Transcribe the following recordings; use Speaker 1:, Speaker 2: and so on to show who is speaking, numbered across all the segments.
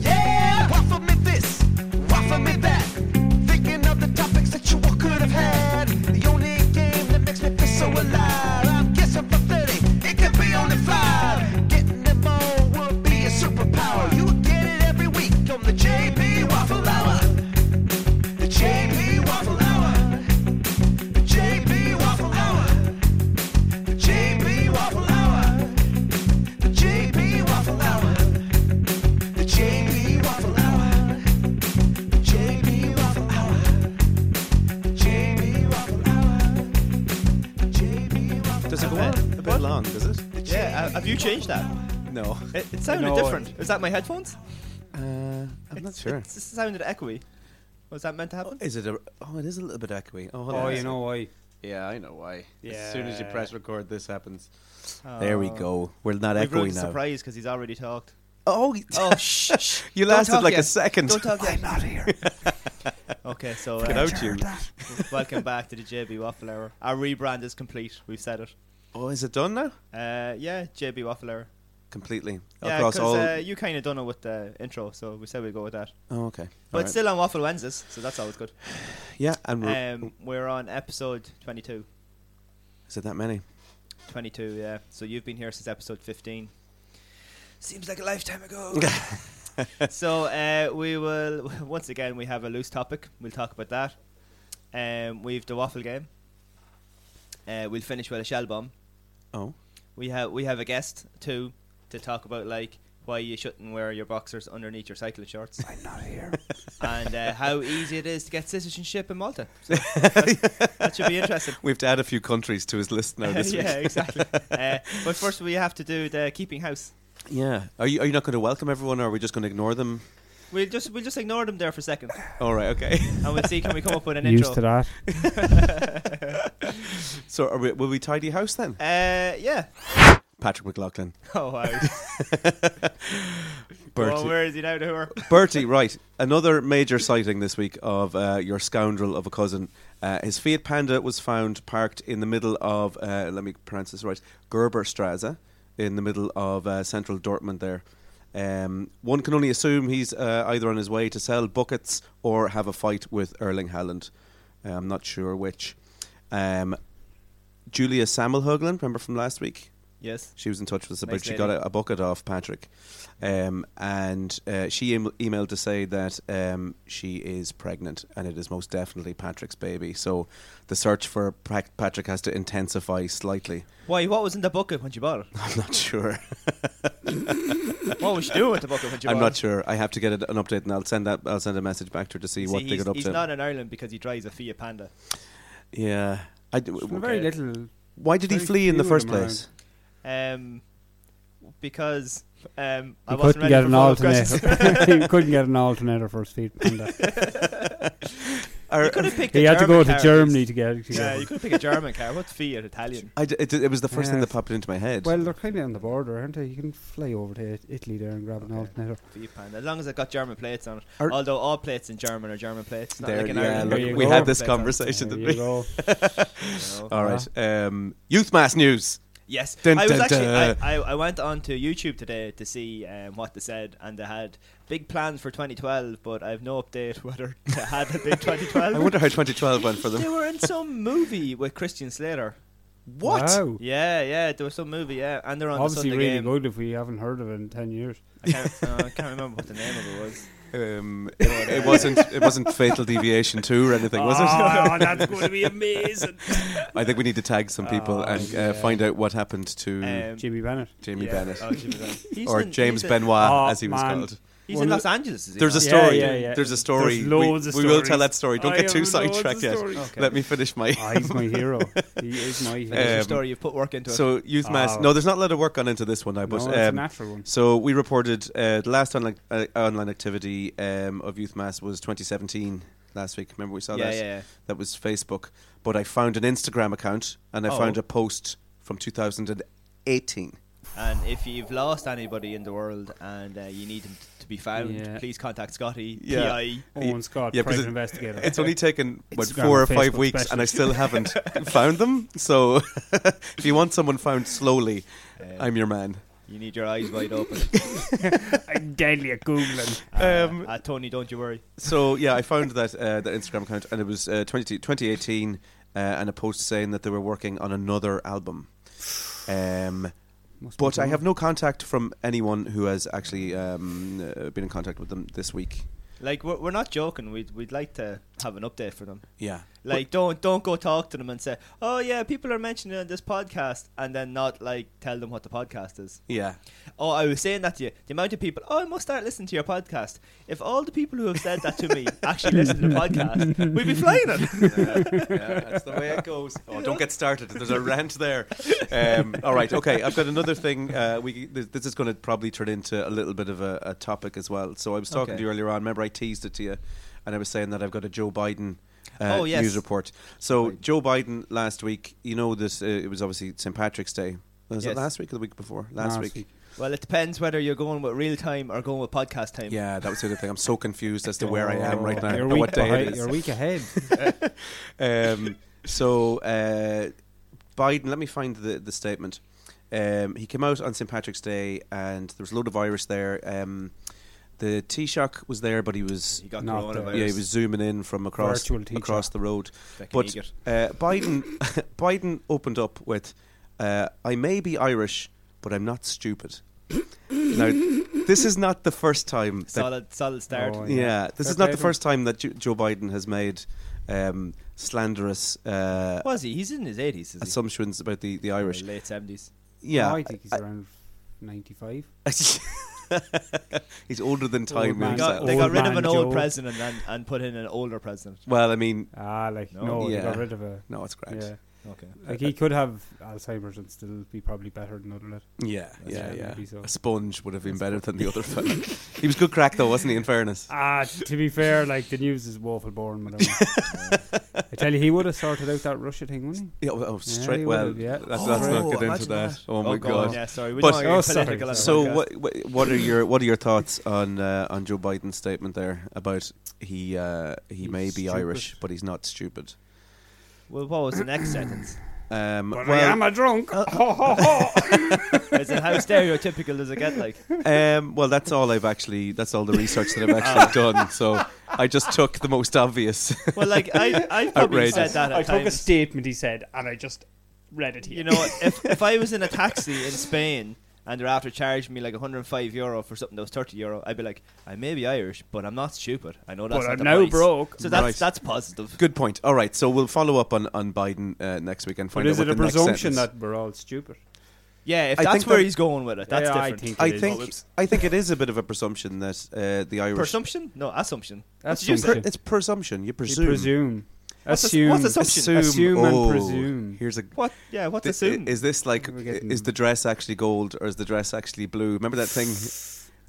Speaker 1: Yeah, waffle me this, waffle me that. Thinking of the topics that you all could have had. The only game that makes me feel so alive. I'm guessing from 30, it could be only five. Getting them all would be a superpower. You get it every week on the JB Waffle Hour. The JB Waffle Hour. The JB Waffle Hour. The JB Waffle Hour. The JB Waffle Hour. The JB Waffle Hour. The JB Waffle Hour. The JB Waffle Hour. The JB Waffle
Speaker 2: Does it go
Speaker 3: A
Speaker 2: on?
Speaker 3: bit, a bit long, does it?
Speaker 2: Yeah, uh, have you changed that?
Speaker 3: No.
Speaker 2: It, it sounded
Speaker 3: No,
Speaker 2: different. Is that my headphones?
Speaker 3: Uh, I'm not
Speaker 2: It's-
Speaker 3: sure.
Speaker 2: It, sounded echoey. Was that meant to happen?
Speaker 3: Is it a? Oh, it is a little bit echoey. Oh, hold
Speaker 4: Oh,
Speaker 3: on a
Speaker 4: you
Speaker 3: sec.
Speaker 4: know why?
Speaker 3: Yeah, I know why. As soon as you
Speaker 4: Yeah.
Speaker 3: press record, this happens.
Speaker 2: Oh.
Speaker 3: there we go. We're not
Speaker 2: We've
Speaker 3: echoing
Speaker 2: ruined the
Speaker 3: now.
Speaker 2: surprise because he's already talked.
Speaker 3: Oh,
Speaker 2: Oh, shh. shh.
Speaker 3: you
Speaker 2: Don't
Speaker 3: lasted
Speaker 2: talk
Speaker 3: like a
Speaker 2: yet.
Speaker 3: second.
Speaker 2: Don't talk yet.
Speaker 3: not here.
Speaker 2: Okay, so
Speaker 3: Get
Speaker 2: uh,
Speaker 3: out you.
Speaker 2: welcome back to the JB Waffle Hour. Our rebrand is complete. We've said it.
Speaker 3: Oh, is it done now?
Speaker 2: Uh, yeah, JB Waffle Hour.
Speaker 3: Completely
Speaker 2: Yeah,
Speaker 3: across
Speaker 2: because
Speaker 3: all.
Speaker 2: uh, you kind of done it with the intro, so we said we'd go with that.
Speaker 3: oh, okay.
Speaker 2: But it's still on Waffle Wednesdays, so that's always good.
Speaker 3: yeah, and we're,
Speaker 2: Um, we're on episode 22.
Speaker 3: is it that many?
Speaker 2: 22, yeah. So you've been here since episode 15. Seems like a lifetime ago. so uh, we will once again we have a loose topic. We'll talk about that. Um, we've the waffle game. Uh, we'll finish with a shell bomb.
Speaker 3: Oh,
Speaker 2: We have we have a guest too to talk about like why you shouldn't wear your boxers underneath your cycling shorts. I'm not here. and uh, how easy it is to get citizenship in Malta. So that, that should be interesting.
Speaker 3: we have to add a few countries to his list now this
Speaker 2: yeah,
Speaker 3: week.
Speaker 2: exactly. Uh, but first, we have to do the keeping house.
Speaker 3: Yeah. Are you are you not going to welcome everyone, or are we just going to ignore them?
Speaker 2: We'll just we'll just ignore them there for a second,
Speaker 3: All right. Okay.
Speaker 2: and we'll see can we come up with an
Speaker 4: Used to
Speaker 2: intro.
Speaker 4: that.
Speaker 3: so, are we, will we tidy house then?
Speaker 2: Uh, yeah.
Speaker 3: Patrick McLaughlin,
Speaker 2: Oh wow.
Speaker 3: Bertie,
Speaker 2: Well, where is he now? To her.
Speaker 3: Bertie, right. Another major sighting this week of uh, your scoundrel of a cousin. Uh, his Fiat Panda was found parked in the middle of, uh, let me pronounce this right, Gerberstrasse, in the middle of uh, central Dortmund there. Um, one can only assume he's uh, either on his way to sell buckets or have a fight with Erling Haaland. Uh, I'm not sure which. Um, Julia Samuelhoglan, remember from last week?
Speaker 2: Yes.
Speaker 3: She was in touch with us about
Speaker 2: Nice
Speaker 3: she got
Speaker 2: lady.
Speaker 3: a, a bucket off Patrick, um, and uh, she em- emailed to say that um, she is pregnant and it is most definitely Patrick's baby. So the search for pra- Patrick has to intensify slightly.
Speaker 2: Why? What was in the bucket when you bought it?
Speaker 3: I'm not sure.
Speaker 2: What was you doing with the bucket when you
Speaker 3: I'm
Speaker 2: bought
Speaker 3: not sure. I have to get an update, and I'll send that. I'll send a message back to her to see,
Speaker 2: it?
Speaker 3: what
Speaker 2: See,
Speaker 3: they
Speaker 2: he's,
Speaker 3: got up
Speaker 2: he's
Speaker 3: to.
Speaker 2: not in Ireland because he drives a Fiat Panda.
Speaker 3: yeah. I d- w-
Speaker 4: Very little.
Speaker 3: why did he
Speaker 4: very
Speaker 3: flee in the
Speaker 4: few of
Speaker 3: first
Speaker 4: them around.
Speaker 3: place?
Speaker 2: Um, because um, I
Speaker 4: You
Speaker 2: wasn't
Speaker 4: couldn't
Speaker 2: ready
Speaker 4: get
Speaker 2: for
Speaker 4: an
Speaker 2: follow-up questions.
Speaker 4: alternator. you couldn't get an alternator for his feet. Panda.
Speaker 3: Or-
Speaker 2: you could have picked.
Speaker 4: uh, He
Speaker 2: a
Speaker 4: had to
Speaker 2: German car
Speaker 4: go to
Speaker 2: at
Speaker 4: Germany
Speaker 2: least.
Speaker 4: to get it. to
Speaker 2: Yeah,
Speaker 4: get
Speaker 2: you
Speaker 4: it.
Speaker 2: could pick a German car. What's Fiat Italian?
Speaker 3: I d- it, it was the first thing
Speaker 4: Yeah.
Speaker 3: that popped into my head.
Speaker 4: Well, they're kind of on the border, aren't they? You can fly over to It- Italy there and grab an alternator.
Speaker 2: Fiat Panda. As long as it got German plates on it.
Speaker 3: Are-
Speaker 2: Although all plates in German are German plates. Not
Speaker 3: There-
Speaker 2: like an
Speaker 3: yeah,
Speaker 2: Irish
Speaker 3: look,
Speaker 4: There you
Speaker 3: we
Speaker 4: go.
Speaker 3: had this
Speaker 2: Plates on it,
Speaker 3: conversation,
Speaker 4: There
Speaker 3: didn't
Speaker 4: you
Speaker 3: we?
Speaker 4: go.
Speaker 2: you know.
Speaker 3: All right. Um, youth mass news.
Speaker 2: Yes,
Speaker 3: Dun,
Speaker 2: I was
Speaker 3: dun,
Speaker 2: actually
Speaker 3: dun.
Speaker 2: I, I, I went on to YouTube today to see um, what they said, and they had big plans for 2012, but I have no update whether they had a big 2012.
Speaker 3: I wonder how 2012 went for them.
Speaker 2: they were in some movie with Christian Slater.
Speaker 5: What?
Speaker 4: Wow.
Speaker 2: Yeah, yeah, there was some movie, yeah, and they're on
Speaker 4: Obviously,
Speaker 2: the Sunday
Speaker 4: really
Speaker 2: game.
Speaker 4: good if we haven't heard of it in 10 years.
Speaker 2: I, can't, no, I can't remember what the name of it was.
Speaker 3: Um, it, it wasn't. It wasn't Fatal Deviation Two or anything, was it?
Speaker 4: Oh, that's going to be amazing.
Speaker 3: I think we need to tag some people
Speaker 4: Ah,
Speaker 3: and uh, find out what happened to
Speaker 2: Um,
Speaker 4: Jimmy Bennett.
Speaker 3: Jamie
Speaker 2: yeah.
Speaker 3: Bennett
Speaker 2: Oh, Jimmy Bennett. He's
Speaker 3: or
Speaker 2: in-
Speaker 3: James
Speaker 2: he's in-
Speaker 3: Benoit,
Speaker 4: Oh,
Speaker 3: as he was
Speaker 4: man.
Speaker 3: called.
Speaker 2: He's
Speaker 4: Well,
Speaker 2: in Los Angeles. Is he
Speaker 3: There's a
Speaker 2: not?
Speaker 4: Yeah,
Speaker 3: story.
Speaker 4: yeah, yeah.
Speaker 3: There's a story.
Speaker 4: There's
Speaker 3: We-
Speaker 4: loads
Speaker 3: we,
Speaker 4: of
Speaker 3: will tell
Speaker 4: stories.
Speaker 3: that story. Don't
Speaker 4: I
Speaker 3: get too
Speaker 4: have loads of
Speaker 3: sidetracked yet.
Speaker 4: stories.
Speaker 2: Okay.
Speaker 3: Let me finish my.
Speaker 4: Ah, he's my hero. He is my hero.
Speaker 2: There's
Speaker 3: Um,
Speaker 2: a story you've put work into it.
Speaker 3: So youth mass.
Speaker 4: Oh.
Speaker 3: No, there's not a lot of work gone into this one now. But
Speaker 4: No, it's a
Speaker 3: um,
Speaker 4: natural one.
Speaker 3: So we reported uh, the last online, uh, online activity um, of youth mass was 2017 last week. Remember we saw
Speaker 2: Yeah,
Speaker 3: that?
Speaker 2: yeah, yeah.
Speaker 3: That was Facebook. But I found an Instagram account and I
Speaker 2: Oh.
Speaker 3: found a post from 2018.
Speaker 2: And if you've lost anybody in the world and uh, you need them t- to be found,
Speaker 4: Yeah.
Speaker 2: please contact Scotty.
Speaker 3: Yeah.
Speaker 2: PI.
Speaker 4: Owen Scott,
Speaker 3: Yeah, 'cause
Speaker 4: private
Speaker 3: it-
Speaker 4: investigator.
Speaker 3: It's only taken what
Speaker 4: Instagram
Speaker 3: four or
Speaker 4: and
Speaker 3: five
Speaker 4: Facebook
Speaker 3: weeks, and I still haven't found them. So if you want someone found slowly, I'm your man.
Speaker 2: You need your eyes wide open.
Speaker 4: I'm deadly at Googling.
Speaker 2: um, uh, Tony, don't you worry.
Speaker 3: So yeah, I found that uh, that Instagram account, and it was uh, 20, 2018, uh, and a post saying that they were working on another album. Um, but I have no contact from anyone who has actually um, uh, been in contact with them this week.
Speaker 2: Like we're, we're not joking. We'd we'd like to have an update for them.
Speaker 3: Yeah,
Speaker 2: Like don't don't go talk to them and say, oh yeah, people are mentioning it on this podcast, and then not like tell them what the podcast is.
Speaker 3: yeah.
Speaker 2: Oh, I was saying that to you. The amount of people. Oh, I must start listening to your podcast. If all the people who have said that to me actually listen to the podcast, we'd be flying it.
Speaker 3: that's the way it goes. Oh, don't get started. There's a rant there. Um, all right, okay. I've got another thing. Uh, we th- this is going to probably turn into a little bit of a, a topic as well. So I was talking
Speaker 2: Okay.
Speaker 3: to you earlier on. Remember, I teased it to you, and I was saying that I've got a Joe Biden. Uh,
Speaker 2: Oh, yes.
Speaker 3: News report. So Joe Biden last week, you know this. Uh, it was obviously St. Patrick's Day. Was
Speaker 2: Yes.
Speaker 3: it last week or the week before? Last,
Speaker 4: Last
Speaker 3: week.
Speaker 4: week.
Speaker 2: Well, it depends whether you're going with real time or going with podcast time.
Speaker 3: Yeah, that was the other thing. I'm so confused as to where I
Speaker 2: Oh,
Speaker 3: am right now.
Speaker 4: You're
Speaker 3: and
Speaker 4: week
Speaker 3: what day
Speaker 4: behind-
Speaker 3: it is.
Speaker 4: You're a week ahead.
Speaker 3: Um, so uh, Biden, let me find the the statement. Um, he came out on St Patrick's Day, and there was a load of Irish there. Um, the Taoiseach was there, but he was
Speaker 2: He got
Speaker 4: Not
Speaker 2: coronavirus.
Speaker 4: there.
Speaker 3: yeah, he was zooming in from across
Speaker 4: Virtual Taoiseach.
Speaker 3: across the road.
Speaker 2: Fucking
Speaker 3: But
Speaker 2: idiot.
Speaker 3: uh, Biden Biden opened up with, uh, "I may be Irish, but I'm not stupid." now, this is not the first time that
Speaker 2: solid, solid start.
Speaker 4: Oh,
Speaker 3: yeah. this
Speaker 4: Fair
Speaker 3: is not
Speaker 4: play
Speaker 3: the
Speaker 4: to
Speaker 3: first time that Jo- Joe Biden has made um, slanderous uh,
Speaker 2: Was he? He's in his eighties. Is
Speaker 3: assumptions about the,
Speaker 4: Oh,
Speaker 3: the
Speaker 2: he?
Speaker 3: Irish.
Speaker 2: Late seventies.
Speaker 3: Yeah,
Speaker 4: I think he's around 95.
Speaker 3: he's older than time
Speaker 4: Old man.
Speaker 2: They got,
Speaker 3: himself.
Speaker 2: they got
Speaker 4: Old
Speaker 2: rid of
Speaker 4: man
Speaker 2: an
Speaker 4: Joe.
Speaker 2: old president and, and put in an older president.
Speaker 3: Well, I mean,
Speaker 4: Ah, like,
Speaker 2: No.
Speaker 4: no, he
Speaker 3: Yeah. Uh,
Speaker 4: got rid of a.
Speaker 3: no, it's grand.
Speaker 4: Yeah.
Speaker 2: Okay.
Speaker 4: Like, he could have Alzheimer's and still be probably better than other. lot.
Speaker 3: Yeah,
Speaker 4: That's
Speaker 3: yeah,
Speaker 4: right,
Speaker 3: yeah.
Speaker 4: maybe so.
Speaker 3: A sponge would have been better than the other fella. he was good crack though, wasn't he? In fairness.
Speaker 4: Ah, to be fair, like, the news is woeful born with him. I tell you, he would have sorted out that Russia thing, wouldn't he?
Speaker 3: Yeah, well, oh, straight.
Speaker 4: he
Speaker 3: well,
Speaker 4: would've, yeah.
Speaker 3: let's, let's not
Speaker 2: Oh,
Speaker 3: get into
Speaker 2: imagine
Speaker 3: that.
Speaker 2: that.
Speaker 3: Oh my
Speaker 2: Oh,
Speaker 3: god.
Speaker 2: God, yeah, sorry. We
Speaker 3: But-
Speaker 2: don't want to get
Speaker 4: Oh, sorry.
Speaker 2: political on the
Speaker 3: So
Speaker 2: podcast.
Speaker 3: what what- what are your what are your thoughts on uh, on Joe Biden's statement there about he uh, he
Speaker 4: He's
Speaker 3: may be
Speaker 4: stupid.
Speaker 3: Irish but he's not stupid?
Speaker 2: Well, what was the next sentence?
Speaker 3: Um,
Speaker 4: But I am
Speaker 3: well, uh,
Speaker 4: a drunk. ho, ho, ho.
Speaker 2: Is it how stereotypical does it get? Like,
Speaker 3: um, well, that's all I've actually that's all the research that I've actually done. So I just took the most obvious.
Speaker 2: well, like I, I probably
Speaker 3: Outrageous.
Speaker 2: said that at
Speaker 6: I took a
Speaker 2: times.
Speaker 6: statement he said and I just read it here.
Speaker 2: You know, what, if if I was in a taxi in Spain and they're after charging me like 105 euro for something that was 30 euro, I'd be like, I may be Irish, but I'm not stupid. I know that's.
Speaker 6: But
Speaker 2: not
Speaker 6: I'm
Speaker 2: the
Speaker 6: now
Speaker 2: price."
Speaker 6: broke.
Speaker 2: So that's
Speaker 3: Right.
Speaker 2: that's positive.
Speaker 3: Good point. All right, so we'll follow up on on Biden uh, next week and find
Speaker 4: But
Speaker 3: out
Speaker 4: is
Speaker 3: what
Speaker 4: it a
Speaker 3: the next
Speaker 4: presumption
Speaker 3: sentence-
Speaker 4: that we're all stupid?
Speaker 2: Yeah, if
Speaker 3: I
Speaker 2: that's
Speaker 3: think
Speaker 2: where
Speaker 3: that-
Speaker 2: he's going with it, that's
Speaker 4: Yeah, I
Speaker 2: different.
Speaker 4: think
Speaker 3: I
Speaker 4: it is.
Speaker 3: think
Speaker 2: Oops.
Speaker 3: I think it is a bit of a presumption that uh, the Irish.
Speaker 2: Presumption? No, assumption.
Speaker 4: That's
Speaker 2: What did you say?
Speaker 3: Per- it's presumption. You presume.
Speaker 4: You presume.
Speaker 2: What's a-
Speaker 4: assume.
Speaker 2: what's assumption?
Speaker 3: Assume.
Speaker 4: Assume and
Speaker 3: oh,
Speaker 4: presume.
Speaker 3: Here's a.
Speaker 2: What? Yeah, what's
Speaker 3: Thi-
Speaker 2: assume?
Speaker 3: Is this like?
Speaker 4: We're getting-
Speaker 3: Is the dress actually gold or is the dress actually blue? Remember that thing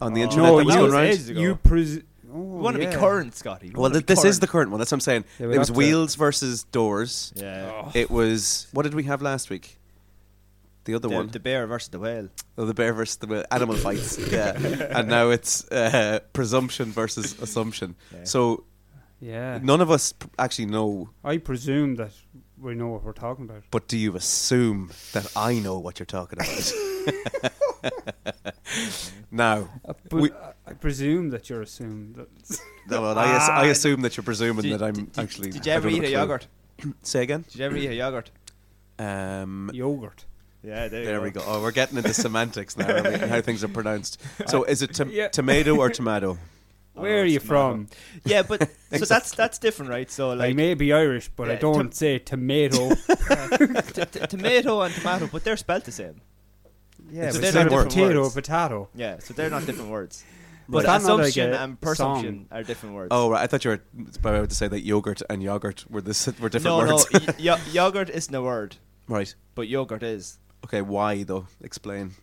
Speaker 3: on the
Speaker 2: Oh,
Speaker 3: internet
Speaker 4: No,
Speaker 3: that was
Speaker 2: that
Speaker 4: you,
Speaker 3: going
Speaker 2: was
Speaker 3: around?
Speaker 2: ages ago.
Speaker 4: you presume. Oh,
Speaker 2: we want to
Speaker 4: yeah.
Speaker 2: be current, Scotty. We
Speaker 3: Well,
Speaker 2: wanna
Speaker 3: th-
Speaker 2: be
Speaker 3: this is
Speaker 2: current.
Speaker 3: the current one. That's what I'm saying.
Speaker 4: Yeah, we
Speaker 3: it was
Speaker 4: have to-
Speaker 3: wheels versus doors.
Speaker 6: Oh,
Speaker 2: Yeah.
Speaker 3: It was what did we have last week? The other
Speaker 2: The,
Speaker 3: one,
Speaker 2: the bear versus the whale.
Speaker 3: oh, the bear versus the whale. animal fights. yeah, and now it's uh, presumption versus assumption. So
Speaker 4: Yeah.
Speaker 3: none of us p- actually know,
Speaker 4: I presume that we know what we're talking about.
Speaker 3: but do you assume that I know what you're talking about? now,
Speaker 2: Uh,
Speaker 4: But
Speaker 3: We-
Speaker 4: I- I presume that you're assumed. That
Speaker 3: no, well, I, ass- I assume that you're presuming that I'm
Speaker 2: did,
Speaker 3: actually.
Speaker 2: Did you
Speaker 3: I
Speaker 2: ever
Speaker 3: don't
Speaker 2: eat a
Speaker 3: have clue.
Speaker 2: yogurt?
Speaker 3: Say again.
Speaker 2: Did you ever eat a yogurt?
Speaker 3: Um,
Speaker 4: Yogurt.
Speaker 2: Yeah, there, you
Speaker 3: there we go. Oh, we're getting into semantics now aren't we, and how things are pronounced. So, is it tom-
Speaker 4: Yeah.
Speaker 3: tomato or tomato?
Speaker 2: Oh,
Speaker 4: Where are you from?
Speaker 2: Yeah, but so that's that's different, right? So
Speaker 4: I
Speaker 2: like
Speaker 4: may be Irish, but I
Speaker 2: Yeah,
Speaker 4: don't
Speaker 2: tom-
Speaker 4: say tomato.
Speaker 2: t- t- tomato and tomato, but they're spelled the same.
Speaker 4: yeah,
Speaker 2: It's
Speaker 4: but
Speaker 2: the
Speaker 4: they're
Speaker 2: same word.
Speaker 4: potato,
Speaker 2: Words.
Speaker 4: potato.
Speaker 2: Yeah, so they're not different words.
Speaker 4: Was
Speaker 2: But
Speaker 4: that not like
Speaker 2: assumption
Speaker 4: a
Speaker 2: and presumption are different words.
Speaker 3: Oh, right. I thought you were about to say that yogurt and yogurt were this were
Speaker 2: no,
Speaker 3: different words.
Speaker 2: no, y- yo- yogurt isn't a word,
Speaker 3: right.
Speaker 2: but yogurt is
Speaker 3: Okay. Why though? Explain.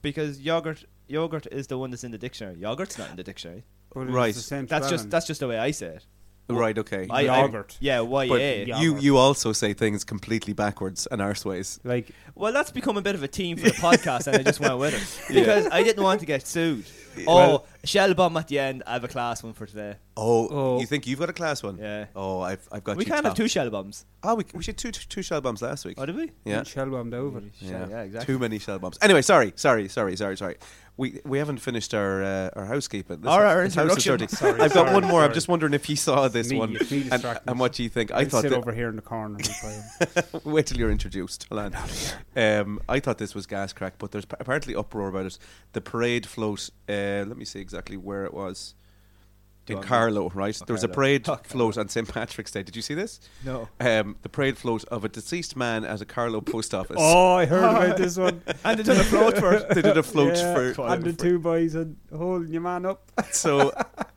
Speaker 2: because yogurt yogurt is the one that's in the dictionary. Yogurt's not in the dictionary.
Speaker 4: But it's
Speaker 3: Right.
Speaker 4: The same
Speaker 2: That's just
Speaker 4: spelling.
Speaker 2: that's just the way I say it.
Speaker 3: Right. Okay.
Speaker 2: I, I-
Speaker 4: Yogurt.
Speaker 2: yeah, y
Speaker 3: but
Speaker 2: a.
Speaker 3: you you also say things completely backwards and arseways.
Speaker 4: like
Speaker 2: Well, that's become a bit of a theme for the podcast, and I just went with it because I didn't want to get sued. Oh,
Speaker 4: Well-
Speaker 2: shell bomb at the end. I have a class one for today.
Speaker 3: Oh,
Speaker 4: Oh.
Speaker 3: you think you've got a class one?
Speaker 2: Yeah.
Speaker 3: Oh, I've I've got.
Speaker 2: we
Speaker 3: you
Speaker 2: can't have
Speaker 3: top.
Speaker 2: two shell bombs.
Speaker 3: Oh, we, we should two two shell bombs last week.
Speaker 2: Oh, did we?
Speaker 3: yeah.
Speaker 4: shell bombed over.
Speaker 3: Yeah.
Speaker 2: yeah, exactly.
Speaker 3: Too many shell bombs. Anyway, sorry, sorry, sorry, sorry, sorry. We we haven't finished our uh, our housekeeping. This-
Speaker 2: Or our
Speaker 3: this house is
Speaker 2: introduction.
Speaker 3: dirty.
Speaker 4: Sorry,
Speaker 3: I've got
Speaker 4: sorry,
Speaker 3: one more. I'm
Speaker 4: sorry.
Speaker 3: just wondering if you saw this
Speaker 4: me,
Speaker 3: one
Speaker 4: it's me
Speaker 3: and,
Speaker 4: distracting
Speaker 3: and
Speaker 4: us.
Speaker 3: what do you think. I
Speaker 4: I'll
Speaker 3: thought
Speaker 4: sit
Speaker 3: that-
Speaker 4: over here in the corner. and play.
Speaker 3: Wait till you're introduced, Alan. Um, I thought this was gas crack, but there's p- apparently uproar about it. The parade float. Uh, let me see exactly where it was. in Carlow, right?
Speaker 4: Oh,
Speaker 3: there was a
Speaker 2: Carlow.
Speaker 3: parade float on St Patrick's Day. Did you see this?
Speaker 2: No.
Speaker 3: Um, the parade float of a deceased man at a Carlow post office.
Speaker 4: oh, I heard about this one.
Speaker 2: And they did a float for it.
Speaker 3: They did a float
Speaker 4: Yeah,
Speaker 3: for.
Speaker 4: and the two boys and holding your man up.
Speaker 3: So,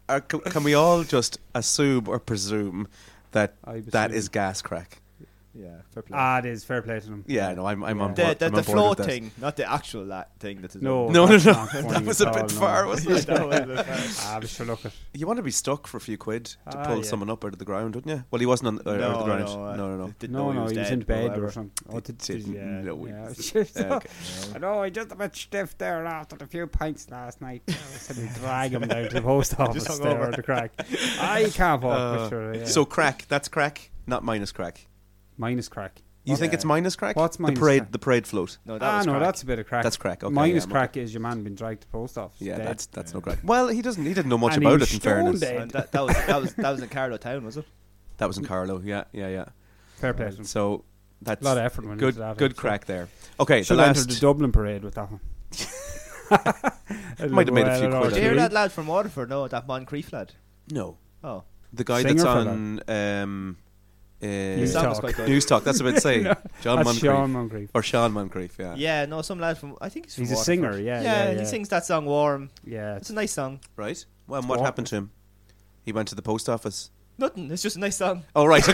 Speaker 3: are, can, can we all just assume or presume that
Speaker 4: I
Speaker 3: that
Speaker 4: assume.
Speaker 3: is gas crack?
Speaker 2: Yeah, fair play.
Speaker 4: ah, it is fair play to them.
Speaker 3: Yeah, no, I'm, I'm on
Speaker 2: the
Speaker 3: board.
Speaker 2: the,
Speaker 3: I'm
Speaker 2: the
Speaker 3: on board
Speaker 2: float
Speaker 3: with this.
Speaker 2: thing, not the actual la- thing that is.
Speaker 4: No,
Speaker 3: No, no,
Speaker 4: that's
Speaker 3: no.
Speaker 4: not funny
Speaker 3: That was
Speaker 4: at
Speaker 3: a
Speaker 4: all,
Speaker 3: bit
Speaker 4: no.
Speaker 3: far, wasn't it?
Speaker 4: Ah, but sure, look at
Speaker 3: You want to be stuck for a few quid to
Speaker 4: Ah,
Speaker 3: pull
Speaker 4: yeah.
Speaker 3: someone up out of the ground, wouldn't you? Well, he wasn't on uh, out of the ground.
Speaker 2: No,
Speaker 3: No, no, no.
Speaker 2: Didn't
Speaker 4: no,
Speaker 2: know
Speaker 4: no, he was in
Speaker 2: dead or
Speaker 4: bed or
Speaker 2: whatever.
Speaker 4: something. Oh, did, did,
Speaker 3: didn't
Speaker 4: yeah,
Speaker 3: know he
Speaker 4: yeah.
Speaker 3: was
Speaker 4: So-
Speaker 3: okay.
Speaker 4: I know, I just a bit stiff there after the few pints last night. I said we drag him down to the post office there or the crack. I can't walk
Speaker 3: Uh,
Speaker 4: for sure. Yeah.
Speaker 3: So crack, that's crack, not minus crack.
Speaker 4: minus crack.
Speaker 3: You think it's minus crack?
Speaker 4: What's minus
Speaker 3: the parade?
Speaker 4: crack?
Speaker 3: The parade float.
Speaker 2: No, that
Speaker 4: ah,
Speaker 2: was
Speaker 4: no,
Speaker 2: crack.
Speaker 4: that's a bit of crack.
Speaker 3: That's crack, okay, yeah,
Speaker 4: minus
Speaker 3: I'm
Speaker 4: crack is your man being dragged to post office.
Speaker 3: Yeah,
Speaker 4: dead.
Speaker 3: that's that's no crack. Well, he doesn't. He didn't know much
Speaker 4: And he
Speaker 3: about
Speaker 4: was eh?
Speaker 3: it. In
Speaker 4: stone
Speaker 3: fairness,
Speaker 4: dead.
Speaker 2: And that, that was that was that was in Carlow Town, was it?
Speaker 3: that was in Carlo. Yeah, yeah, yeah.
Speaker 4: fair play to them.
Speaker 3: So that's
Speaker 4: A lot of effort went
Speaker 3: Good,
Speaker 4: into that,
Speaker 3: good
Speaker 4: actually.
Speaker 3: crack there. Okay, the
Speaker 4: Should have entered the
Speaker 3: last.
Speaker 4: Dublin parade with that one.
Speaker 3: Might have made a
Speaker 2: Did
Speaker 3: few quid
Speaker 4: Well,
Speaker 3: Did
Speaker 2: you
Speaker 3: out
Speaker 2: hear
Speaker 3: we?
Speaker 2: that lad from Waterford? No, that Moncrief lad.
Speaker 3: no,
Speaker 2: Oh,
Speaker 3: the guy
Speaker 4: Singer
Speaker 3: that's
Speaker 4: fella.
Speaker 3: on um, uh,
Speaker 4: News
Speaker 2: his song was
Speaker 4: Talk.
Speaker 2: quite good.
Speaker 3: News Talk. That's what I'd say. John
Speaker 4: That's
Speaker 3: Moncrief
Speaker 4: Sean Moncrief.
Speaker 3: or Sean Moncrief. Yeah.
Speaker 2: Yeah, no, some lad from I think he's from
Speaker 4: He's a
Speaker 2: Waterford.
Speaker 4: singer, yeah, yeah,
Speaker 2: he
Speaker 4: yeah.
Speaker 2: sings that song "Warm."
Speaker 4: Yeah,
Speaker 2: It's a nice song.
Speaker 3: Right. Well, and what
Speaker 4: Walk.
Speaker 3: happened to him? He went to the post office.
Speaker 2: Nothing. It's just a nice song.
Speaker 3: Oh right.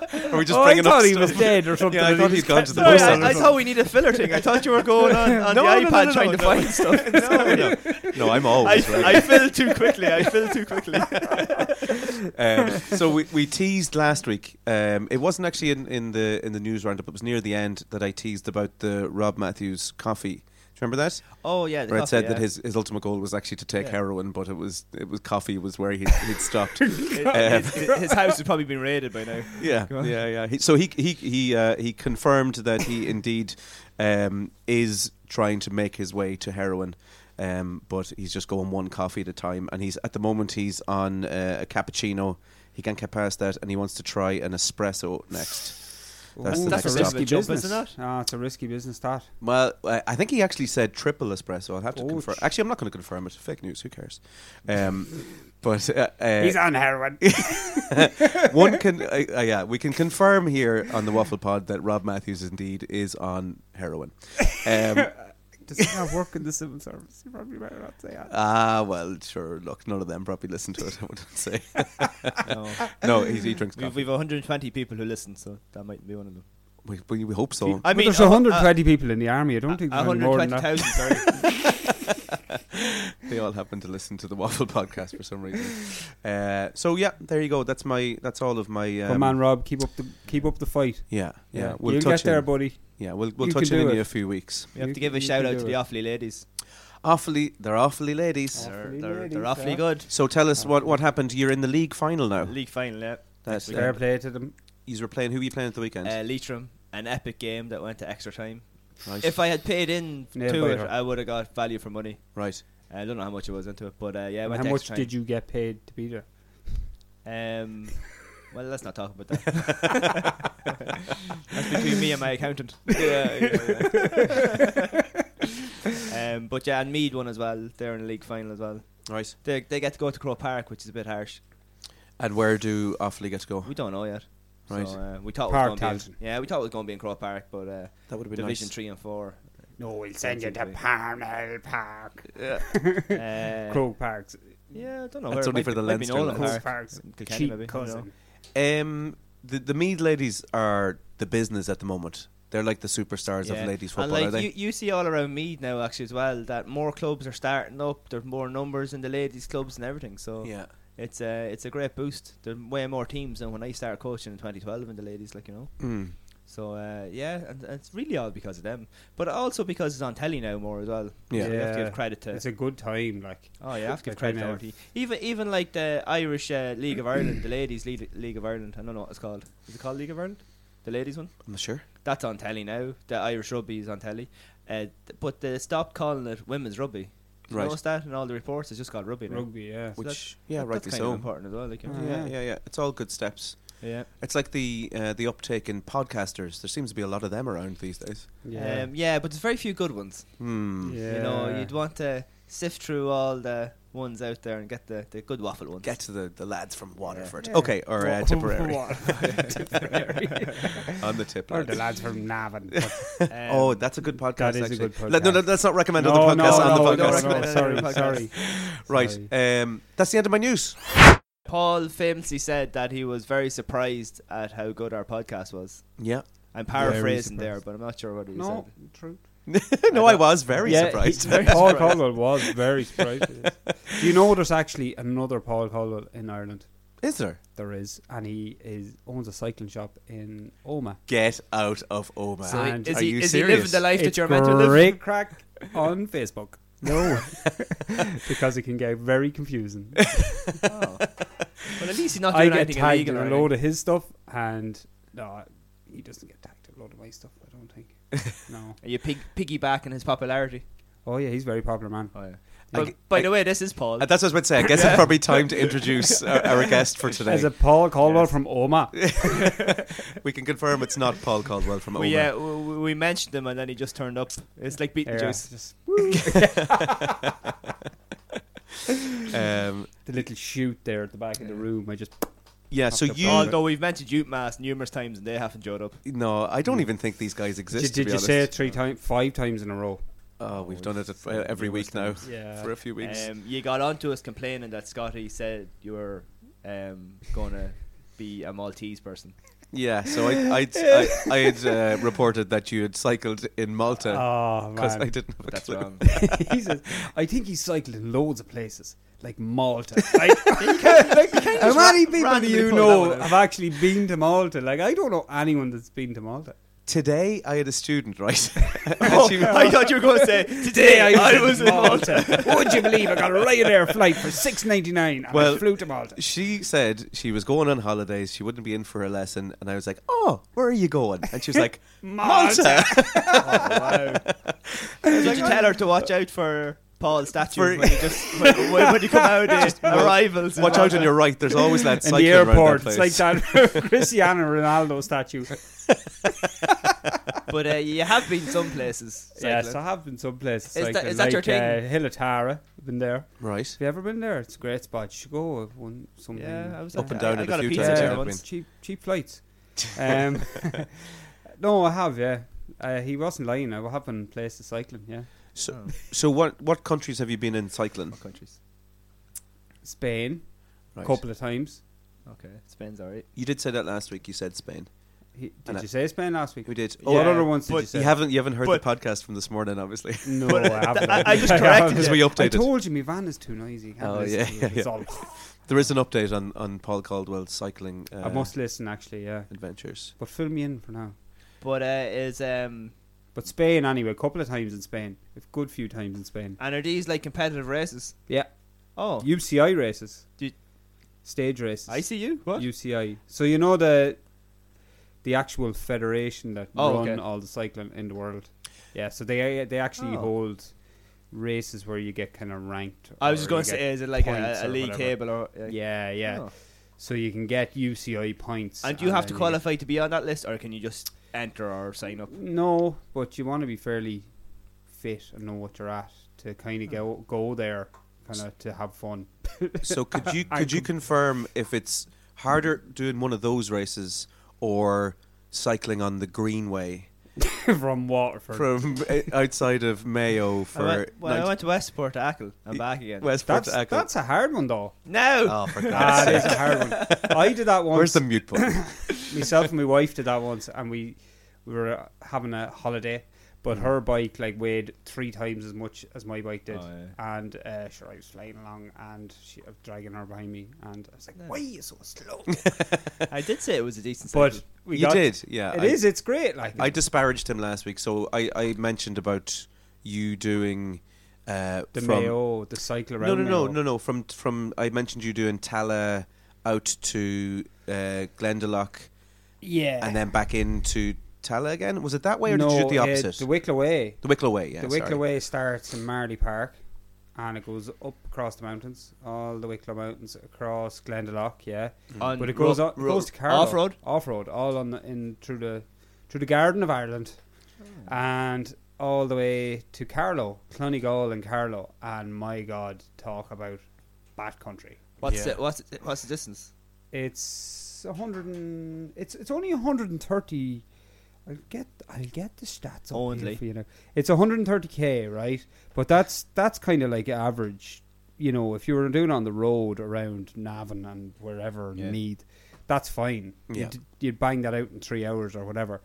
Speaker 3: Okay. Are we just
Speaker 4: oh, I
Speaker 3: bringing
Speaker 4: thought
Speaker 3: up?
Speaker 4: he
Speaker 3: stuff?
Speaker 4: was dead or something.
Speaker 3: Yeah, I
Speaker 4: and
Speaker 3: thought
Speaker 4: he
Speaker 3: he'd gone to the
Speaker 4: kept-
Speaker 3: post
Speaker 2: Sorry,
Speaker 3: office.
Speaker 2: I, I thought we needed filler thing. I thought you were going on, on the
Speaker 3: no, no,
Speaker 2: iPad
Speaker 3: no,
Speaker 2: trying
Speaker 3: no,
Speaker 2: to
Speaker 3: no.
Speaker 2: find stuff.
Speaker 3: no, no. no, I'm
Speaker 2: I,
Speaker 3: always right.
Speaker 2: I filled too quickly. I filled too quickly.
Speaker 3: Um, so we, we teased last week. Um, it wasn't actually in, in the in the news roundup. It was near the end that I teased about the Rob Matthews coffee. Do you remember that?
Speaker 2: Oh yeah, the
Speaker 3: Where it
Speaker 2: coffee,
Speaker 3: said
Speaker 2: yeah.
Speaker 3: that his, his ultimate goal was actually to take
Speaker 2: Yeah.
Speaker 3: heroin, but it was it was coffee was where he he'd stopped. Um,
Speaker 2: It- his, his house had probably been raided by now.
Speaker 3: uh, yeah, yeah, yeah. He, so he he he uh, he confirmed that he indeed um, is trying to make his way to heroin, um, but he's just going one coffee at a time, and he's at the moment he's on uh, a cappuccino. He can't get past that, and he wants to try an espresso next. That's the next
Speaker 4: That's a
Speaker 3: stop.
Speaker 4: risky
Speaker 2: Jump, isn't
Speaker 4: business.
Speaker 2: it?
Speaker 4: Ah, it's a risky business. That
Speaker 3: Well, I I think he actually said triple espresso. I'll have to
Speaker 4: Ouch.
Speaker 3: confirm. Actually, I'm not going to confirm it. Fake news. Who cares? Um, but uh, uh,
Speaker 4: he's on heroin.
Speaker 3: One can, uh, uh, yeah, we can confirm here on the Waffle Pod that Rob Matthews indeed is on heroin. Um,
Speaker 4: Does he not work in the civil service? You probably better not say that.
Speaker 3: ah, well, sure. Look, none of them probably listen to it. I wouldn't say.
Speaker 2: No.
Speaker 3: No, he, he drinks
Speaker 2: We've,
Speaker 3: Oh, coffee.
Speaker 2: we've 120 people who listen, so that might be one of them.
Speaker 3: We, we, we hope so.
Speaker 2: I
Speaker 4: I mean,
Speaker 2: mean,
Speaker 4: there's
Speaker 2: uh,
Speaker 4: 120 people in the army. I
Speaker 2: uh,
Speaker 4: don't think there's any more than that.
Speaker 2: 120,000. Sorry,
Speaker 3: They all happen to listen to the Waffle Podcast for some reason. Uh, so yeah, there you go. That's my. That's all of my. Um,
Speaker 4: Come on, Rob, keep up the keep up the fight.
Speaker 3: Yeah, yeah. We'll
Speaker 4: you'll
Speaker 3: touch
Speaker 4: get there,
Speaker 3: in.
Speaker 4: buddy.
Speaker 3: Yeah, we'll we'll
Speaker 4: You
Speaker 3: touch
Speaker 4: can
Speaker 3: in
Speaker 4: do
Speaker 3: in
Speaker 4: it.
Speaker 3: a few weeks.
Speaker 2: we have
Speaker 4: You-
Speaker 2: to give a
Speaker 4: you can
Speaker 2: shout out
Speaker 4: do
Speaker 2: to the
Speaker 4: it.
Speaker 2: Offaly ladies.
Speaker 3: Awfully, they're awfully ladies.
Speaker 2: They're,
Speaker 4: Offaly
Speaker 2: they're, they're
Speaker 4: ladies,
Speaker 2: awfully
Speaker 4: yeah.
Speaker 2: good.
Speaker 3: So tell us what what happened. You're in the league final now.
Speaker 2: League final, yeah.
Speaker 3: Oh. That's
Speaker 4: Fair play to them.
Speaker 3: You were playing. Who were you playing at the weekend?
Speaker 2: Uh, Leitrim, an epic game that went to extra time.
Speaker 3: right.
Speaker 2: If I had paid in
Speaker 4: Nail
Speaker 2: to it,
Speaker 4: biter.
Speaker 2: I would have got value for money.
Speaker 3: right.
Speaker 2: I don't know how much it was into it, but uh, yeah, it went
Speaker 4: How
Speaker 2: to
Speaker 4: much
Speaker 2: extra
Speaker 4: did you get paid to be there?
Speaker 2: time. Um, Well, let's not talk about that. That's between me and my accountant. um, but yeah, and Mead won as well. They're in the league final as well.
Speaker 3: Right.
Speaker 2: They, they get to go to Crow Park, which is a bit harsh.
Speaker 3: And where do Offaly get to go?
Speaker 2: We don't know yet.
Speaker 3: Right.
Speaker 2: So, uh, we thought it
Speaker 4: Park
Speaker 2: was going to
Speaker 4: Townsend.
Speaker 2: be yeah, we thought it was going to be in Crow Park, but uh,
Speaker 3: That would've been
Speaker 2: Division
Speaker 3: nice.
Speaker 2: three and four.
Speaker 4: No, we'll send you to
Speaker 2: Basically.
Speaker 4: Parnell Park.
Speaker 2: Uh,
Speaker 4: Croke Parks.
Speaker 2: yeah, I don't know. where
Speaker 3: That's
Speaker 2: it
Speaker 3: only
Speaker 2: might
Speaker 3: for
Speaker 2: be-
Speaker 3: the
Speaker 2: might be
Speaker 3: Leinster
Speaker 2: Nolan
Speaker 3: lads.
Speaker 2: Park.
Speaker 4: Croke Parks.
Speaker 2: Kilkenny
Speaker 4: Cheap
Speaker 2: maybe, I don't
Speaker 4: cousin.
Speaker 2: know.
Speaker 3: Um, the the Mead ladies are the business at the moment. They're like the superstars
Speaker 2: Yeah.
Speaker 3: of ladies football,
Speaker 2: And
Speaker 3: are
Speaker 2: like
Speaker 3: they?
Speaker 2: you, you see all around Mead now, actually as well, that more clubs are starting up. There's more numbers in the ladies' clubs and everything. So
Speaker 3: yeah.
Speaker 2: it's a it's a great boost. There's way more teams than when I started coaching in 2012 in the ladies, like you know.
Speaker 3: Mm.
Speaker 2: So uh, yeah, and, and it's really all because of them, but also because it's on telly now more as well.
Speaker 3: Yeah.
Speaker 2: So you have to
Speaker 4: Yeah.
Speaker 2: give credit to.
Speaker 4: It's a good time, like.
Speaker 2: Oh, you have to give
Speaker 4: Like,
Speaker 2: credit
Speaker 4: kind
Speaker 2: to
Speaker 4: of-
Speaker 2: RT. Even even like the Irish uh, League of Ireland, the ladies' lead, League of Ireland. I don't know what it's called. Is it called League of Ireland? The ladies one.
Speaker 3: I'm not sure.
Speaker 2: That's on telly now. The Irish rugby is on telly, uh, th- but they stopped calling it women's rugby. Did You
Speaker 3: Right.
Speaker 2: notice that in all the reports, it's just called rugby now.
Speaker 4: Rugby, yeah.
Speaker 2: So
Speaker 3: Which-
Speaker 2: that-
Speaker 3: yeah,
Speaker 2: that-
Speaker 3: rightly
Speaker 2: that's kind
Speaker 3: so.
Speaker 2: Of important as well. Like, you know.
Speaker 3: Yeah, yeah, yeah. It's all good steps.
Speaker 2: yeah.
Speaker 3: It's like the uh, the uptake in podcasters. There seems to be a lot of them around these days.
Speaker 4: Yeah.
Speaker 2: Um, yeah, but there's very few good ones.
Speaker 3: Hmm.
Speaker 2: You know,
Speaker 4: Yeah.
Speaker 2: you'd want to sift through all the ones out there and get the, the good waffle ones.
Speaker 3: Get to the, the lads from Waterford.
Speaker 4: Yeah.
Speaker 3: Okay, or uh, Tipperary. I'm the
Speaker 4: Or
Speaker 3: Tipperary.
Speaker 4: the lads from Navan.
Speaker 2: Um,
Speaker 3: oh, that's a good podcast.
Speaker 4: That is a
Speaker 3: actually.
Speaker 4: good
Speaker 3: Let- No, no,
Speaker 4: podcast.
Speaker 3: let's not recommend
Speaker 4: No,
Speaker 3: other
Speaker 4: no,
Speaker 3: podcasts on the
Speaker 4: no, no,
Speaker 3: podcast.
Speaker 4: no, sorry, sorry.
Speaker 3: Right.
Speaker 2: eh,
Speaker 3: Um, that's the end of my news.
Speaker 2: Paul famously said that he was very surprised at how good our podcast was.
Speaker 3: Yeah.
Speaker 2: I'm
Speaker 4: Very
Speaker 2: paraphrasing there,
Speaker 4: surprised.
Speaker 2: but I'm not sure what he
Speaker 4: No,
Speaker 2: said.
Speaker 4: true.
Speaker 3: no, I, was very
Speaker 2: Yeah,
Speaker 3: surprised.
Speaker 2: he's very
Speaker 4: Paul
Speaker 2: surprised.
Speaker 4: Caldwell was very surprised. at this. Do you know there's actually another Paul Caldwell in Ireland?
Speaker 3: Is there?
Speaker 4: There is, and he is owns a cycling shop in Oma.
Speaker 3: Get out of Oma.
Speaker 4: So And
Speaker 2: Is
Speaker 3: Are
Speaker 2: he,
Speaker 3: you
Speaker 2: is he
Speaker 3: serious?
Speaker 2: living the life that
Speaker 4: it's
Speaker 2: you're
Speaker 4: great
Speaker 2: meant to live?
Speaker 4: crack on Facebook. No, because it can get very confusing.
Speaker 2: Oh. But at least he's not
Speaker 4: I
Speaker 2: doing
Speaker 4: get
Speaker 2: anything
Speaker 4: tagged in
Speaker 2: illegal.
Speaker 4: a
Speaker 2: or
Speaker 4: load of his stuff, and no, he doesn't get tagged in a load of my stuff. I don't think. No.
Speaker 2: anything. Are you pig, piggybacking his popularity?
Speaker 4: Oh yeah, he's a very popular man.
Speaker 2: Oh, yeah.
Speaker 3: I
Speaker 2: But,
Speaker 3: g-
Speaker 2: by
Speaker 3: I-
Speaker 2: the way, this is Paul.
Speaker 3: Uh, that's what I was about to say. I guess it's probably time to introduce our, our guest for today.
Speaker 4: As a Paul Caldwell from Oma.
Speaker 3: we can confirm it's not Paul Caldwell from Oma.
Speaker 2: we, uh, we, we mentioned him and then he just turned up. It's like
Speaker 4: Oh, Yeah,
Speaker 2: Beetlejuice.
Speaker 4: just
Speaker 3: um,
Speaker 4: the little shoot there at the back of the room. I just
Speaker 3: yeah, so
Speaker 4: Fucked up
Speaker 3: you.
Speaker 4: dog.
Speaker 2: Although Oh, we've mentioned Ute Mass numerous times and they haven't showed up.
Speaker 3: No, I don't even think these guys exist.
Speaker 4: did,
Speaker 3: to
Speaker 4: did
Speaker 3: be
Speaker 4: you
Speaker 3: honest.
Speaker 4: say it three times, five times in a row?
Speaker 3: Oh, we've done it uh, every week now
Speaker 4: Yeah.
Speaker 3: for a few weeks.
Speaker 2: Um, you got onto us complaining that Scotty said you were um, going to be a Maltese person.
Speaker 3: yeah, so I I'd, I I had uh, reported that you had cycled in Malta
Speaker 4: Oh
Speaker 3: because I
Speaker 4: man,
Speaker 3: didn't have a
Speaker 2: That's
Speaker 3: clue.
Speaker 2: wrong.
Speaker 4: he says, I think he's cycled in loads of places, like Malta. Like, like, how many people do
Speaker 2: randomly
Speaker 4: you
Speaker 2: pull
Speaker 4: know
Speaker 2: that one out.
Speaker 4: have actually been to Malta? Like, I don't know anyone that's been to Malta.
Speaker 3: Today I had a student right. And
Speaker 4: Oh,
Speaker 3: she-
Speaker 2: Oh, I thought you were going to say, today I was in Malta.
Speaker 4: Would you believe I got a Ryanair flight for six ninety nine and
Speaker 3: Well,
Speaker 4: I flew to Malta?
Speaker 3: She said she was going on holidays. She wouldn't be in for her lesson, and I was like, "Oh, where are you going?" And she was like, "Malta."
Speaker 4: Oh,
Speaker 2: Did you tell her to watch out for Paul's statue when you just when, when, when you come out uh, arrivals?
Speaker 3: Watch out on your right. There's always that
Speaker 4: In
Speaker 3: cycling
Speaker 4: the
Speaker 3: around that
Speaker 4: airport, it's
Speaker 3: place.
Speaker 4: like that Cristiano Ronaldo statue.
Speaker 2: But uh, you have been some places.
Speaker 4: Yes,
Speaker 2: cycling.
Speaker 4: I have been some places.
Speaker 2: Is
Speaker 4: like
Speaker 2: that- is that your
Speaker 4: like,
Speaker 2: thing?
Speaker 4: Uh, Hillatara, been there.
Speaker 3: Right.
Speaker 4: Have you ever been there? It's a great spot. You should go. I've won something.
Speaker 2: Yeah, I was
Speaker 3: Up
Speaker 2: I-
Speaker 3: and down
Speaker 2: I,
Speaker 3: it a
Speaker 2: got
Speaker 3: few
Speaker 2: pizza
Speaker 3: times,
Speaker 2: there
Speaker 3: yeah.
Speaker 2: once.
Speaker 3: Been.
Speaker 4: cheap, cheap flights. Um, no, I have. Yeah, uh, he wasn't lying. I have been places cycling. Yeah,
Speaker 3: So, so what what countries have you been in cycling?
Speaker 2: Countries.
Speaker 4: Spain a
Speaker 3: Right.
Speaker 4: couple of times.
Speaker 2: Okay, Spain's alright.
Speaker 3: You did say that last week. You said Spain.
Speaker 4: He, did
Speaker 3: And I-
Speaker 4: you say Spain last week?
Speaker 3: We did. Oh,
Speaker 4: What
Speaker 2: Yeah,
Speaker 4: other ones did
Speaker 2: but
Speaker 4: you say?
Speaker 3: You haven't you haven't heard
Speaker 2: But-
Speaker 3: the podcast from this morning, obviously.
Speaker 4: no, I haven't.
Speaker 2: I- I just corrected
Speaker 3: Because
Speaker 2: Yeah.
Speaker 3: we
Speaker 4: I
Speaker 3: updated.
Speaker 4: told you my van is too noisy. you can't
Speaker 3: Oh,
Speaker 4: listen
Speaker 3: yeah,
Speaker 4: to it.
Speaker 3: yeah,
Speaker 4: It's
Speaker 3: yeah.
Speaker 4: all-
Speaker 3: There is an update on on Paul Caldwell's cycling. Uh,
Speaker 4: I must listen actually. Yeah,
Speaker 3: adventures.
Speaker 4: but fill me in for now.
Speaker 2: But uh, is um
Speaker 4: But Spain anyway. A couple of times in Spain. A good few times in Spain.
Speaker 2: and are these like competitive races?
Speaker 4: Yeah,
Speaker 2: Oh,
Speaker 4: UCI races.
Speaker 2: Did-
Speaker 4: Stage races.
Speaker 2: I see you. What?
Speaker 4: UCI. So you know the the actual federation that
Speaker 2: Oh,
Speaker 4: run
Speaker 2: okay.
Speaker 4: all the cycling in the world. Yeah, so they they actually
Speaker 2: Oh.
Speaker 4: hold races where you get kind of ranked.
Speaker 2: I was just
Speaker 4: or
Speaker 2: going
Speaker 4: you
Speaker 2: to
Speaker 4: get
Speaker 2: say, is it like a,
Speaker 4: points
Speaker 2: a
Speaker 4: or
Speaker 2: league
Speaker 4: whatever.
Speaker 2: table or?
Speaker 4: Yeah, yeah.
Speaker 2: Oh.
Speaker 4: so you can get UCI points.
Speaker 2: And do you have to
Speaker 4: then
Speaker 2: qualify to be on that list, or can you just enter or sign up?
Speaker 4: No, but you want to be fairly fit and know what you're at to kind of go go there, kind of to have fun.
Speaker 3: So could you could you confirm if it's harder doing one of those races or cycling on the Greenway
Speaker 4: From Waterford,
Speaker 3: from o- outside of Mayo for
Speaker 2: I went, well, I
Speaker 3: nine-
Speaker 2: went to Westport to Ackle. I'm back again.
Speaker 3: Westport
Speaker 4: that's
Speaker 3: to Ackle?
Speaker 4: that's a hard one though.
Speaker 2: no.
Speaker 3: Oh, for
Speaker 4: Ah,
Speaker 3: God's
Speaker 4: it
Speaker 3: sake.
Speaker 4: is a hard one. I did that once.
Speaker 3: Where's the mute button?
Speaker 4: myself and my wife did that once, and we we were uh, having a holiday.
Speaker 3: Hmm.
Speaker 4: But her bike like weighed three times as much as my bike
Speaker 3: Oh,
Speaker 4: did, and uh, sure I was flying along, and she I was dragging her behind me, and I was like, "Why are you so slow?"
Speaker 2: I did say it was a decent.
Speaker 4: but
Speaker 2: cycle.
Speaker 4: we
Speaker 3: You
Speaker 4: got,
Speaker 3: did, yeah,
Speaker 4: It
Speaker 3: I-
Speaker 4: is. It's great. Like
Speaker 3: I disparaged him last week, so I, I mentioned about you doing uh,
Speaker 4: the
Speaker 3: from,
Speaker 4: Mayo, the cycle around.
Speaker 3: No, no, no,
Speaker 4: Mayo.
Speaker 3: no, no. From from I mentioned you doing Tala out to uh, Glendalough
Speaker 6: Yeah.
Speaker 3: and then back into Tala again. Was it that way, or
Speaker 4: No,
Speaker 3: did you do it the
Speaker 4: uh,
Speaker 3: opposite?
Speaker 4: the Wicklow Way.
Speaker 3: The Wicklow Way, yeah.
Speaker 4: the
Speaker 3: sorry.
Speaker 4: Wicklow Way starts in Marley Park and it goes up across the mountains, all the Wicklow Mountains, across Glendalough, yeah.
Speaker 3: Mm-hmm.
Speaker 2: On
Speaker 4: but it goes
Speaker 2: ro-
Speaker 4: o- it
Speaker 2: ro-
Speaker 4: goes to Carlow,
Speaker 2: off-road?
Speaker 4: off road, all on the, in through the through the Garden of Ireland,
Speaker 3: Oh.
Speaker 4: and all the way to Carlow, Clonegall and Carlow, and my God, talk about bat country.
Speaker 2: what's the, what's the- what's the distance?
Speaker 4: It's a hundred and it's it's only hundred and thirty. I'll get I'll get the stats up
Speaker 2: Only.
Speaker 4: here for you know. It's hundred and thirty k, right? But that's that's kind of like average. You know, if you were doing on the road around Navan and wherever and Meath, that's fine.
Speaker 3: Yeah.
Speaker 4: You'd, you'd bang that out in three hours or whatever.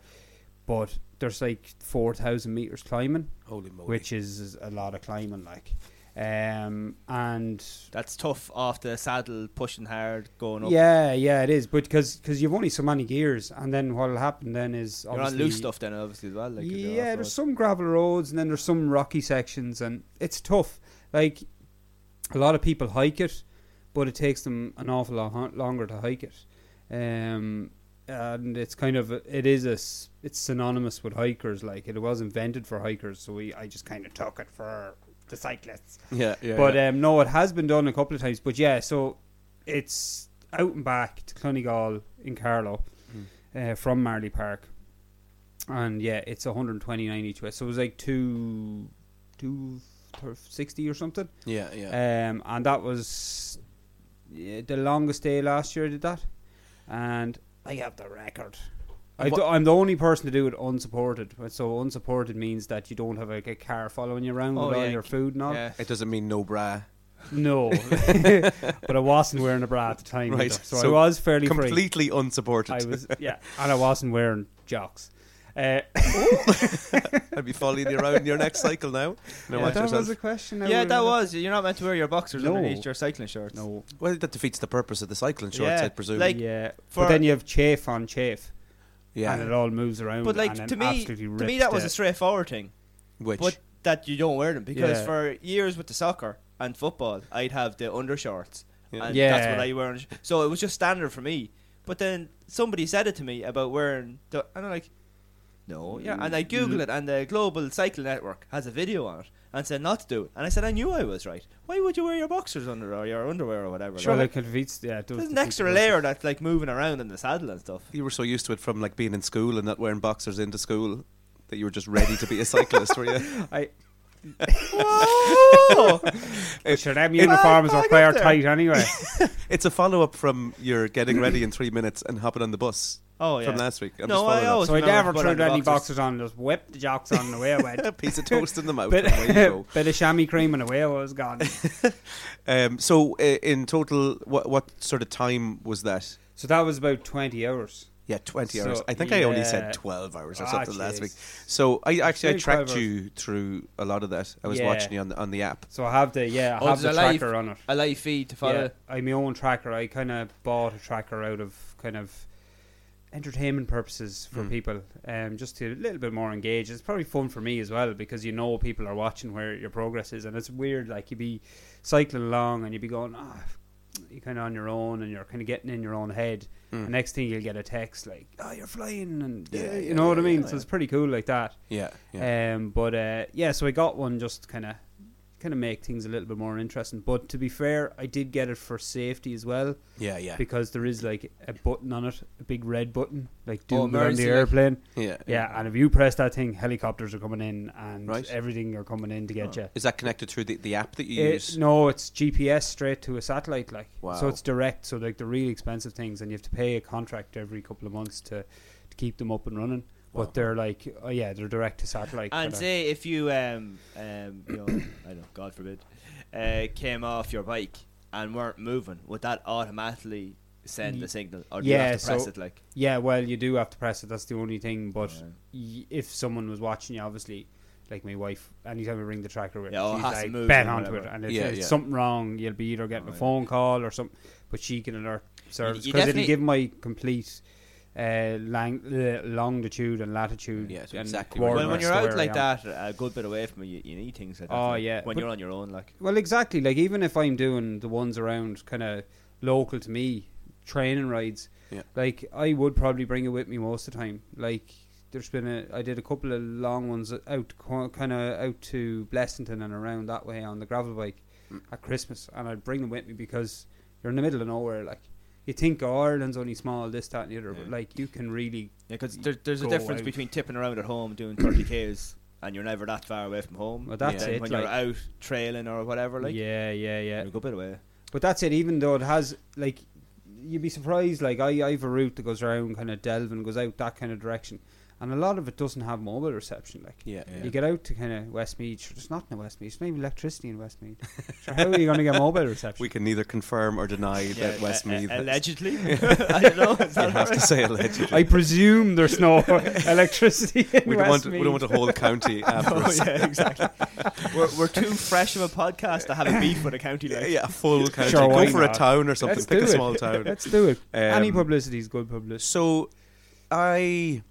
Speaker 4: But there's like four thousand meters climbing,
Speaker 3: Holy moly.
Speaker 4: which is a lot of climbing, like. Um, and
Speaker 2: That's tough off the saddle, pushing hard, going up.
Speaker 4: yeah, yeah, it is. But because you've only so many gears, and then what'll happen then is
Speaker 2: You're on
Speaker 4: obviously-
Speaker 2: loose stuff then, obviously as well. Like you're doing
Speaker 4: yeah,
Speaker 2: off-road.
Speaker 4: there's some gravel roads, and then there's some rocky sections, and it's tough. Like a lot of people hike it, but it takes them an awful lot hon- longer to hike it. Um, and it's kind of it is a s- it's synonymous with hikers. Like it was invented for hikers, so we I just kind of took it for the cyclists
Speaker 3: Yeah, yeah.
Speaker 4: but
Speaker 3: yeah.
Speaker 4: um, no, it has been done a couple of times. But yeah, so it's out and back to Clonegall in Carlow
Speaker 2: Mm.
Speaker 4: uh, from Marley Park, and yeah, it's 129 each way. So it was like two, two thir- sixty or something.
Speaker 3: yeah, yeah.
Speaker 2: Uh,
Speaker 4: Um, and that was yeah, the longest day last year. I did that, and I have the record. I
Speaker 3: What-
Speaker 4: do, I'm the only person to do it unsupported. So unsupported means that you don't have like, a car following you around
Speaker 2: Oh,
Speaker 4: with all
Speaker 2: yeah,
Speaker 4: your food and all.
Speaker 2: Yeah.
Speaker 3: it doesn't mean no bra.
Speaker 4: No, but I wasn't wearing a bra at the time,
Speaker 3: Right,
Speaker 4: either, so,
Speaker 3: so
Speaker 4: I was fairly free.
Speaker 3: Completely unsupported.
Speaker 4: I was, yeah, and I wasn't wearing jocks. Uh,
Speaker 3: I'd be following you around your next cycle now. No, watch
Speaker 4: that
Speaker 3: yourself.
Speaker 4: was a question. I
Speaker 2: Yeah, that
Speaker 4: remember.
Speaker 2: was. You're not meant to wear your boxers
Speaker 4: No.
Speaker 2: underneath your cycling shorts.
Speaker 4: no.
Speaker 3: Well, that defeats the purpose of the cycling shorts,
Speaker 2: Yeah,
Speaker 3: I presume.
Speaker 2: like-
Speaker 4: yeah,
Speaker 2: for-
Speaker 4: but then you have chafe on chafe,
Speaker 3: yeah,
Speaker 4: and it all moves around.
Speaker 2: But like
Speaker 4: and it
Speaker 2: to me, to
Speaker 4: absolutely
Speaker 2: me
Speaker 4: rips
Speaker 2: that was
Speaker 4: the-
Speaker 2: a straightforward thing.
Speaker 3: which
Speaker 2: But that you don't wear them because
Speaker 4: Yeah.
Speaker 2: for years with the soccer and football, I'd have the undershorts,
Speaker 3: Yeah.
Speaker 2: and that's
Speaker 4: Yeah.
Speaker 2: what I wear. on sh- So it was just standard for me. But then somebody said it to me about wearing, the, and I'm like, no, yeah. And I Google it, and the Global Cycle Network has a video on it and said not to do it. And I said I knew I was right. Why would you wear your boxers under or your underwear or whatever?
Speaker 4: Sure,
Speaker 2: like,
Speaker 4: like, it defeats- yeah, it does
Speaker 2: there's an
Speaker 4: defeat
Speaker 2: extra
Speaker 4: the
Speaker 2: layer that's like moving around in the saddle and stuff.
Speaker 3: you were so used to it from like being in school and not wearing boxers into school that you were just ready to be a cyclist, were you?
Speaker 4: process. I,
Speaker 2: Oh,
Speaker 4: sure, them
Speaker 3: it-
Speaker 4: uniforms
Speaker 2: Back
Speaker 4: were
Speaker 2: up
Speaker 4: quite
Speaker 2: there.
Speaker 4: tight anyway.
Speaker 3: It's a follow up from your getting ready in three minutes and hopping on the bus
Speaker 2: Oh, yeah.
Speaker 3: from last week. I'm
Speaker 2: No,
Speaker 3: just following
Speaker 2: I
Speaker 3: up.
Speaker 2: always-
Speaker 4: so I
Speaker 2: remember
Speaker 4: never
Speaker 2: putting
Speaker 4: turned any
Speaker 2: boxers-
Speaker 4: boxers on. Just whipped the jocks on and away I went.
Speaker 3: a piece of toast in the mouth.
Speaker 4: bit,
Speaker 3: and away you go.
Speaker 4: bit of chamois cream and away I was gone.
Speaker 3: Um, so uh, in total, what what sort of time was that?
Speaker 4: So that was about 20 hours.
Speaker 3: Yeah, twenty
Speaker 4: So,
Speaker 3: hours. I think I only said
Speaker 4: yeah.
Speaker 3: twelve hours or
Speaker 4: Ah,
Speaker 3: something last
Speaker 4: jeez.
Speaker 3: week. So I actually I
Speaker 4: Maybe 12
Speaker 3: tracked you through a lot of that. I was
Speaker 4: Yeah.
Speaker 3: watching you on the, on the app.
Speaker 4: So I have the yeah, I
Speaker 2: Oh,
Speaker 4: have
Speaker 2: there's
Speaker 4: the
Speaker 2: a live-
Speaker 4: tracker on it.
Speaker 2: a live feed to follow.
Speaker 4: Yeah, I my own tracker. I kind of bought a tracker out of kind of entertainment purposes for people, um, just to a little bit more engage. It's probably fun for me as well because you know people are watching where your progress is, and it's weird. Like you be cycling along and you be going, ah, you're kind of on your own, and you're kind of getting in your own head. The next thing you'll get a text like, oh, you're flying, and Mm. yeah, you know what I mean. so it's pretty cool like that.
Speaker 3: Yeah, yeah.
Speaker 4: Um, but uh, yeah, so I got one just kind of kind of make things a little bit more interesting. But to be fair, I did get it for safety as well
Speaker 3: Yeah, yeah,
Speaker 4: because there is like a button on it, a big red button, like
Speaker 7: Oh,
Speaker 4: doom it on
Speaker 7: emergency,
Speaker 4: the
Speaker 7: like-
Speaker 4: airplane.
Speaker 3: yeah,
Speaker 4: Yeah, and if you press that thing, helicopters are coming in and
Speaker 3: Right. Oh,
Speaker 4: everything are coming in to get you.
Speaker 3: Is that connected through the, the app that you
Speaker 4: It-
Speaker 3: use?
Speaker 4: no, it's GPS straight to a satellite, like
Speaker 3: Wow.
Speaker 4: so it's direct. So like the really expensive things, and you have to pay a contract every couple of months to, to keep them up and running. But they're like, oh yeah, they're direct to satellite. for
Speaker 2: And
Speaker 4: that.
Speaker 2: say if you, um, um, you know, I don't know, God forbid, uh, came off your bike and weren't moving, would that automatically send the signal, or do you
Speaker 4: Yeah,
Speaker 2: have to press
Speaker 4: so-
Speaker 2: it like?
Speaker 4: yeah, well, you do have to press it. That's the only thing. But y- if someone was watching you, obviously, like my wife, anytime we ring the tracker, with,
Speaker 2: Yeah, oh, it
Speaker 4: she's
Speaker 2: has to
Speaker 4: like,
Speaker 2: move
Speaker 4: bet
Speaker 2: or
Speaker 4: onto it,
Speaker 2: whatever.
Speaker 4: and if
Speaker 3: Yeah,
Speaker 4: there's
Speaker 3: yeah.
Speaker 4: something wrong, you'll be either getting a phone call or something. But she can alert service
Speaker 2: you
Speaker 4: because it'll
Speaker 2: definitely-
Speaker 4: give my complete. Uh, lang- uh, longitude and latitude
Speaker 3: Yeah, so
Speaker 4: and
Speaker 3: exactly where you
Speaker 4: coordinates
Speaker 2: Well, when
Speaker 4: to
Speaker 2: you're out
Speaker 4: where I
Speaker 2: like
Speaker 4: am.
Speaker 2: that, a good bit away from you, you need things like that.
Speaker 4: Oh,
Speaker 2: like,
Speaker 4: yeah,
Speaker 2: when
Speaker 4: but-
Speaker 2: you're on your own, like
Speaker 4: Well, exactly. Like even if I'm doing the ones around, kind of local to me, training rides.
Speaker 3: Yeah.
Speaker 4: Like I would probably bring it with me most of the time. Like there's been a, I did a couple of long ones out, kind of out to Blessington and around that way on the gravel bike
Speaker 2: Mm.
Speaker 4: at Christmas, and I'd bring them with me because you're in the middle of nowhere. Like you think oh, Ireland's only small, this, that, and the other, but like you can really
Speaker 2: because there, there's a
Speaker 4: Go
Speaker 2: difference
Speaker 4: out.
Speaker 2: between tipping around at home doing 30 k's and you're never that far away from home.
Speaker 4: Well, that's
Speaker 2: Then
Speaker 4: it,
Speaker 2: When
Speaker 4: like-
Speaker 2: you're out trailing or whatever, like
Speaker 4: yeah, yeah, yeah.
Speaker 2: you're a good bit away.
Speaker 4: But that's it. Even though it has like, you'd be surprised. Like I, I have a route that goes around kind of Delvin, goes out that kind of direction, and a lot of it doesn't have mobile reception. Like
Speaker 3: Yeah, yeah.
Speaker 4: you get out to kind of Westmead, sure, there's nothing in Westmead. There's not even electricity in Westmead. so how are you going to get mobile reception?
Speaker 3: We can neither confirm or deny that
Speaker 2: a- a-
Speaker 3: Westmeath. has-
Speaker 2: allegedly. I don't know. Is
Speaker 3: you
Speaker 2: that
Speaker 3: have to
Speaker 2: alright?
Speaker 3: say allegedly.
Speaker 4: I presume there's no electricity in
Speaker 3: we don't want we
Speaker 4: Westmeath.
Speaker 3: don't want a whole county after
Speaker 2: Oh
Speaker 3: us.
Speaker 2: yeah, exactly. we're, we're too fresh of a podcast to have a beef with a county like.
Speaker 3: Yeah, yeah, a full county.
Speaker 4: Sure,
Speaker 3: Go
Speaker 4: why
Speaker 3: for a
Speaker 4: not?
Speaker 3: town or something.
Speaker 4: Let's
Speaker 3: Pick
Speaker 4: do
Speaker 3: a
Speaker 4: it.
Speaker 3: small town.
Speaker 4: Let's do it. Any
Speaker 3: Um,
Speaker 4: publicity is good publicity.
Speaker 3: So, I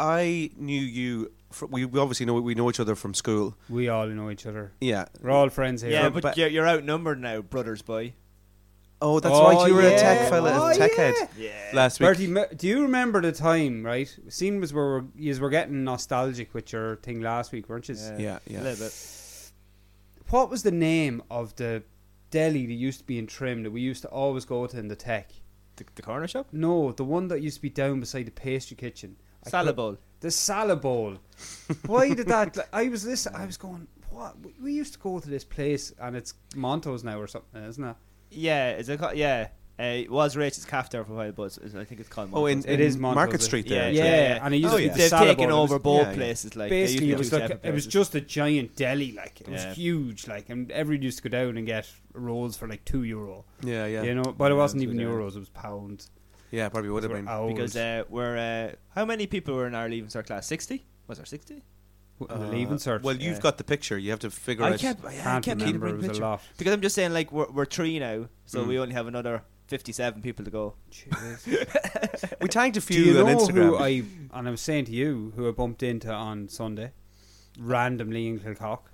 Speaker 3: I knew you. fr we we obviously know we know each other from school.
Speaker 4: We all know each other.
Speaker 3: Yeah.
Speaker 4: We're all friends here.
Speaker 2: Yeah,
Speaker 3: but-
Speaker 2: but, you're, you're outnumbered now, brothers. Boy,
Speaker 3: Oh, that's
Speaker 4: Oh,
Speaker 3: right. You were a
Speaker 4: yeah.
Speaker 3: tech fella,
Speaker 4: Oh,
Speaker 3: a tech
Speaker 4: yeah.
Speaker 3: head last week.
Speaker 4: Bertie, me- do you remember the time, right? Seeing was where you were getting nostalgic with your thing last week, weren't you?
Speaker 3: Yeah, yeah.
Speaker 2: a little bit.
Speaker 4: What was the name of the deli that used to be in Trim that we used to always go to in the tech?
Speaker 2: The, the corner shop,
Speaker 4: No, the one that used to be down beside the pastry kitchen. I
Speaker 2: salad
Speaker 4: could-
Speaker 2: bowl.
Speaker 4: The salad bowl. Why did that? like, I was listening. I was going. What? We- We used to go to this place, and it's Montos now or something, isn't it?
Speaker 2: Yeah, is it? Called, yeah, uh, it was Rachel's Cafter for a while, but it's, it's- I think it's called.
Speaker 3: Oh, in,
Speaker 2: Montrose.
Speaker 4: It
Speaker 3: in
Speaker 4: is Montrose,
Speaker 3: Market
Speaker 4: eh?
Speaker 3: Street
Speaker 2: yeah,
Speaker 3: there.
Speaker 4: yeah,
Speaker 3: actually.
Speaker 4: and it used
Speaker 3: Oh,
Speaker 2: oh,
Speaker 4: to
Speaker 3: yeah.
Speaker 4: be the
Speaker 2: they've
Speaker 4: salad
Speaker 2: taken
Speaker 4: bowl. It was-
Speaker 2: over both
Speaker 3: yeah, yeah.
Speaker 2: places. Like they used to
Speaker 4: basically
Speaker 2: be
Speaker 4: it was
Speaker 2: two
Speaker 4: like
Speaker 2: separate
Speaker 4: it was
Speaker 2: places.
Speaker 4: just a giant deli like it
Speaker 2: Yeah.
Speaker 4: was huge like and everyone used to go down and get rolls for like two euro
Speaker 3: Yeah, yeah.
Speaker 4: you know but it wasn't
Speaker 2: Yeah,
Speaker 4: even
Speaker 2: that's what
Speaker 4: euros it was pounds
Speaker 3: Yeah, probably would have
Speaker 4: We're
Speaker 3: been.
Speaker 4: old.
Speaker 2: because uh, we're uh, how many people were in our leaving cert class? Sixty was there sixty?
Speaker 4: On the leaving cert
Speaker 3: Well, you've
Speaker 2: Yeah.
Speaker 3: got the picture. You have to figure
Speaker 2: I
Speaker 3: out.
Speaker 2: kept, yeah, I
Speaker 4: can't
Speaker 2: kept
Speaker 4: remember
Speaker 2: remembering
Speaker 4: it was a lot
Speaker 2: because I'm just saying like we're we're three now, so we only have another fifty-seven people to go.
Speaker 3: We tagged a
Speaker 4: do
Speaker 3: few
Speaker 4: you know
Speaker 3: on Instagram.
Speaker 4: who I and I was saying to you who I bumped into on Sunday randomly in Kilcock
Speaker 3: oh,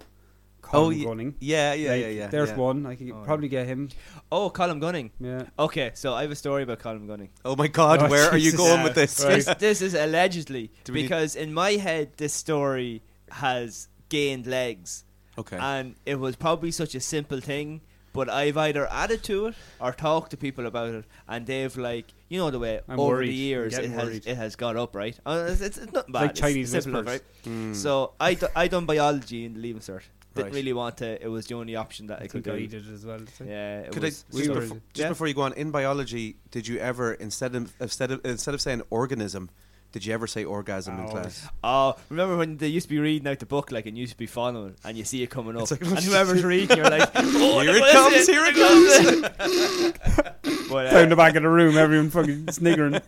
Speaker 4: Colin
Speaker 3: y-
Speaker 4: Gunning
Speaker 3: yeah, yeah,
Speaker 4: Like,
Speaker 3: yeah, yeah.
Speaker 4: there's
Speaker 3: yeah.
Speaker 4: one I could probably get him
Speaker 2: Oh, Colin Gunning.
Speaker 4: yeah
Speaker 2: Okay, so I have a story about Colin Gunning.
Speaker 3: Oh my God,
Speaker 4: Oh,
Speaker 3: where are you
Speaker 4: Jesus.
Speaker 3: going
Speaker 4: Yeah,
Speaker 3: with this?
Speaker 2: This, this is allegedly
Speaker 3: Do we need-
Speaker 2: because in my head this story has gained legs,
Speaker 3: Okay.
Speaker 2: and it was probably such a simple thing. But I've either added to it or talked to people about it, and they've like you know the way
Speaker 4: I'm
Speaker 2: over
Speaker 4: worried.
Speaker 2: the
Speaker 4: I'm
Speaker 2: years it
Speaker 4: getting
Speaker 2: has
Speaker 4: worried.
Speaker 2: it has gone up, right? Uh, It's, it's, it's not bad.
Speaker 4: like Chinese
Speaker 2: it's simple
Speaker 4: whispers.
Speaker 2: So I, d- I done biology in the leaving cert. Didn't
Speaker 3: Hmm. Right.
Speaker 2: really want to. It was the only option that I,
Speaker 4: I
Speaker 2: could
Speaker 4: think
Speaker 2: do.
Speaker 4: I did as well so.
Speaker 2: Yeah, it
Speaker 3: Could I,
Speaker 2: was.
Speaker 3: just,
Speaker 4: we were-
Speaker 3: before, just before you go on, in biology, did you ever instead of instead of instead of saying organism, did you ever say orgasm in
Speaker 4: Oh.
Speaker 3: class?
Speaker 2: Oh, remember when they used to be reading out the book, like, and you used to be following, and you see it coming up, and whoever's reading, you're like, oh,
Speaker 3: Here it
Speaker 2: was
Speaker 3: comes, here it comes.
Speaker 2: But,
Speaker 4: down
Speaker 2: uh,
Speaker 4: the back of the room everyone fucking sniggering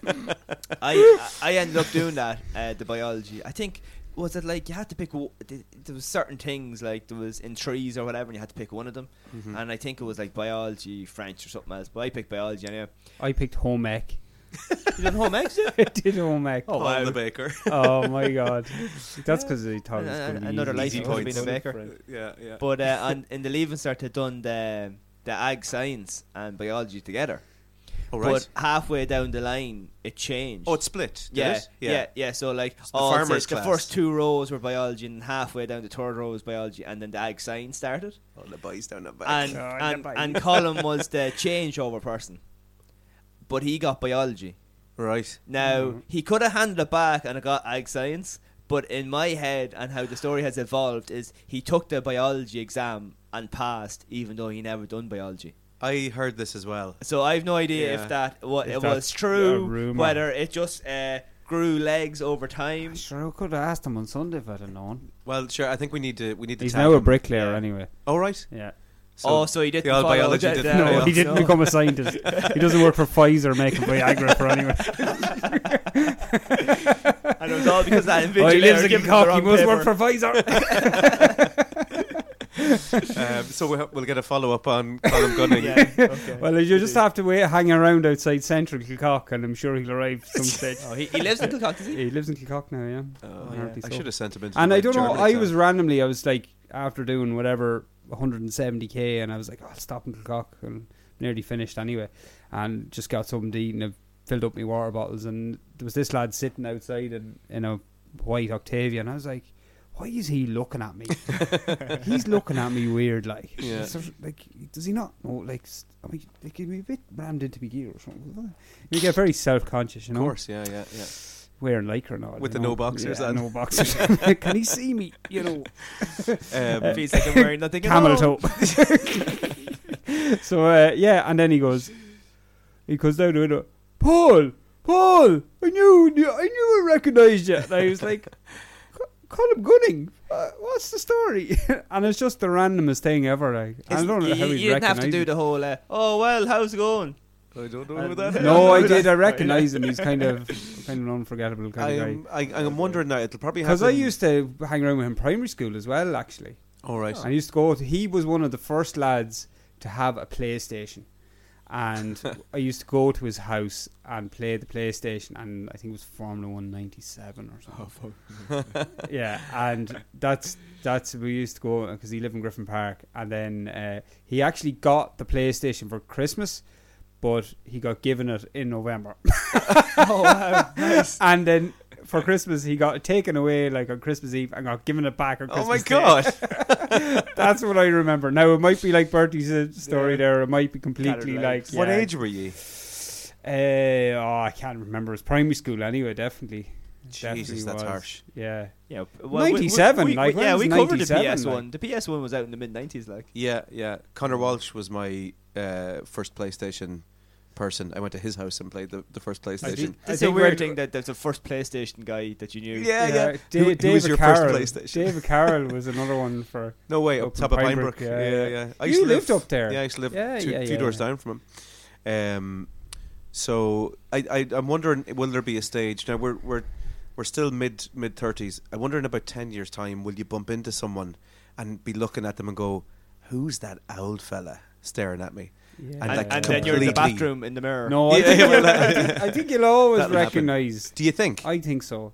Speaker 2: I, I ended up doing that, uh, the biology. I think, was it like, you had to pick, w- th- there was certain things, like, there was in trees or whatever, and you had to pick one of them.
Speaker 3: Mm-hmm.
Speaker 2: And I think it was, like, biology, French, or something else, but I picked biology anyway.
Speaker 4: I picked home ec
Speaker 2: You done home eggs, yeah?
Speaker 4: I did home ec
Speaker 2: Oh, wow.
Speaker 3: the baker.
Speaker 4: oh my god, that's because they thought it
Speaker 2: An-
Speaker 4: was going to be
Speaker 2: Another
Speaker 4: easy.
Speaker 2: life
Speaker 3: Easy
Speaker 2: would have
Speaker 3: points.
Speaker 2: been a baker.
Speaker 3: yeah, yeah.
Speaker 2: But uh, and in the leaving cert, they done the the ag science and biology together.
Speaker 3: Oh, right.
Speaker 2: But halfway down the line, it changed.
Speaker 3: Oh, it's split. did
Speaker 2: yeah,
Speaker 3: it?
Speaker 2: yeah, yeah, So like,
Speaker 3: the
Speaker 2: all, say,
Speaker 3: farmer's
Speaker 2: the
Speaker 3: class.
Speaker 2: first two rows were biology, and halfway down the third row was biology, and then the ag science started.
Speaker 3: All Oh, the boys down the back.
Speaker 2: And
Speaker 6: Oh,
Speaker 2: and,
Speaker 6: yeah,
Speaker 2: and Colin was the changeover person, but he got biology.
Speaker 3: right.
Speaker 2: Now
Speaker 3: Mm-hmm.
Speaker 2: he could have handed it back and I got ag science, but in my head and how the story has evolved is he took the biology exam and passed, even though he never done biology.
Speaker 3: I heard this as well.
Speaker 2: So I've no idea
Speaker 3: Yeah.
Speaker 2: if that what
Speaker 4: If
Speaker 2: it
Speaker 4: that's
Speaker 2: was
Speaker 4: a
Speaker 2: true,
Speaker 4: rumour.
Speaker 2: whether it just uh, grew legs over time.
Speaker 4: Sure, I could have asked him on Sunday if I'd have known.
Speaker 3: Well, sure. I think we need to. We need to.
Speaker 4: He's
Speaker 3: tag
Speaker 4: now a
Speaker 3: him.
Speaker 4: bricklayer
Speaker 2: Yeah.
Speaker 4: anyway.
Speaker 3: Oh, right.
Speaker 4: Yeah.
Speaker 2: oh, so he didn't
Speaker 3: the old
Speaker 2: follow
Speaker 3: biology
Speaker 2: the-
Speaker 3: didn't
Speaker 2: the-
Speaker 3: Yeah,
Speaker 4: no,
Speaker 3: yeah.
Speaker 4: he didn't
Speaker 2: no.
Speaker 4: become a scientist. he doesn't work for Pfizer making Viagra for anyone.
Speaker 2: And it was all because that
Speaker 4: oh, he
Speaker 2: invigilator
Speaker 4: lives in
Speaker 2: gave him the
Speaker 4: Cork. He
Speaker 2: wrong
Speaker 4: must work
Speaker 2: paper.
Speaker 4: for Pfizer.
Speaker 3: um, so we'll, we'll get a follow up on Colin Gunning.
Speaker 2: Yeah, okay.
Speaker 4: well, you just have to wait, hang around outside Central Kilcock, and I'm sure he'll arrive some stage.
Speaker 2: Oh, he, he lives in Kilcock, does he?
Speaker 4: He lives in Kilcock now, yeah.
Speaker 3: Oh,
Speaker 4: Apparently
Speaker 3: I
Speaker 4: so.
Speaker 3: should have sent him into.
Speaker 4: And
Speaker 3: my
Speaker 4: I don't know.
Speaker 3: German
Speaker 4: I
Speaker 3: exam.
Speaker 4: was randomly, I was like, after doing whatever 170k, and I was like, oh, I'll stop in Kilcock, and nearly finished anyway, and just got something to eat, and I filled up my water bottles, and there was this lad sitting outside in, in a white Octavia, and I was like, why is he looking at me? He's looking at me weird, like,
Speaker 3: Yeah.
Speaker 4: It's sort of like does he not know? Like, s- I mean, like, he'd be a bit rammed into my gear or something. You get very self conscious, you
Speaker 3: Of
Speaker 4: know
Speaker 3: course. Yeah. Yeah. Yeah.
Speaker 4: wearing lycra now.
Speaker 3: With the
Speaker 4: you know.
Speaker 3: no boxers
Speaker 4: yeah,
Speaker 3: on.
Speaker 4: no boxers. Can he see me? You know,
Speaker 3: Um,
Speaker 2: Feels like I'm wearing nothing at
Speaker 4: Uh, camel
Speaker 2: all.
Speaker 4: toe. so uh, yeah, and then he goes, he goes down the window. Paul, Paul, I knew, I knew, I recognised you. And I was like, "Co- Colin Gunning, uh, what's the story? and it's just the randomest thing ever. Like I
Speaker 2: Isn't-
Speaker 4: don't know
Speaker 2: you,
Speaker 4: how he
Speaker 2: you didn't have to do the whole. Uh, oh well, how's it going?
Speaker 3: I don't know
Speaker 2: Uh,
Speaker 3: who that is.
Speaker 4: No, I did. I recognise him. He's kind of kind of an unforgettable kind of guy.
Speaker 3: I'm, I, I'm wondering now. It'll probably
Speaker 4: Because I
Speaker 3: happen-
Speaker 4: used to hang around with him in primary school as well, actually.
Speaker 3: All right.
Speaker 4: And he used to go. To, he was one of the first lads to have a PlayStation, and I used to go to his house and play the PlayStation. And I think it was Formula One '97 or something.
Speaker 3: Oh,
Speaker 4: yeah, and that's that's we used to go because he lived in Griffin Park, and then uh, he actually got the PlayStation for Christmas. But he got given it in November. oh wow! And then for Christmas he got it taken away like on Christmas Eve and got given it back on
Speaker 3: Oh
Speaker 4: Christmas
Speaker 3: my
Speaker 4: Day.
Speaker 3: god!
Speaker 4: That's what I remember. Now it might be like Bertie's uh, story there. It might be completely
Speaker 2: Scattered
Speaker 4: like
Speaker 2: lights.
Speaker 4: yeah.
Speaker 3: What age were you?
Speaker 4: Uh, oh, I can't remember. It's primary school anyway. Definitely. It definitely
Speaker 3: Jesus, that's
Speaker 4: was.
Speaker 3: harsh.
Speaker 4: Yeah.
Speaker 2: Yeah,
Speaker 4: well, we- we- 97, we- like, we- yeah,
Speaker 2: yeah,
Speaker 4: when's
Speaker 2: we covered the
Speaker 4: 97,
Speaker 2: PS one. The PS one was out in the mid nineties, like.
Speaker 3: Yeah, yeah. Connor Walsh was my uh, first PlayStation person. I went to his house and played the, the first PlayStation.
Speaker 4: think-
Speaker 2: It's a
Speaker 4: think
Speaker 2: weird
Speaker 4: when-
Speaker 2: thing that there's a first PlayStation guy that you knew.
Speaker 3: Yeah, yeah.
Speaker 4: Da-
Speaker 3: Who- who
Speaker 4: David
Speaker 3: was your first
Speaker 4: Carroll.
Speaker 3: PlayStation?
Speaker 4: David Carroll was another one for.
Speaker 3: No way, up,
Speaker 4: Up in
Speaker 3: top of
Speaker 4: Pinebrook,
Speaker 3: Pinebrook.
Speaker 4: yeah,
Speaker 3: Yeah, yeah.
Speaker 4: yeah.
Speaker 3: I
Speaker 4: You
Speaker 3: used to
Speaker 4: lived
Speaker 3: live,
Speaker 4: up there.
Speaker 3: Yeah, I used to live
Speaker 4: Yeah,
Speaker 3: two,
Speaker 4: yeah,
Speaker 3: two
Speaker 4: yeah,
Speaker 3: doors
Speaker 4: yeah.
Speaker 3: down from him. Um, so I, I, I'm wondering, will there be a stage now? We're we're we're still mid mid thirties. I wonder in about ten years' time, will you bump into someone and be looking at them and go, "Who's that old fella staring at me?"
Speaker 4: Yeah.
Speaker 2: and,
Speaker 3: like,
Speaker 2: and then you're in the
Speaker 3: completely-
Speaker 2: bathroom in the mirror.
Speaker 4: No, I,
Speaker 3: Yeah,
Speaker 4: think,
Speaker 3: yeah,
Speaker 4: you'll-
Speaker 3: well,
Speaker 4: I, think, I think you'll always
Speaker 3: That'll happen.
Speaker 4: recognize.
Speaker 3: Do you think?
Speaker 4: I think so.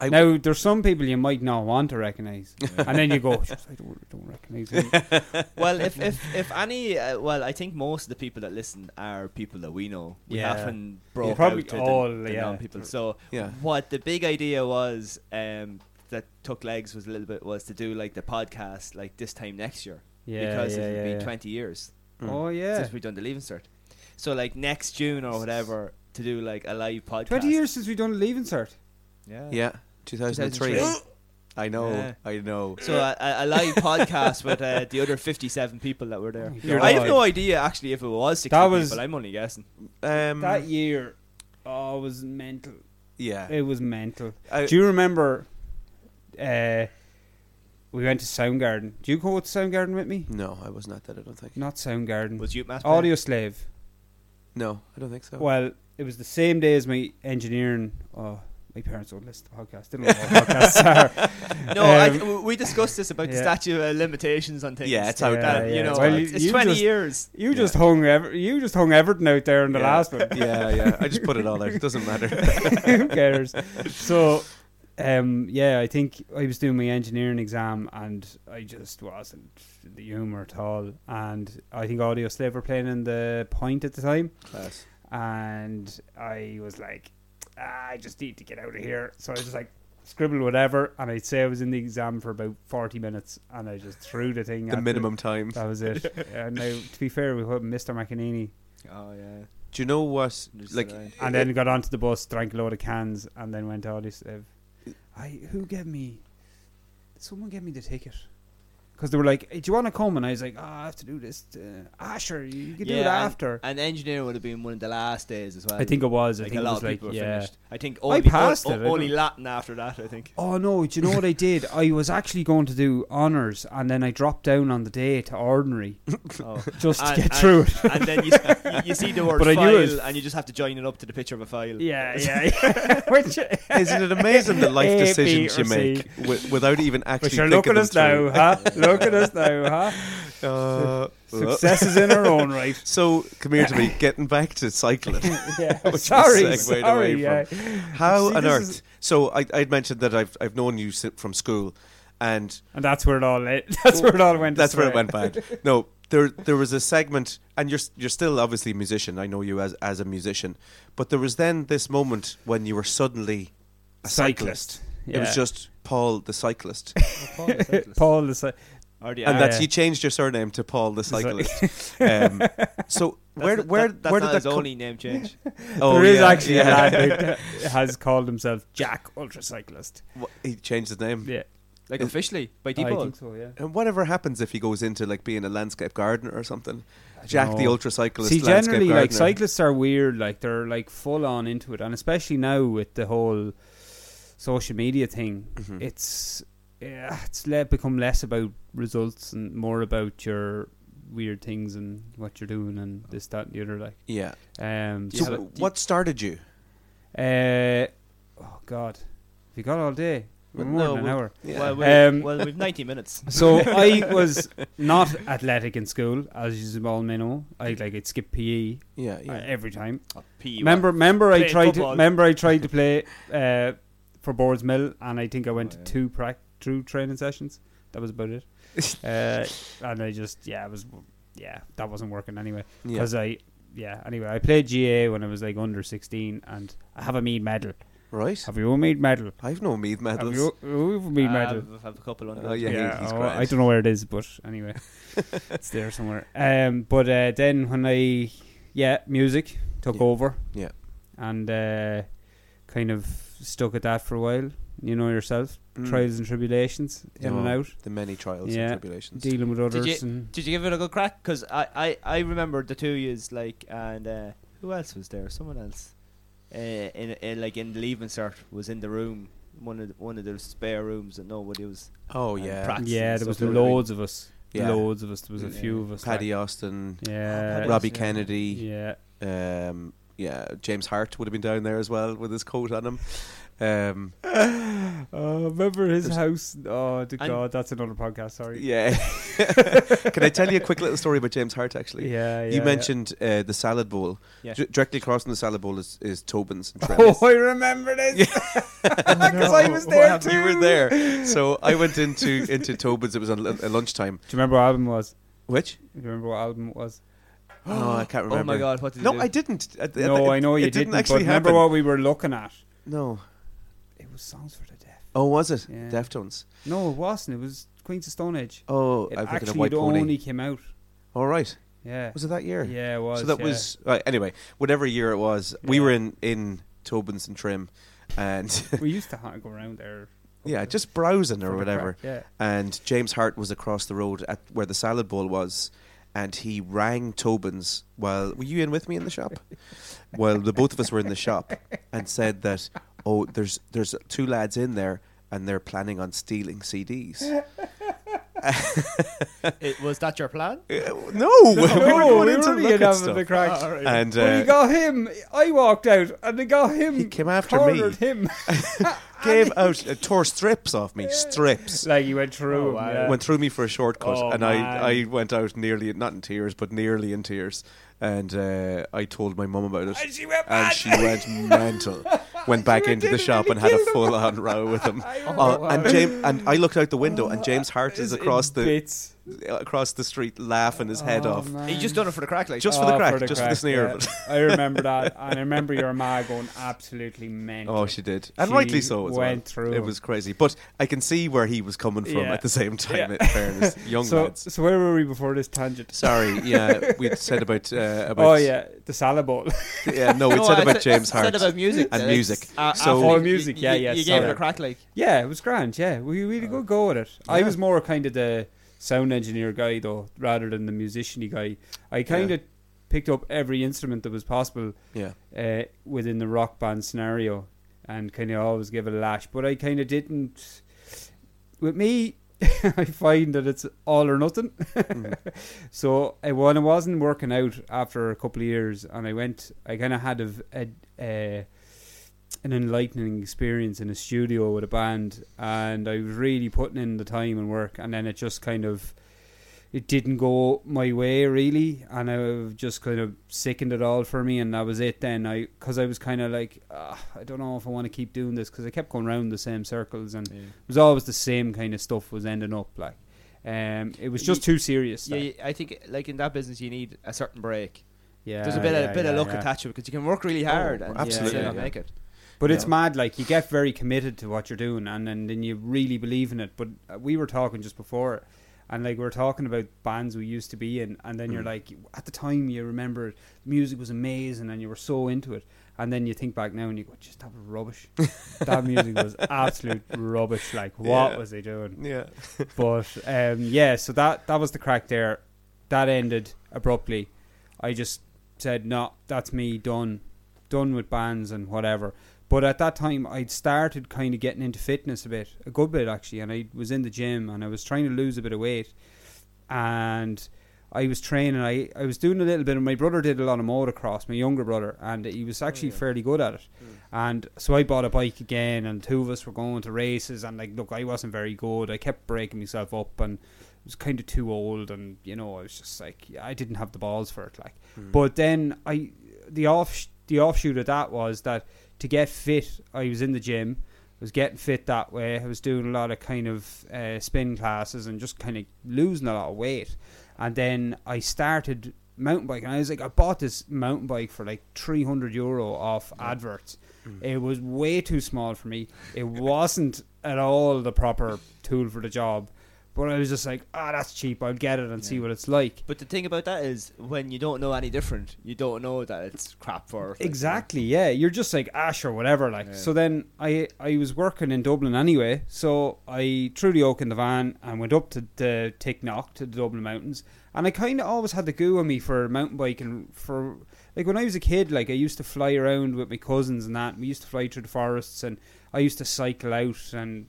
Speaker 3: I-
Speaker 4: now there's some people you might not want to recognize, and then you go, I don't, don't recognize him.
Speaker 2: well, if if if any, uh, well, I think most of the people that listen are people that we know. We
Speaker 4: Yeah.
Speaker 2: often broke
Speaker 4: Yeah, probably
Speaker 2: out to
Speaker 4: all,
Speaker 2: the, the
Speaker 4: yeah.
Speaker 2: non-people. So
Speaker 3: Yeah.
Speaker 2: what the big idea was um, that took legs was a little bit was to do like the podcast like this time next year
Speaker 4: Yeah,
Speaker 2: because
Speaker 4: yeah,
Speaker 2: it'll
Speaker 4: yeah,
Speaker 2: be
Speaker 4: yeah.
Speaker 2: 20 years
Speaker 4: Oh yeah.
Speaker 2: since we've done the leaving cert. So like next June or whatever to do like a live podcast.
Speaker 4: Twenty years since we done a leaving cert. uh,
Speaker 2: Yeah.
Speaker 3: yeah, 2003.
Speaker 2: 2003.
Speaker 3: I know,
Speaker 2: Yeah.
Speaker 3: I know.
Speaker 2: So a, a a live podcast with uh, the other 57 people that were there.
Speaker 4: You're
Speaker 2: I have
Speaker 4: right.
Speaker 2: no idea actually if it was 60
Speaker 4: That was-
Speaker 2: people. I'm only guessing.
Speaker 3: Um,
Speaker 4: That year, oh, it was mental.
Speaker 3: yeah,
Speaker 4: It was mental.
Speaker 3: I-
Speaker 4: Do you remember? Uh, we went to Soundgarden. Do you go to Soundgarden with me?
Speaker 3: no, I was not that. I don't think.
Speaker 4: Not Soundgarden.
Speaker 2: Was you Matt?
Speaker 4: Audio Slave.
Speaker 3: No, I don't think so.
Speaker 4: Well, it was the same day as my engineering. Oh, my parents don't listen to podcasts. They don't know what podcasts are.
Speaker 2: No, I
Speaker 4: Um,
Speaker 2: th- w- we discussed this about the
Speaker 4: yeah.
Speaker 2: statute of limitations on things.
Speaker 3: Yeah, it's out
Speaker 2: that,
Speaker 4: there.
Speaker 2: You
Speaker 4: Yeah,
Speaker 2: know,
Speaker 4: it's out
Speaker 2: it's,
Speaker 4: there.
Speaker 2: it's
Speaker 4: You
Speaker 2: 20
Speaker 4: just-
Speaker 2: years.
Speaker 4: You just hung. Ever- you just hung Everton out there in the
Speaker 3: Yeah.
Speaker 4: last one.
Speaker 3: yeah, yeah. I just put it all out. It doesn't matter.
Speaker 4: Who cares? So, um, yeah, I think I was doing my engineering exam and I just wasn't in the humour at all. And I think Audio Slave were playing in the Point at the time, and I was like, "Ah, I just need to get out of here. So I was just like, scribble whatever, and I'd say I was in the exam for about forty minutes, and I just threw the thing. at
Speaker 3: the minimum time.
Speaker 4: That was it. uh, now, to be fair, we put Mr. McEnany,
Speaker 2: Oh yeah.
Speaker 3: Do you know what?
Speaker 2: Just
Speaker 3: Like, uh,
Speaker 2: around.
Speaker 4: and then got onto the bus, drank a load of cans, and then went to all this. Uh, I who gave me? Someone gave me the ticket. Because they were like, "Hey, "Do you want to come?" And I was like, "Ah, I have to do this." Uh, ah, sure, you, you can do it
Speaker 2: and-
Speaker 4: after.
Speaker 2: And, engineering would have been one of the last days as well.
Speaker 4: I think it was. I
Speaker 2: Like,
Speaker 4: think
Speaker 2: a
Speaker 4: it
Speaker 2: lot
Speaker 4: was
Speaker 2: of
Speaker 4: like,
Speaker 2: people were
Speaker 4: yeah.
Speaker 2: finished. I think only,
Speaker 4: passed
Speaker 2: o-
Speaker 4: it, I
Speaker 2: o- only
Speaker 4: don't-
Speaker 2: Latin after that. I think.
Speaker 4: Oh no! Do you know what I did? I was actually going to do honors, and then I dropped down on the day to ordinary
Speaker 2: Oh.
Speaker 4: just to
Speaker 2: And-
Speaker 4: get
Speaker 2: and-
Speaker 4: through it.
Speaker 2: And then you, s- you- you see the word
Speaker 4: But I knew
Speaker 2: file,
Speaker 4: it was-
Speaker 2: and you just have to join it up to the picture of a file.
Speaker 4: Yeah, yeah. yeah. Which,
Speaker 3: isn't it amazing the life
Speaker 4: A, B,
Speaker 3: decisions you
Speaker 4: or
Speaker 3: make wi- without even actually
Speaker 4: which are look
Speaker 3: thinking them
Speaker 4: at us now,
Speaker 3: through?
Speaker 4: huh? Look at us now, huh?
Speaker 3: Uh,
Speaker 4: Success is in our own right.
Speaker 3: So, come here to me. Getting back to cycling.
Speaker 4: Yeah.
Speaker 3: Which we
Speaker 4: sorry,
Speaker 3: segued away
Speaker 4: sorry. Yeah.
Speaker 3: from. How
Speaker 4: See,
Speaker 3: on
Speaker 4: this
Speaker 3: earth?
Speaker 4: is-
Speaker 3: So, I, I'd mentioned that I've I've known you si- from school, and
Speaker 4: And that's where it all. le- That's where it all went.
Speaker 3: that's where it
Speaker 4: astray.
Speaker 3: went bad. No, there there was a segment, and you're s- you're still obviously a musician. I know you as as a musician, but there was then this moment when you were suddenly a cyclist.
Speaker 4: Cyclist.
Speaker 3: It was
Speaker 4: Yeah.
Speaker 3: just Paul the cyclist,
Speaker 4: Paul. The, cy-
Speaker 2: Or the-
Speaker 3: and
Speaker 4: Oh, Yeah.
Speaker 3: that's you changed your surname to Paul the cyclist. um, so where
Speaker 2: That's-
Speaker 3: where
Speaker 2: that- that's
Speaker 3: where
Speaker 2: not
Speaker 3: did that
Speaker 2: his
Speaker 3: come?
Speaker 2: only name change?
Speaker 3: Oh,
Speaker 4: there is
Speaker 3: yeah,
Speaker 4: actually
Speaker 3: yeah.
Speaker 4: a lad who has called himself Jack Ultracyclist.
Speaker 3: Wha- He changed his name.
Speaker 4: Yeah,
Speaker 2: Like officially by
Speaker 4: I
Speaker 2: default.
Speaker 4: think so. Yeah.
Speaker 3: And whatever happens if he goes into like being a landscape gardener or something, Jack the
Speaker 4: know.
Speaker 3: ultra cyclist.
Speaker 4: See,
Speaker 3: landscape
Speaker 4: generally,
Speaker 3: gardener.
Speaker 4: like cyclists are weird. Like they're like full on into it, and especially now with the whole social media thing,
Speaker 3: Mm-hmm. Hmm.
Speaker 4: it's yeah, it's le- become less about results and more about your weird things and what you're doing and this, that, and the other. Like,
Speaker 3: Yeah.
Speaker 4: um,
Speaker 3: Oh. So,
Speaker 4: so,
Speaker 3: what started you?
Speaker 4: uh, oh god, have you got all day? We're more
Speaker 3: No,
Speaker 4: than an
Speaker 3: we'll-
Speaker 4: hour.
Speaker 3: Yeah.
Speaker 2: Well, we've,
Speaker 4: Um,
Speaker 2: well, we've 90 minutes.
Speaker 4: So I was not athletic in school, as you all may know. I like I'd skip PE
Speaker 3: yeah,
Speaker 4: uh, every time.
Speaker 2: P.
Speaker 4: Remember, remember I
Speaker 2: Played
Speaker 4: tried. To,
Speaker 2: football.
Speaker 4: remember I tried to play uh, for Boards Mill, and I think I went to two prac two training sessions. That was about it. uh, and I just yeah, it was yeah, that wasn't working anyway
Speaker 3: Yeah.
Speaker 4: because I yeah anyway I played GA when I was like under sixteen, and I have a mead medal.
Speaker 3: Right.
Speaker 4: Have you a mead medal?
Speaker 3: I've no mead
Speaker 4: Have
Speaker 3: medals.
Speaker 4: you, you have a mead medal?
Speaker 2: I've, I've a couple under.
Speaker 3: Oh, yeah. he- he's
Speaker 4: oh,
Speaker 3: grand.
Speaker 4: I don't know where it is, but anyway, it's there somewhere. Um, but uh, then when I, yeah, music took
Speaker 3: Yeah.
Speaker 4: over.
Speaker 3: Yeah.
Speaker 4: And uh, kind of stuck at that for a while. You know yourself,
Speaker 3: Mm. Oh.
Speaker 4: trials and tribulations, in and
Speaker 3: No,
Speaker 4: out,
Speaker 3: The many trials and
Speaker 4: Yeah.
Speaker 3: tribulations.
Speaker 4: dealing with
Speaker 2: Did
Speaker 4: others.
Speaker 2: you-
Speaker 4: and
Speaker 2: Did you give it a good crack? Because I, I, I remember the two years, like, and uh, who else was there? Someone else. Uh, in, in like in the leaving cert was in the room, one of the, one of those spare rooms that nobody was.
Speaker 3: oh
Speaker 2: and
Speaker 3: yeah.
Speaker 2: practice
Speaker 4: yeah,
Speaker 2: and
Speaker 4: there was
Speaker 2: stuff like
Speaker 4: loads of us.
Speaker 3: Yeah.
Speaker 4: Loads of us. There was a
Speaker 2: Yeah.
Speaker 4: few of us. like-
Speaker 3: Paddy Austin,
Speaker 4: Yeah.
Speaker 3: Robbie E.
Speaker 2: yeah.
Speaker 3: Kennedy,
Speaker 4: Yeah.
Speaker 3: yeah. um, yeah, James Hart would have been down there as well with his coat on him. Um,
Speaker 4: Oh, remember his house? Oh, the
Speaker 2: And-
Speaker 4: God, that's another podcast. Sorry.
Speaker 3: yeah. Can I tell you a quick little story about James Hart? Actually,
Speaker 4: Yeah.
Speaker 3: you mentioned uh, the salad bowl.
Speaker 2: Yeah.
Speaker 3: Dr- directly across from the salad bowl is, is Tobin's. And
Speaker 4: Oh,
Speaker 3: Trellis.
Speaker 4: I remember this.
Speaker 3: because I was
Speaker 4: What
Speaker 3: there too.
Speaker 4: happened?
Speaker 3: You were there. So I went into into Tobin's. It was on at lunchtime.
Speaker 4: Do you remember what album it was?
Speaker 3: Which?
Speaker 4: Do you remember what album it was?
Speaker 3: Oh, I can't remember.
Speaker 2: Oh my god, what did
Speaker 3: No,
Speaker 2: you do?
Speaker 3: I didn't. I,
Speaker 4: no, I know you
Speaker 3: it
Speaker 4: didn't.
Speaker 3: didn't actually
Speaker 4: but remember
Speaker 3: happen.
Speaker 4: what we were looking at?
Speaker 3: No.
Speaker 4: It was Songs for the Deaf.
Speaker 3: Oh, was it?
Speaker 4: Yeah.
Speaker 3: Deftones.
Speaker 4: No, it wasn't. It was Queens of Stone Age.
Speaker 3: Oh,
Speaker 4: It
Speaker 3: I'm thinking of
Speaker 4: actually
Speaker 3: White
Speaker 4: it
Speaker 3: Pony.
Speaker 4: only came out.
Speaker 3: All right.
Speaker 4: Yeah.
Speaker 3: Was it that year?
Speaker 4: Yeah, it was.
Speaker 3: so that
Speaker 4: yeah.
Speaker 3: was uh, anyway. Whatever year it was, we
Speaker 4: Yeah.
Speaker 3: were in in Tobin's and Trim, and
Speaker 4: we used to ha- go around there.
Speaker 3: yeah, just browsing
Speaker 4: for
Speaker 3: or
Speaker 4: the
Speaker 3: whatever.
Speaker 4: crack, yeah.
Speaker 3: And James Hart was across the road at where the salad bowl was, and he rang Tobin's while were you in with me in the shop? while the both of us were in the shop, and said that oh, there's there's two lads in there, and they're planning on stealing CDs.
Speaker 2: It- was that your plan?
Speaker 3: Uh, no, we were
Speaker 4: No,
Speaker 3: going
Speaker 4: we
Speaker 3: in to look
Speaker 4: were really
Speaker 3: at
Speaker 4: having
Speaker 3: stuff.
Speaker 4: the crack.
Speaker 3: And
Speaker 4: Well,
Speaker 3: uh,
Speaker 4: you got him. I walked out, and they got him.
Speaker 3: He came after me.
Speaker 4: cornered him.
Speaker 3: gave out uh, tore strips off me, strips.
Speaker 4: like he went through. him, yeah.
Speaker 3: went through me for a shortcut,
Speaker 4: Oh,
Speaker 3: and
Speaker 4: man.
Speaker 3: I, I went out nearly not in tears, but nearly in tears, and uh, I told my mum about it,
Speaker 4: And she went
Speaker 3: and
Speaker 4: mad.
Speaker 3: she went mental. Went back
Speaker 4: went
Speaker 3: into
Speaker 4: in
Speaker 3: the
Speaker 4: and
Speaker 3: shop
Speaker 4: nearly
Speaker 3: and had a
Speaker 4: killed him.
Speaker 3: full on row with him.
Speaker 4: I
Speaker 3: Uh,
Speaker 4: remember.
Speaker 3: and James and I looked out the window, and James Hart is
Speaker 4: It's in
Speaker 3: across the
Speaker 4: bits.
Speaker 3: across the street laughing his head off.
Speaker 2: You just done it for the crack, like
Speaker 3: Just for the
Speaker 4: Oh,
Speaker 3: crack, just for the sneer.
Speaker 4: yeah. I remember that, and I remember your ma going absolutely mental.
Speaker 3: Oh, she did, and
Speaker 4: She
Speaker 3: rightly so as well.
Speaker 4: went through
Speaker 3: it
Speaker 4: him.
Speaker 3: was crazy, but I can see where he was coming from
Speaker 4: Yeah.
Speaker 3: at the same time.
Speaker 4: Yeah.
Speaker 3: In fairness, young
Speaker 4: so,
Speaker 3: lads.
Speaker 4: so where were we before this tangent?
Speaker 3: Sorry, yeah, we'd said about uh, about.
Speaker 4: Oh yeah, the salad bowl.
Speaker 3: yeah.
Speaker 2: Oh,
Speaker 3: No, we'd
Speaker 7: No,
Speaker 3: said
Speaker 7: I said-
Speaker 3: about James Hart
Speaker 7: said about music
Speaker 3: and
Speaker 7: then.
Speaker 3: music.
Speaker 7: Uh,
Speaker 3: so
Speaker 4: Oh,
Speaker 7: after you-
Speaker 4: music,
Speaker 7: you-
Speaker 4: yeah,
Speaker 7: you-
Speaker 4: yeah,
Speaker 7: You gave it
Speaker 4: sorry.
Speaker 7: a crack, like
Speaker 4: yeah, it was grand. Yeah, we we had a good go at it. I was more kind of the sound engineer guy though, rather than the musician guy. I kind of picked up every instrument that was possible.
Speaker 3: yeah,
Speaker 4: uh, within the rock band scenario and kind of always give it a lash. But I kind of didn't. With me, I find that it's all or nothing. so I, when I wasn't working out after a couple of years and I went, I kind of had a, v- a- uh, an enlightening experience in a studio with a band and I was really putting in the time and work and then it just kind of it didn't go my way really and i just kind of sickened it all for me and that was it then i because i was kind of like "Ah, i don't know if i want to keep doing this because i kept going round the same circles and it was always the same kind of stuff was ending up like um it was just too serious
Speaker 7: yeah,
Speaker 4: like.
Speaker 7: you- I think like in that business you need a certain break.
Speaker 4: yeah
Speaker 7: There's a bit
Speaker 4: yeah,
Speaker 7: of bit of
Speaker 4: yeah,
Speaker 7: luck
Speaker 4: yeah. Oh,
Speaker 7: attached to it because you can work really hard and
Speaker 3: absolutely,
Speaker 7: still not
Speaker 3: yeah.
Speaker 7: make it.
Speaker 4: But it's mad. Like you get very committed to what you're doing, and and then you really believe in it. But uh, we were talking just before, and like we are talking about bands we used to be in, and then
Speaker 7: Mm.
Speaker 4: you're like, at the time you remember music was amazing, and you were so into it, and then you think back now and you go, just that was rubbish. that music was absolute rubbish. Like what
Speaker 3: Yeah.
Speaker 4: was they doing?
Speaker 3: yeah.
Speaker 4: but um, yeah, so that that was the crack there. That ended abruptly. I just said, "No, that's me done, done with bands and whatever." But at that time, I'd started kind of getting into fitness a bit, a good bit actually, and I was in the gym and I was trying to lose a bit of weight, and I was training. I I was doing a little bit, and my brother did a lot of motocross, my younger brother, and he was actually fairly good at it. And so I bought a bike again, and the two of us were going to races. And like, look, I wasn't very good. I kept breaking myself up, and I was kind of too old. And you know, I was just like, I didn't have the balls for it. Like, but then I, the off, the offshoot of that was that to get fit, I was in the gym. I was getting fit that way. I was doing a lot of kind of uh, spin classes and just kind of losing a lot of weight. And then I started mountain biking. I was like, I bought this mountain bike for like 300 euro off adverts. It was way too small for me. It wasn't at all the proper tool for the job. But I was just like, ah, that's cheap. I'll get it and see what it's like.
Speaker 7: But the thing about that is when you don't know any different, you don't know that it's crap for
Speaker 4: Exactly. Yeah, you're just like Ash or whatever. Like, so then I I was working in Dublin anyway, so I threw the oak in the van and went up to the Knock to the Dublin mountains, and I kind of always had the goo on me for mountain biking. For like when I was a kid, like I used to fly around with my cousins and that. We used to fly through the forests, and I used to cycle out and.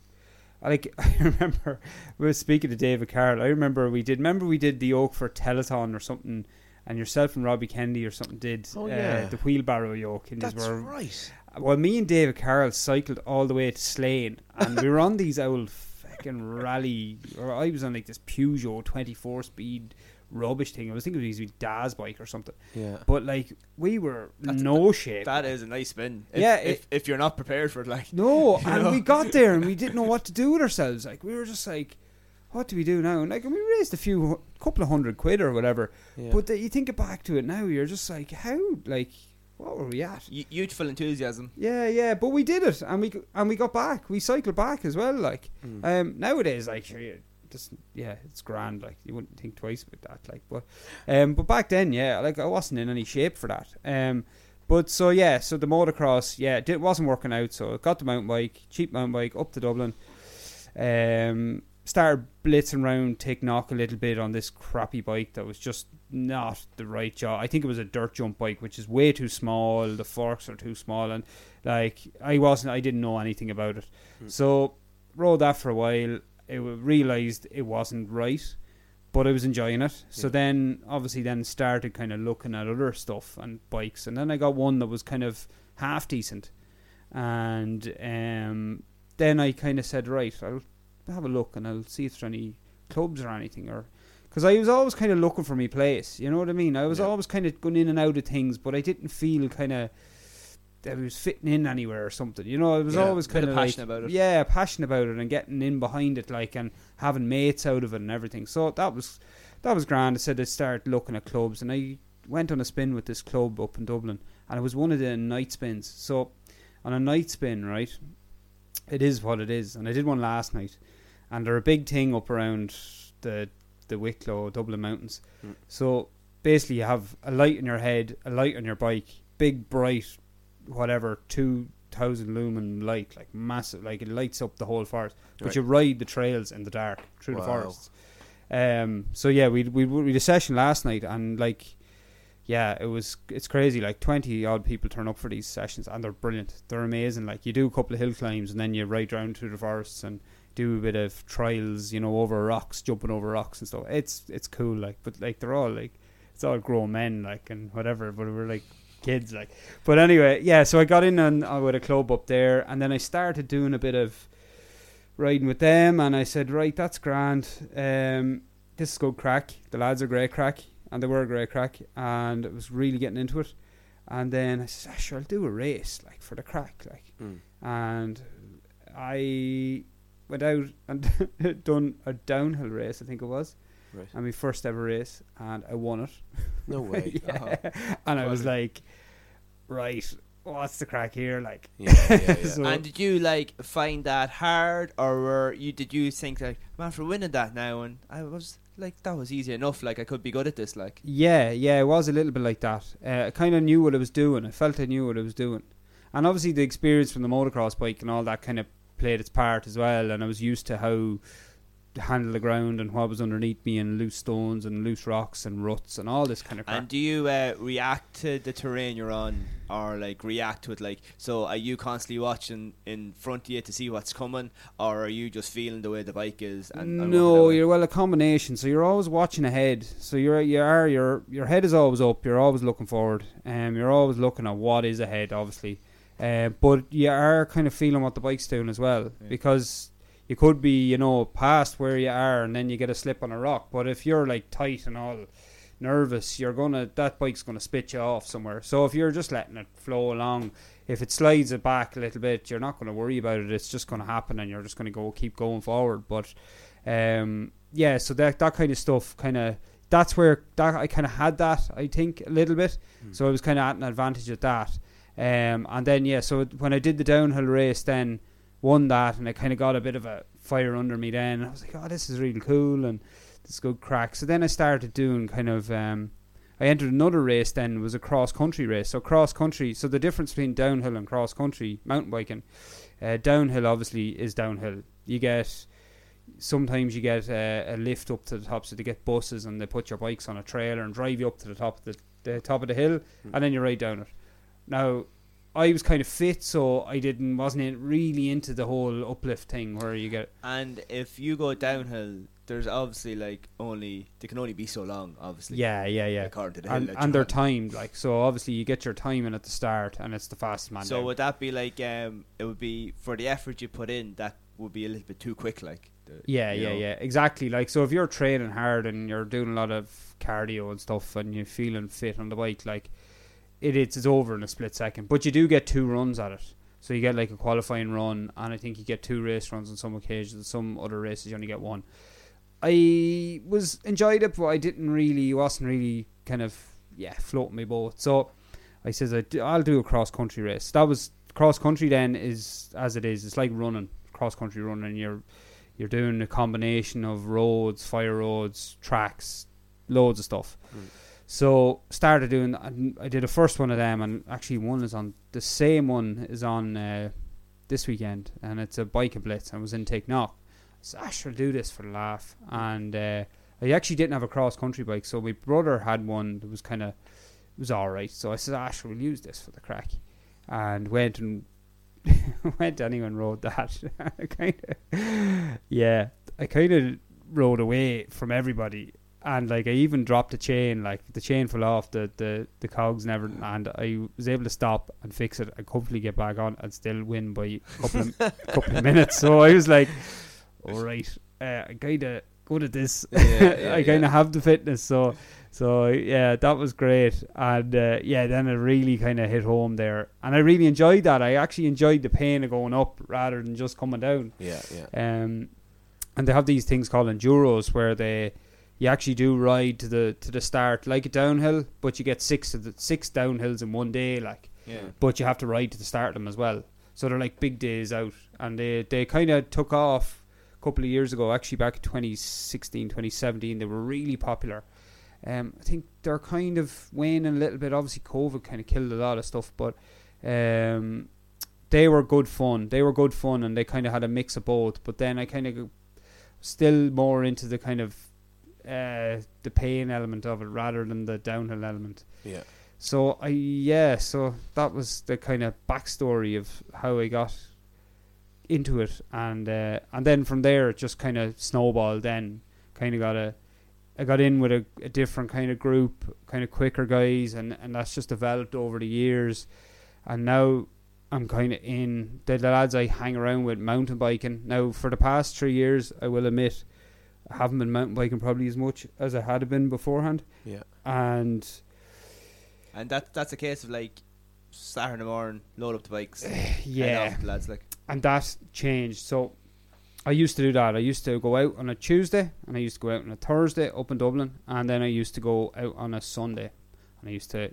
Speaker 4: Like I remember, we were speaking to David Carroll. I remember we did. Remember we did the Oak for Telethon or something, and yourself and Robbie Kennedy or something did
Speaker 3: Oh, yeah.
Speaker 4: uh, the wheelbarrow yoke in
Speaker 3: That's
Speaker 4: this were
Speaker 3: right.
Speaker 4: well me and David Carroll cycled all the way to Slane and we were on these old fucking rally or I was on like this Peugeot 24 speed rubbish thing I was thinking it was a Daz bike or something
Speaker 3: Yeah.
Speaker 4: but like we were no shape
Speaker 7: That is a nice spin. If,
Speaker 4: Yeah,
Speaker 7: if,
Speaker 4: it-
Speaker 7: if you're not prepared for it, like
Speaker 4: no, and we got there and we didn't know what to do with ourselves. Like we were just like, what do we do now? And like, and we raised a few, couple of hundred quid or whatever. But the, you think back to it now, you're just like, how, like, what were we at?
Speaker 7: y- youthful enthusiasm.
Speaker 4: Yeah, yeah, but we did it, and we and we got back. We cycled back as well. Like um, nowadays, like sure, you just yeah, it's grand. Like you wouldn't think twice about that. Like, but um, but back then, yeah, like I wasn't in any shape for that. Um, but so yeah, so the motocross, yeah, it wasn't working out. So I got the mountain bike, cheap mountain bike, up to Dublin. Um, started blitzing around, take knock a little bit on this crappy bike that was just not the right job. I think it was a dirt jump bike, which is way too small. The forks are too small, and like I wasn't, I didn't know anything about it. So rode that for a while. I realized it wasn't right, but I was enjoying it. So then, obviously, then started kind of looking at other stuff and bikes, and then I got one that was kind of half decent, and um, then I kind of said, right, I'll have a look and I'll see if there's any clubs or anything or because I was always kind of looking for my place. You know what I mean? I was always kind of going in and out of things, but I didn't feel kind of that he was fitting in anywhere or something. You know, it was
Speaker 2: Yeah,
Speaker 4: always
Speaker 2: bit
Speaker 4: kind
Speaker 2: of
Speaker 4: of
Speaker 2: passion about it.
Speaker 4: Yeah, passionate about it and getting in behind it, like and having mates out of it and everything. So that was that was grand. I said I started looking at clubs, and I went on a spin with this club up in Dublin, and it was one of the night spins. So on a night spin, right, it is what it is, and I did one last night, and they're a big thing up around the the Wicklow Dublin mountains.
Speaker 3: Hmm.
Speaker 4: So basically, you have a light in your head, a light on your bike, big bright, whatever, two thousand lumen light, like massive, like it lights up the whole forest. But
Speaker 3: Right.
Speaker 4: you ride the trails in the dark through the
Speaker 3: Wow.
Speaker 4: forests. Um. So yeah, we we we did a session last night, and like. Yeah, it was. It's crazy. Like twenty odd people turn up for these sessions, and they're brilliant. They're amazing. Like you do a couple of hill climbs, and then you ride round through the forests, and do a bit of trials, you know, over rocks, jumping over rocks and stuff. It's it's cool, like, but like they're all like, it's all grown men, like, and whatever. But we're like kids, like. But anyway, yeah. So I got in on uh, with a club up there, and then I started doing a bit of riding with them, and I said, right, that's grand. Um, this is good crack. The lads are great crack, and they were a great crack, and it was really getting into it. And then I said, ah, sure, I'll do a race, like for the crack, like.
Speaker 3: Mm.
Speaker 4: And I went out and done a downhill race, I think it was,
Speaker 3: Right.
Speaker 4: and my first ever race, and I won it.
Speaker 3: No way.
Speaker 4: Yeah.
Speaker 7: Uh-huh.
Speaker 4: And I was like, right, what's the crack here? Like,
Speaker 3: Yeah, yeah, yeah.
Speaker 4: so-
Speaker 7: And did you like find that hard, or were you? Did you think like, man, for winning that now, and I was like, that was easy enough. Like I could be good at this. Like
Speaker 4: Yeah, yeah, it was a little bit like that. Uh, I kind of knew what I was doing. I felt I knew what I was doing, and obviously the experience from the motocross bike and all that kind of played its part as well. And I was used to how to handle the ground and what was underneath me and loose stones and loose rocks and ruts and all this kind of crap.
Speaker 7: And do you uh, react to the terrain you're on, or like react to it? Like, so are you constantly watching in front of you to see what's coming, or are you just feeling the way the bike is? And, and
Speaker 4: no,
Speaker 7: walking that way?
Speaker 4: you're well a combination. So you're always watching ahead. So you're you are your your head is always up. You're always looking forward. Um, you're always looking at what is ahead, obviously. Uh, but you are kind of feeling what the bike's doing as well because you could be you know past where you are and then you get a slip on a rock. But if you're like tight and all nervous, you're gonna that bike's gonna spit you off somewhere. So if you're just letting it flow along, if it slides it back a little bit, you're not gonna worry about it. It's just gonna happen, and you're just gonna go keep going forward. But um, yeah, so that that kind of stuff, kind of that's where that I kind of had that I think a little bit. So I was kind of at an advantage at that. Um, and then yeah, so it- when I did the downhill race, then won that, and I kind of got a bit of a fire under me. Then and I was like, oh, this is really cool, and this good crack. So then I started doing kind of. Um, I entered another race. Then was a cross country race. So cross country. So the difference between downhill and cross country mountain biking, uh, downhill obviously is downhill. You get sometimes you get uh, a, a lift up to the top, so they get buses and they put your bikes on a trailer and drive you up to the top of the, the top of the hill, and then you ride down it. Now, I was kind of fit, so I didn't wasn't in, really into the whole uplift thing where you get
Speaker 7: And if you go downhill, there's obviously like only they can only be so long, obviously.
Speaker 4: yeah, yeah, yeah.
Speaker 7: According to the hill
Speaker 4: And,
Speaker 7: that
Speaker 4: and
Speaker 7: you're
Speaker 4: they're
Speaker 7: on.
Speaker 4: timed like so. Obviously, you get your time in at the start, and it's the fastest man.
Speaker 7: So
Speaker 4: down.
Speaker 7: would that be like um, it would be for the effort you put in that would be a little bit too quick, like. the-
Speaker 4: Yeah,
Speaker 7: you
Speaker 4: yeah,
Speaker 7: know?
Speaker 4: yeah, exactly. Like, so if you're training hard and you're doing a lot of cardio and stuff, and you're feeling fit on the bike, like it it's, it's over in a split second. But you do get two runs at it, so you get like a qualifying run, and I think you get two race runs on some occasions. Some other races you only get one. I was enjoyed it, but I didn't really wasn't really kind of yeah floating my boat. So I says I d- I'll do a cross country race. That was cross country. Then is as it is. It's like running cross country running. You're you're doing a combination of roads, fire roads, tracks, loads of stuff. So started doing. and I did a first one of them, and actually one is on the same one is on uh, this weekend, and it's a bike and blitz, and was in Take Knock. So I shall do this for the laugh, and uh, I actually didn't have a cross country bike, so my brother had one that was kind of it was all right. So I said, I shall use this for the crack, and went and went anyway and rode that. kind of, yeah, I kind of rode away from everybody, and like I even dropped the chain, like the chain fell off the the the cogs and everything, and I was able to stop and fix it and hopefully get back on and still win by a couple of, couple of minutes. So I was like, all right, uh, I kind of good at this.
Speaker 3: Yeah, yeah,
Speaker 4: I kind of
Speaker 3: yeah.
Speaker 4: have the fitness, so So yeah, that was great, and uh, yeah, then it really kind of hit home there, and I really enjoyed that. I actually enjoyed the pain of going up rather than just coming down.
Speaker 3: Yeah, yeah.
Speaker 4: Um, and they have these things called enduros where they you actually do ride to the to the start like a downhill, but you get six of the six downhills in one day, like.
Speaker 7: Yeah.
Speaker 4: But you have to ride to the start of them as well, so they're like big days out, and they they kind of took off a couple of years ago. Actually, back in 2016, 2017, they were really popular. Um, I think they're kind of waning a little bit. Obviously, COVID kind of killed a lot of stuff, but um, they were good fun. They were good fun, and they kind of had a mix of both. But then I kind of still more into the kind of uh, the pain element of it rather than the downhill element.
Speaker 3: Yeah.
Speaker 4: So I yeah, so that was the kind of backstory of how I got into it, and uh, and then from there it just kind of snowballed. Then kind of got a I got in with a, a different kind of group, kind of quicker guys, and and that's just developed over the years, and now. I'm kind of in the lads I hang around with mountain biking now. For the past three years, I will admit, I haven't been mountain biking probably as much as I had been beforehand,
Speaker 3: Yeah.
Speaker 4: and
Speaker 7: And that that's a case of like Saturday morning, load up the bikes.
Speaker 4: yeah,
Speaker 7: and off, lads. Like
Speaker 4: and that changed. So I used to do that. I used to go out on a Tuesday and I used to go out on a Thursday up in Dublin, and then I used to go out on a Sunday, and I used to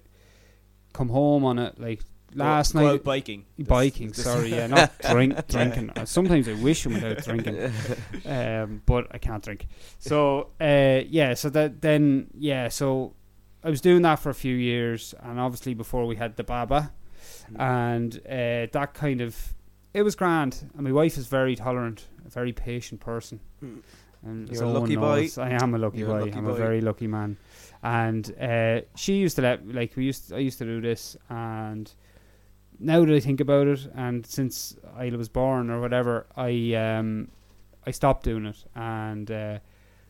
Speaker 4: come home on it like last
Speaker 7: go,
Speaker 4: night.
Speaker 7: go out biking.
Speaker 4: biking, sorry, yeah, not drink, drinking. Uh, Sometimes I wish I'm without drinking, um, but I can't drink. So uh, yeah, so that then yeah, so I was doing that for a few years, and obviously before we had the Baba,
Speaker 3: Mm.
Speaker 4: and uh, that kind of it was grand. And my wife is very tolerant, a very patient person. And
Speaker 3: Mm. You're
Speaker 4: as
Speaker 3: a
Speaker 4: Owen
Speaker 3: lucky boy.
Speaker 4: knows, I am a lucky
Speaker 3: You're a
Speaker 4: boy.
Speaker 3: lucky
Speaker 4: I'm a
Speaker 3: boy.
Speaker 4: very lucky man. And uh, she used to let like we used. I used to do this, and now that I think about it, and since I was born or whatever, I um, I stopped doing it, and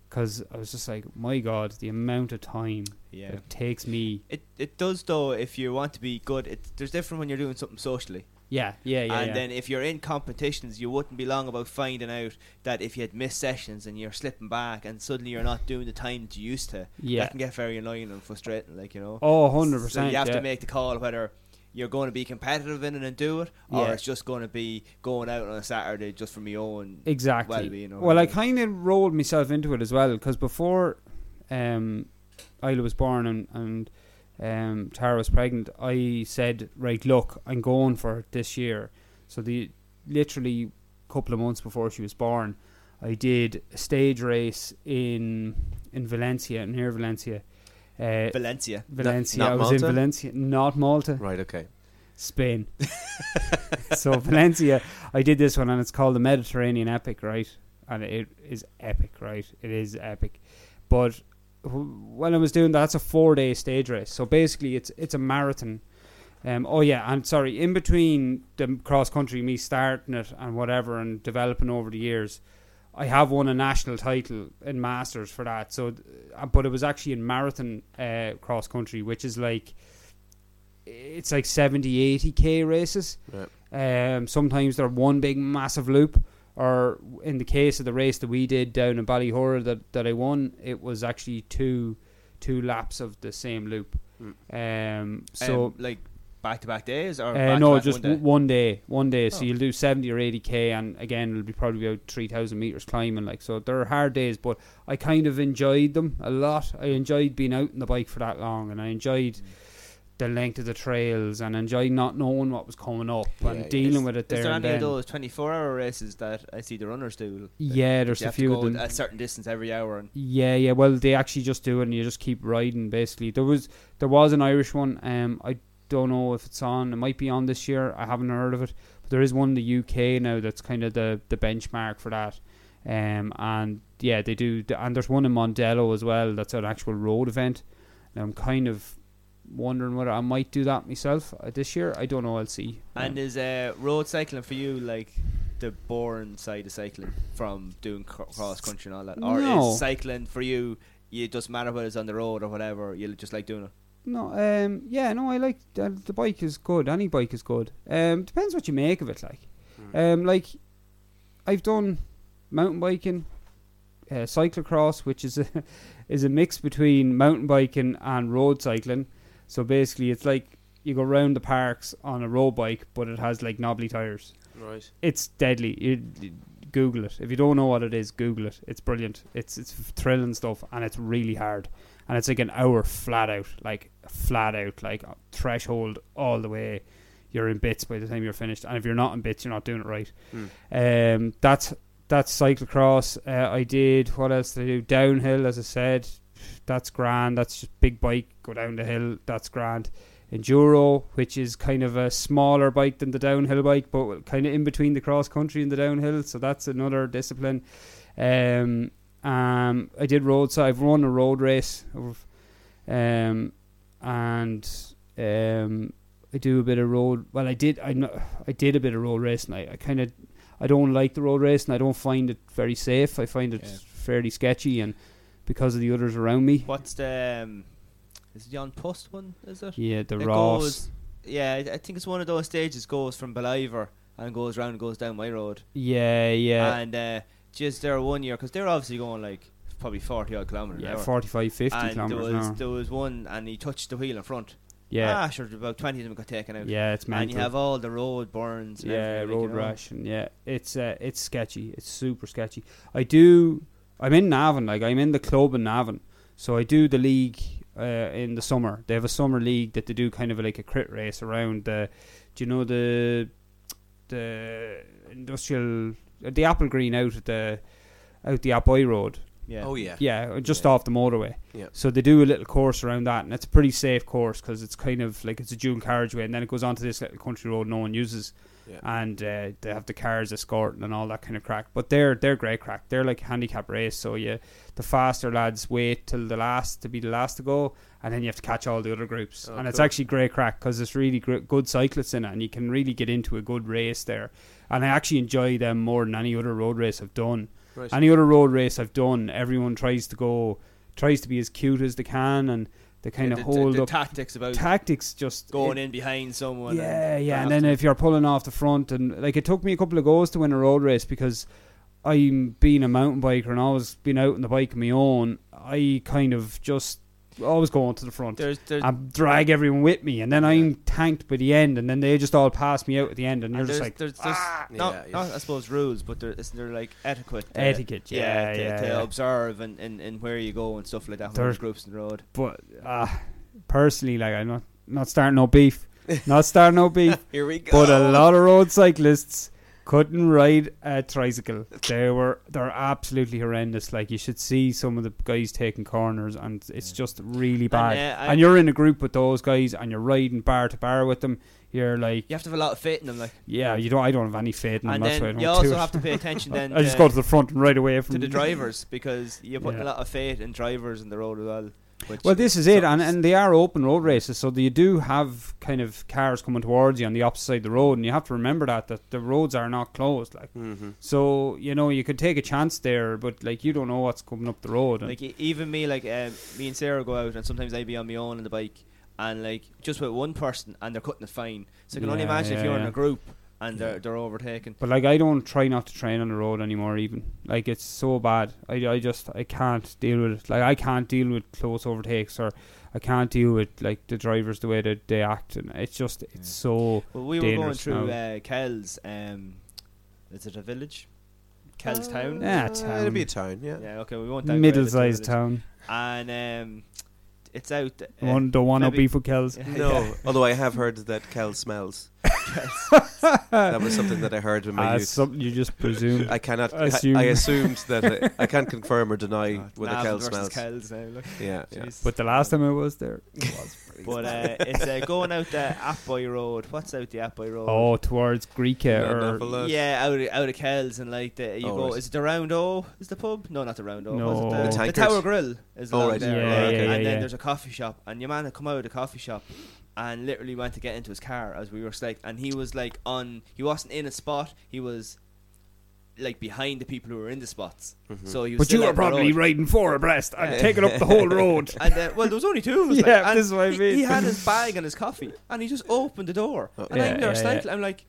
Speaker 4: because I was just like, my God, the amount of time
Speaker 7: Yeah.
Speaker 4: it takes me.
Speaker 7: It it does though. If you want to be good, it, there's different when you're doing something socially.
Speaker 4: Yeah, yeah, yeah.
Speaker 7: and
Speaker 4: yeah.
Speaker 7: then if you're in competitions, you wouldn't be long about finding out that if you had missed sessions and you're slipping back and suddenly you're not doing the time that you used to,
Speaker 4: Yeah.
Speaker 7: that can get very annoying and frustrating. Like you know,
Speaker 4: oh, 100
Speaker 7: So
Speaker 4: percent.
Speaker 7: you have
Speaker 4: yeah.
Speaker 7: to make the call whether you're going to be competitive in it and do it, or
Speaker 4: Yeah.
Speaker 7: it's just going to be going out on a Saturday just for me own.
Speaker 4: exactly.
Speaker 7: well-being or
Speaker 4: well, I
Speaker 7: whatever.
Speaker 4: kind of rolled myself into it as well because before um, Isla was born and and um, Tara was pregnant, I said, right, look, I'm going for it this year. So the literally couple of months before she was born, I did a stage race in in Valencia near Valencia. Uh,
Speaker 7: Valencia.
Speaker 4: Valencia.
Speaker 3: not
Speaker 4: I was
Speaker 3: Malta?
Speaker 4: in Valencia, not Malta.
Speaker 3: Right. Okay.
Speaker 4: Spain. so Valencia, I did this one, and it's called the Mediterranean Epic, right? And it is epic, right? It is epic. But wh- when I was doing that, that's a four-day stage race. So basically, it's it's a marathon. Um, oh yeah, and sorry, in between the cross country, me starting it and whatever, and developing over the years, I have won a national title in masters for that. So, th- uh, but it was actually in marathon uh, cross country, which is like it's like 70 80 k races um sometimes they're one big massive loop or in the case of the race that we did down in Ballyhora that, that I won it was actually two two laps of the same loop um so
Speaker 7: Um, like back to back days or
Speaker 4: uh,
Speaker 7: back
Speaker 4: no,
Speaker 7: to back
Speaker 4: just
Speaker 7: one day? Oh.
Speaker 4: w- one day. One day. So you'll do 70 or 80k, and again, it'll be probably about 3,000 meters climbing. Like so, they're hard days, but I kind of enjoyed them a lot. I enjoyed being out on the bike for that long, and I enjoyed
Speaker 7: Mm.
Speaker 4: the length of the trails, and enjoyed not knowing what was coming up and dealing with it there.
Speaker 7: Is there
Speaker 4: and
Speaker 7: any of
Speaker 4: then.
Speaker 7: those 24 hour races that I see the runners do? that
Speaker 4: Yeah, there's
Speaker 7: you
Speaker 4: a
Speaker 7: have to
Speaker 4: few of
Speaker 7: go
Speaker 4: them.
Speaker 7: A certain distance every hour. And
Speaker 4: Yeah, yeah. Well, they actually just do it, and you just keep riding. Basically, there was there was an Irish one. Um, I don't know if it's on. It might be on this year. I haven't heard of it, but there is one in the UK now that's kind of the the benchmark for that. Um, and yeah, they do. And there's one in Mondello as well. That's an actual road event. And I'm kind of wondering whether I might do that myself uh, this year. I don't know. I'll see.
Speaker 7: and is uh, road cycling for you like the boring side of cycling from doing cr- cross country and all that, or
Speaker 4: No.
Speaker 7: is cycling for you? It doesn't matter whether it's on the road or whatever. You just like doing it.
Speaker 4: No, um, yeah, no, I like uh, the bike is good. Any bike is good. Um, depends what you make of it. Like, um, like I've done mountain biking, uh, cyclocross, which is a is a mix between mountain biking and road cycling. So basically, it's like you go round the parks on a road bike, but it has like knobbly tires.
Speaker 8: Right.
Speaker 4: It's deadly. You, you- Google it if you don't know what it is. Google it. It's brilliant. It's it's thrilling stuff, and it's really hard. And it's like an hour flat out, like flat out, like threshold all the way. You're in bits by the time you're finished, and if you're not in bits, you're not doing it right. Um, that's that's cyclocross. Uh, I did what else did I do? Downhill, as I said, that's grand. That's just big bike, go down the hill. That's grand. Enduro, which is kind of a smaller bike than the downhill bike, but kind of in between the cross country and the downhill. So that's another discipline. Um, um, I did road. So I've run a road race, I've- um, and um, I do a bit of road. Well, I did. I kno- I did a bit of road racing. I, I kind of I don't like the road racing. I don't find it very safe. I find it
Speaker 2: Yeah.
Speaker 4: fairly sketchy, and because of the others around me,
Speaker 2: What's the um, is it John Post one? Is it?
Speaker 4: yeah, the
Speaker 2: It
Speaker 4: Ross.
Speaker 2: goes- yeah, I I think it's one of those stages goes from Believer and goes round and goes down my road.
Speaker 4: Yeah, yeah.
Speaker 2: And uh, just there one year because they're obviously going like probably forty odd kilometers. an
Speaker 4: yeah,
Speaker 2: hour.
Speaker 4: 45, 50
Speaker 2: and there
Speaker 4: kilometers an
Speaker 2: was
Speaker 4: hour.
Speaker 2: there was one and he touched the wheel in front.
Speaker 4: Yeah,
Speaker 2: ah, sure, about twenty of them got taken out.
Speaker 4: yeah, it's mental.
Speaker 2: and you have all the road burns. And
Speaker 4: yeah,
Speaker 2: everything, like,
Speaker 4: road
Speaker 2: you know.
Speaker 4: rash and yeah, it's uh, it's sketchy. It's super sketchy. I do. I'm in Navan, like I'm in the club in Navan, so I do the league uh, in the summer. They have a summer league that they do kind of like a crit race around the. Do you know the the industrial the apple green out at the out the Appoy Road?
Speaker 2: Yeah.
Speaker 8: Oh yeah.
Speaker 4: Yeah, just off the motorway.
Speaker 8: Yeah.
Speaker 4: So they do a little course around that, and it's a pretty safe course because it's kind of like it's a dual carriageway, and then it goes onto this little country road no one uses,
Speaker 8: Yeah.
Speaker 4: and uh, they have the cars escorting and all that kind of crack. But they're they're great crack. They're like handicap race, so yeah, the faster lads wait till the last to be the last to go, and then you have to catch all the other groups,
Speaker 8: Oh,
Speaker 4: and it's
Speaker 8: cool.
Speaker 4: actually great crack because there's really gr- good cyclists in it, and you can really get into a good race there. And I actually enjoy them more than any other road race I've done
Speaker 8: Right.
Speaker 4: any other road race I've done, everyone tries to go, tries to be as cute as they can, and they kind
Speaker 7: The-
Speaker 4: of
Speaker 7: the,
Speaker 4: hold
Speaker 7: the, the
Speaker 4: up
Speaker 7: tactics about
Speaker 4: tactics. Just
Speaker 7: going in behind someone.
Speaker 4: yeah,
Speaker 7: and
Speaker 4: yeah, and then if you're pulling off the front, and like it took me a couple of goes to win a road race because I'm being a mountain biker and always been out on the bike on my own. I kind of just always go on to the front.
Speaker 2: There's, there's,
Speaker 4: I drag everyone with me, and then I'm tanked by the end, and then they just all pass me out at the end, and,
Speaker 2: and
Speaker 4: you're
Speaker 2: there's,
Speaker 4: just like "Ah!"
Speaker 2: there's, there's not,
Speaker 8: Yeah, yeah.
Speaker 2: not I suppose rules, but there isn't there like etiquette. uh,
Speaker 4: etiquette. Yeah, yeah,
Speaker 2: to,
Speaker 4: yeah,
Speaker 2: to observe and, and, and where you go and stuff like that. when
Speaker 4: There's-
Speaker 2: There's groups in the road.
Speaker 4: but uh, personally, like I'm not not starting no beef, not starting no beef.
Speaker 8: Here we go.
Speaker 4: but uh, a lot of road cyclists couldn't ride a tricycle. They were they're absolutely horrendous. Like you should see some of the guys taking corners, and it's just really bad. And,
Speaker 2: uh, I-
Speaker 4: you're in a group with those guys, and you're riding bar to bar with them. You're like,
Speaker 2: You have to have a lot of faith in them, like,
Speaker 4: yeah, you don't. I don't have any faith in them.
Speaker 2: and
Speaker 4: That's why I
Speaker 2: then
Speaker 4: don't
Speaker 2: you
Speaker 4: do
Speaker 2: also
Speaker 4: it.
Speaker 2: have to pay attention. Then uh,
Speaker 4: I just go to the front and ride away from
Speaker 2: to the
Speaker 4: them.
Speaker 2: drivers because you're putting
Speaker 4: Yeah.
Speaker 2: a lot of faith in drivers in the road as well. Which
Speaker 4: Well, this is it, and, and they are open road races, so you do have kind of cars coming towards you on the opposite side of the road, and you have to remember that that the roads are not closed, like
Speaker 8: Mm-hmm.
Speaker 4: so you know you could take a chance there, but like you don't know what's coming up the road. And
Speaker 2: like e- even me, like um, me and Sarah go out, and sometimes I be on my own on the bike, and like just with one person, and they're cutting it fine. So I can only
Speaker 4: Yeah,
Speaker 2: imagine
Speaker 4: yeah,
Speaker 2: if you're in
Speaker 4: yeah.
Speaker 2: a group and they're they're overtaking.
Speaker 4: but like I don't try not to train on the road anymore, even like it's so bad. I, I just I can't deal with it. Like I can't deal with close overtakes, or I can't deal with like the drivers the way that they act, and it's just it's so
Speaker 2: Well, we were going
Speaker 4: Dangerous
Speaker 2: through
Speaker 4: now.
Speaker 2: uh, Kells. Um, is it a village? Kells
Speaker 3: Oh.
Speaker 2: town.
Speaker 4: Yeah,
Speaker 8: Uh, it'd be a
Speaker 4: town.
Speaker 8: town. Yeah.
Speaker 2: Yeah, okay, we won't. downgrade it to a
Speaker 4: middle-sized
Speaker 2: village.
Speaker 4: town.
Speaker 2: and um, it's out. uh,
Speaker 4: One don't want no
Speaker 2: maybe-
Speaker 4: beef with Kells.
Speaker 3: No, although I have heard that Kel smells. that was something that I heard in my
Speaker 4: Ah,
Speaker 3: youth.
Speaker 4: something you just presume.
Speaker 3: I cannot. I-
Speaker 4: Assume.
Speaker 3: I, assumed that I, I can't confirm or deny whether
Speaker 2: Navan
Speaker 3: Kel
Speaker 2: versus
Speaker 3: smells.
Speaker 2: Kells now, look.
Speaker 3: Yeah, yeah.
Speaker 2: Jesus.
Speaker 4: but the last time I was there, was pretty
Speaker 2: But uh, it's uh, going out the Appboy Road. What's out the Appboy Road?
Speaker 4: oh, towards Greek or
Speaker 3: Enough of that.
Speaker 2: Yeah, out of, out of Kells and like the, you
Speaker 3: Oh,
Speaker 2: go.
Speaker 3: right.
Speaker 2: Is it the Round O? Is the pub? No, not the Round O.
Speaker 4: No.
Speaker 2: was
Speaker 4: The
Speaker 2: it the, the
Speaker 3: Tankard.
Speaker 2: Tower Grill is
Speaker 3: Oh,
Speaker 2: along
Speaker 3: right.
Speaker 2: there.
Speaker 4: Yeah,
Speaker 2: right?
Speaker 4: yeah,
Speaker 2: and
Speaker 4: yeah,
Speaker 2: then
Speaker 4: yeah.
Speaker 2: there's a coffee shop, and your man had come out of the coffee shop, and literally went to get into his car as we were like, and he was like on. He wasn't in a spot. He was like behind the people who were in the spots.
Speaker 3: Mm-hmm.
Speaker 2: So he was.
Speaker 4: But
Speaker 2: still
Speaker 4: you
Speaker 2: out
Speaker 4: were
Speaker 2: on the
Speaker 4: probably
Speaker 2: road.
Speaker 4: riding four abreast and taking up the whole road.
Speaker 2: And uh, well, there was only two of us. like,
Speaker 4: Yeah,
Speaker 2: and
Speaker 4: this is what I
Speaker 2: he,
Speaker 4: mean.
Speaker 2: he had his bag and his coffee, and he just opened the door. And
Speaker 4: Yeah,
Speaker 2: I'm there,
Speaker 4: yeah,
Speaker 2: cycling. I'm like,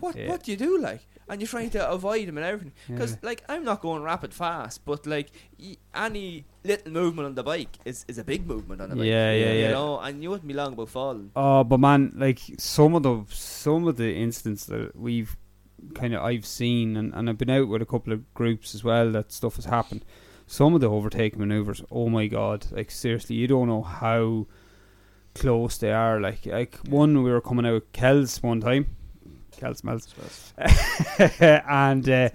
Speaker 7: what
Speaker 4: Yeah.
Speaker 7: what do you do like? And you're trying to avoid them and everything because like I'm not going rapid fast, but like y- any little movement on the bike is, is a big movement on the bike.
Speaker 4: Yeah, yeah,
Speaker 7: you
Speaker 4: yeah.
Speaker 7: know, and you wouldn't be long about falling.
Speaker 4: Oh, but man, like some of the some of the incidents that we've kind of I've seen, and, and I've been out with a couple of groups as well. That stuff has happened. Some of the overtake maneuvers. Oh my god! Like seriously, you don't know how close they are. Like like one, we were coming out of Kells one time. Kells smells. and uh,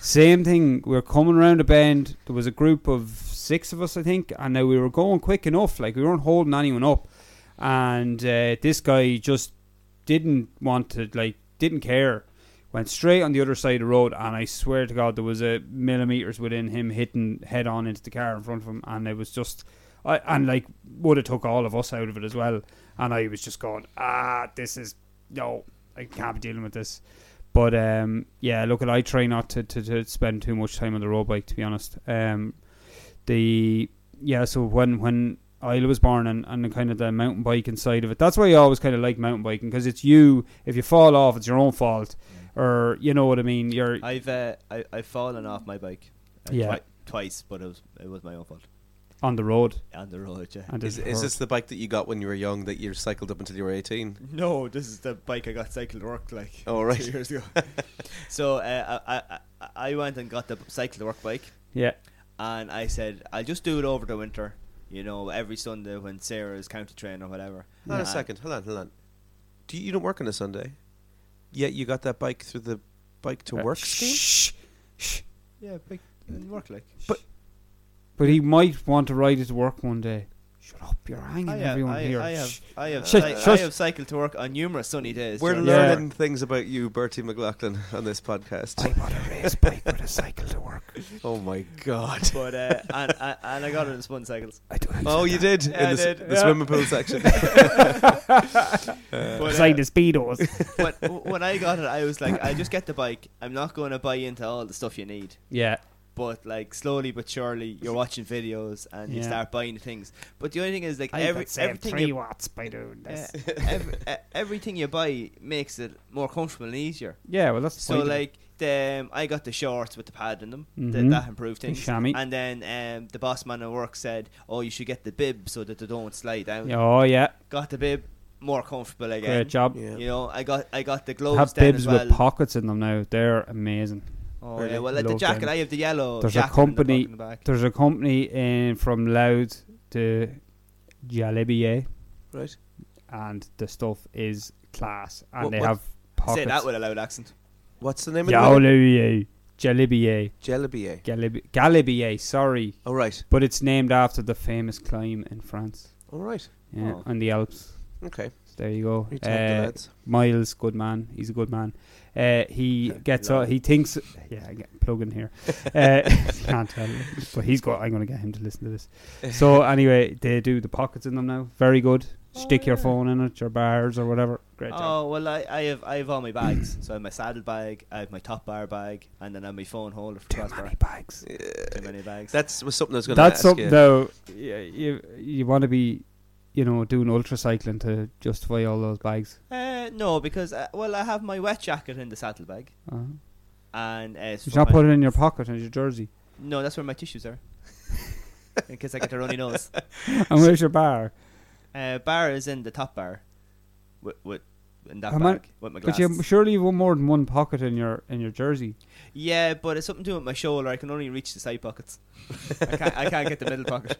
Speaker 4: same thing. We were coming round a bend. There was a group of six of us, I think, and now we were going quick enough. Like we weren't holding anyone up, and uh, this guy just didn't want to, like, didn't care. Went straight on the other side of the road, and I swear to God, there was a millimeters within him hitting head on into the car in front of him, and it was just, I and like would have took all of us out of it as well. And I was just going, ah, this is no, I can't be dealing with this. But um, yeah, look, I try not to, to, to spend too much time on the road bike, to be honest. Um, the yeah, so when when Isla was born and, and the kind of the mountain biking side of it, that's why I always kind of like mountain biking because it's you. If you fall off, it's your own fault,
Speaker 3: Mm.
Speaker 4: or you know what I mean. You're
Speaker 2: I've uh, I, I've fallen off my bike. Uh,
Speaker 4: Yeah.
Speaker 2: twi- twice, but it was it was my own fault.
Speaker 4: on the road,
Speaker 2: On the road, yeah.
Speaker 4: and
Speaker 3: Is,
Speaker 4: it
Speaker 3: is
Speaker 4: hurt.
Speaker 3: this the bike that you got when you were young that you cycled up until you were 18?
Speaker 2: No, this is the bike I got cycled to work like
Speaker 3: Oh, right.
Speaker 2: two years ago. so uh, I, I- I I went and got the cycle to work bike,
Speaker 4: yeah,
Speaker 2: and I said I'll just do it over the winter. You know, every Sunday when Sarah is county train or whatever.
Speaker 3: Hold on a
Speaker 2: And-
Speaker 3: second. Hold on, hold on. Do you, you don't work on a Sunday? Yet you got that bike through the bike to
Speaker 4: Uh,
Speaker 3: work scheme.
Speaker 4: Shh, shh.
Speaker 2: Yeah, big and work like.
Speaker 4: But he might want to ride it to work one day. Shut up! You're hanging
Speaker 2: I have,
Speaker 4: everyone
Speaker 2: I,
Speaker 4: here.
Speaker 2: I
Speaker 4: Shh.
Speaker 2: have, I have,
Speaker 4: Shush,
Speaker 2: cy- I
Speaker 4: shush.
Speaker 2: have cycled to work on numerous sunny days.
Speaker 3: We're
Speaker 2: during-
Speaker 4: Yeah.
Speaker 3: learning things about you, Bertie McLaughlin, on this podcast.
Speaker 4: I want a race bike with a cycle to work.
Speaker 3: oh my god!
Speaker 2: but uh, and, and, and I got it in spun cycles.
Speaker 4: I do.
Speaker 3: Oh, you did
Speaker 2: Yeah, I
Speaker 3: in the, s-
Speaker 2: did.
Speaker 3: the
Speaker 2: Yeah.
Speaker 3: swimming pool section.
Speaker 2: But, uh,
Speaker 4: Beside the speedos.
Speaker 2: but w- when I got it, I was like, I just get the bike. I'm not going to buy into all the stuff you need.
Speaker 4: yeah,
Speaker 2: But like slowly but surely, you're watching videos and you
Speaker 4: Yeah.
Speaker 2: start buying things. But the only thing is like
Speaker 6: I
Speaker 2: every
Speaker 6: could save
Speaker 2: everything
Speaker 6: three
Speaker 2: you
Speaker 6: watts by doing
Speaker 2: uh,
Speaker 6: this.
Speaker 2: ev- uh, everything you buy makes it more comfortable and easier.
Speaker 4: yeah. Well, that's the
Speaker 2: So
Speaker 4: point.
Speaker 2: like the um, I got the shorts with the pad in them. Th-
Speaker 4: Mhm.
Speaker 2: that improved things.
Speaker 4: chamois.
Speaker 2: And then um, the boss man at work said, "Oh, you should get the bib so that they don't slide down."
Speaker 4: Oh yeah,
Speaker 2: Got the bib, more comfortable again.
Speaker 4: great job.
Speaker 3: Yeah.
Speaker 2: You know, I got I got the gloves.
Speaker 4: Have
Speaker 2: then as
Speaker 4: bibs
Speaker 2: well.
Speaker 4: with pockets in them now. They're amazing.
Speaker 2: Oh
Speaker 4: Really?
Speaker 2: yeah, well, like the
Speaker 4: Love
Speaker 2: jacket.
Speaker 4: them.
Speaker 2: I have the yellow.
Speaker 4: There's a
Speaker 2: jacket in the
Speaker 4: company-
Speaker 2: back and the back.
Speaker 4: There's a company in from Loud to Jalibier,
Speaker 3: right.
Speaker 4: and the stuff is class, and
Speaker 3: What-
Speaker 4: they
Speaker 3: what-
Speaker 4: have pockets.
Speaker 2: Say that with a loud accent.
Speaker 3: What's the name of the
Speaker 4: Jalibier, Jalibier,
Speaker 3: Jalabier?
Speaker 4: Galib- Galibier. Sorry,
Speaker 3: All right.
Speaker 4: but it's named after the famous climb in France,
Speaker 3: All right.
Speaker 4: yeah,
Speaker 2: Oh.
Speaker 4: on the Alps.
Speaker 3: Okay.
Speaker 4: So there you go.
Speaker 3: We tagged the
Speaker 4: Uh,
Speaker 3: lads.
Speaker 4: Miles, good man. He's a good man. Uh, he gets
Speaker 3: love
Speaker 4: on.
Speaker 3: it.
Speaker 4: He thinks. Yeah, I get plug in here. Uh, can't tell, but he's got. I'm going to get him to listen to this. So anyway, they do the pockets in them now. Very good. Stick
Speaker 3: Oh,
Speaker 4: your phone in it, your bars or whatever. Great job.
Speaker 2: Oh well, I, I have I have all my bags. so I have my saddle bag, I have my top bar bag, and then I have my phone holder for
Speaker 4: Too
Speaker 2: crossbar.
Speaker 4: many bags.
Speaker 2: Too many bags.
Speaker 3: That's was something I was going to ask
Speaker 4: That's something
Speaker 3: you.
Speaker 4: though. yeah, You you want to be, you know, doing ultra cycling to justify all those bags.
Speaker 2: Uh, no, because uh, well, I have my wet jacket in the saddlebag,
Speaker 4: Uh,
Speaker 2: and uh, it's
Speaker 4: you
Speaker 2: for
Speaker 4: not
Speaker 2: my-
Speaker 4: put it in your pocket in your jersey.
Speaker 2: No, that's where my tissues are. in case I get a runny nose.
Speaker 4: And where's your bar?
Speaker 2: Uh, bar is in the top bar, with, with in that
Speaker 4: Am I-
Speaker 2: bag with my
Speaker 4: But
Speaker 2: glasses.
Speaker 4: you surely you've more than one pocket in your in your jersey.
Speaker 2: yeah, but it's something to do with my shoulder. I can only reach the side pockets. I can't. I can't get the middle pocket.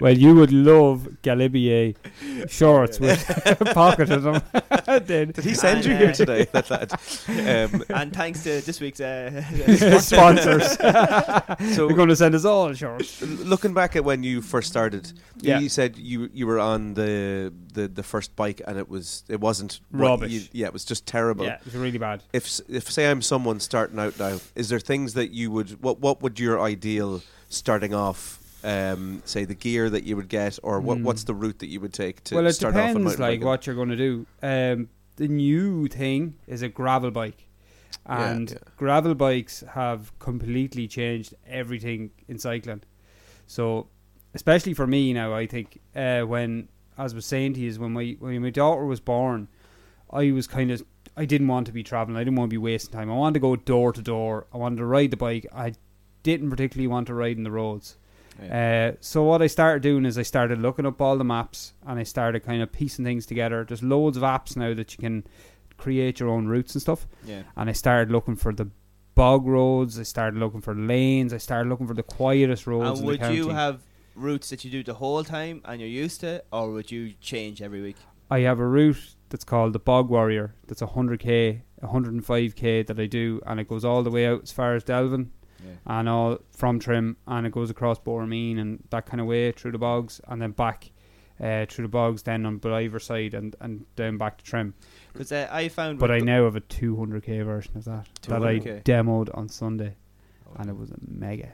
Speaker 4: Well, you would love Galibier shorts with pocket in them. Then
Speaker 3: Did he send you
Speaker 2: And,
Speaker 3: here
Speaker 2: uh,
Speaker 3: today? That lad. Um,
Speaker 2: And thanks to this week's uh,
Speaker 4: sponsors.
Speaker 3: so
Speaker 4: We're going to send us all shorts.
Speaker 3: L- looking back at when you first started,
Speaker 4: Yeah.
Speaker 3: you said you you were on the, the the first bike and it was it wasn't what
Speaker 4: Rubbish.
Speaker 3: you- yeah, it was just terrible.
Speaker 4: Yeah, it's really bad.
Speaker 3: If s- if say I'm someone starting out now, is there things that you would what what would your ideal starting off? Um, say the gear that you would get, or what,
Speaker 4: Hmm.
Speaker 3: what's the route that you would take to
Speaker 4: well, it
Speaker 3: start off? on
Speaker 4: depends
Speaker 3: mountain
Speaker 4: like
Speaker 3: biking?
Speaker 4: what you're going to do. Um, the new thing is a gravel bike,
Speaker 3: Yeah,
Speaker 4: and
Speaker 3: yeah.
Speaker 4: gravel bikes have completely changed everything in cycling. So, especially for me now, I think uh, when as was saying to you, is when my when my daughter was born, I was kind of I didn't want to be traveling. I didn't want to be wasting time. I wanted to go door to door. I wanted to ride the bike. I didn't particularly want to ride in the roads. Uh, so what I started doing is I started looking up all the maps and I started kind of piecing things together. There's loads of apps now that you can create your own routes and stuff.
Speaker 2: Yeah.
Speaker 4: And I started looking for the bog roads. I started looking for lanes. I started looking for the quietest roads.
Speaker 2: And
Speaker 4: in
Speaker 2: would
Speaker 4: the county.
Speaker 2: you have routes that you do the whole time and you're used to, it, or would you change every week?
Speaker 4: I have a route that's called the Bog Warrior. That's 100k, 105k that I do, and it goes all the way out as far as Delvin,
Speaker 2: Yeah.
Speaker 4: and all from Trim, and it goes across Bormeen and that kind of way through the bogs, and then back uh, through the bogs, then on Beliver side, and, and down back to Trim.
Speaker 2: Because uh, I found.
Speaker 4: But I
Speaker 2: with the-
Speaker 4: now have a 200k version of that that I
Speaker 2: 200K.
Speaker 4: demoed on Sunday, and it was a mega.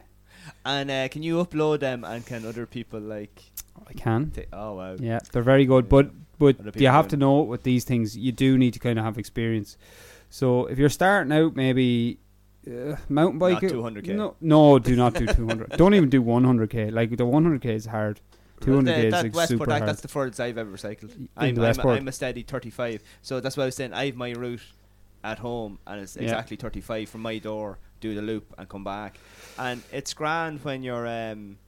Speaker 2: And uh, can you upload them and can other people like?
Speaker 4: I can.
Speaker 2: ta- oh wow.
Speaker 4: Yeah, they're very good,
Speaker 2: Yeah.
Speaker 4: but
Speaker 2: Other
Speaker 4: but you
Speaker 2: people
Speaker 4: have
Speaker 2: doing
Speaker 4: to know with these things, you do need to kind of have experience. So if you're starting out, maybe uh, mountain
Speaker 2: Not
Speaker 4: bike.
Speaker 2: 200K.
Speaker 4: No, no, do not do 200. Don't even do 100k. Like the 100k is hard. 200k
Speaker 2: The-
Speaker 4: is
Speaker 2: that
Speaker 4: like,
Speaker 2: Westport
Speaker 4: super
Speaker 2: Act,
Speaker 4: hard.
Speaker 2: that's the furthest I've ever cycled.
Speaker 4: In
Speaker 2: I'm,
Speaker 4: the
Speaker 2: I'm,
Speaker 4: Westport.
Speaker 2: I'm a steady 35, so that's why I was saying I have my route at home, and it's
Speaker 4: Yeah.
Speaker 2: exactly 35 from my door. Do the loop and come back, and it's grand when you're um,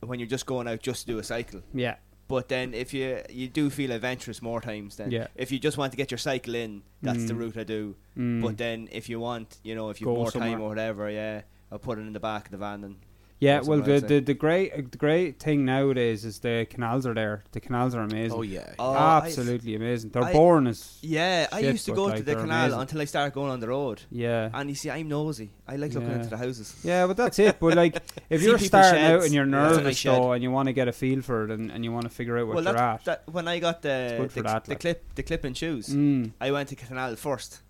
Speaker 2: when you're just going out just to do a cycle.
Speaker 4: yeah,
Speaker 2: But then if you you do feel adventurous more times, then
Speaker 4: Yeah.
Speaker 2: if you just want to get your cycle in, that's the
Speaker 4: Mm.
Speaker 2: route I do.
Speaker 4: Mm.
Speaker 2: But then if you want, you know, if you've
Speaker 4: Go
Speaker 2: more time
Speaker 4: somewhere.
Speaker 2: or whatever, yeah, I'll put it in the back of the van and
Speaker 4: yeah.
Speaker 2: that's
Speaker 4: Well,
Speaker 2: what I'd
Speaker 4: the,
Speaker 2: say.
Speaker 4: the the great uh, the great thing nowadays is the canals are there. The canals are amazing.
Speaker 3: yeah.
Speaker 2: Oh, I-
Speaker 4: absolutely amazing. They're
Speaker 2: I-
Speaker 4: born as
Speaker 2: Yeah, I
Speaker 4: Shit,
Speaker 2: used to
Speaker 4: but,
Speaker 2: go
Speaker 4: like,
Speaker 2: to the
Speaker 4: they're
Speaker 2: canal
Speaker 4: amazing.
Speaker 2: until I started going on the road.
Speaker 4: yeah.
Speaker 2: And you see, I'm nosy. I like looking
Speaker 4: Yeah.
Speaker 2: into the houses.
Speaker 4: Yeah, but that's it. But like, if
Speaker 2: See
Speaker 4: you're
Speaker 2: people's
Speaker 4: starting out
Speaker 2: sheds.
Speaker 4: and you're
Speaker 2: Yeah, that's what I
Speaker 4: nervous
Speaker 2: shed.
Speaker 4: though, and you want to get a feel for it, and, and you want to figure out what
Speaker 2: well,
Speaker 4: you're
Speaker 2: that's,
Speaker 4: at,
Speaker 2: that when I got
Speaker 4: It's
Speaker 2: the
Speaker 4: good for
Speaker 2: the,
Speaker 4: that,
Speaker 2: the
Speaker 4: like.
Speaker 2: clip the clip and shoes,
Speaker 4: mm,
Speaker 2: I went to Canal first,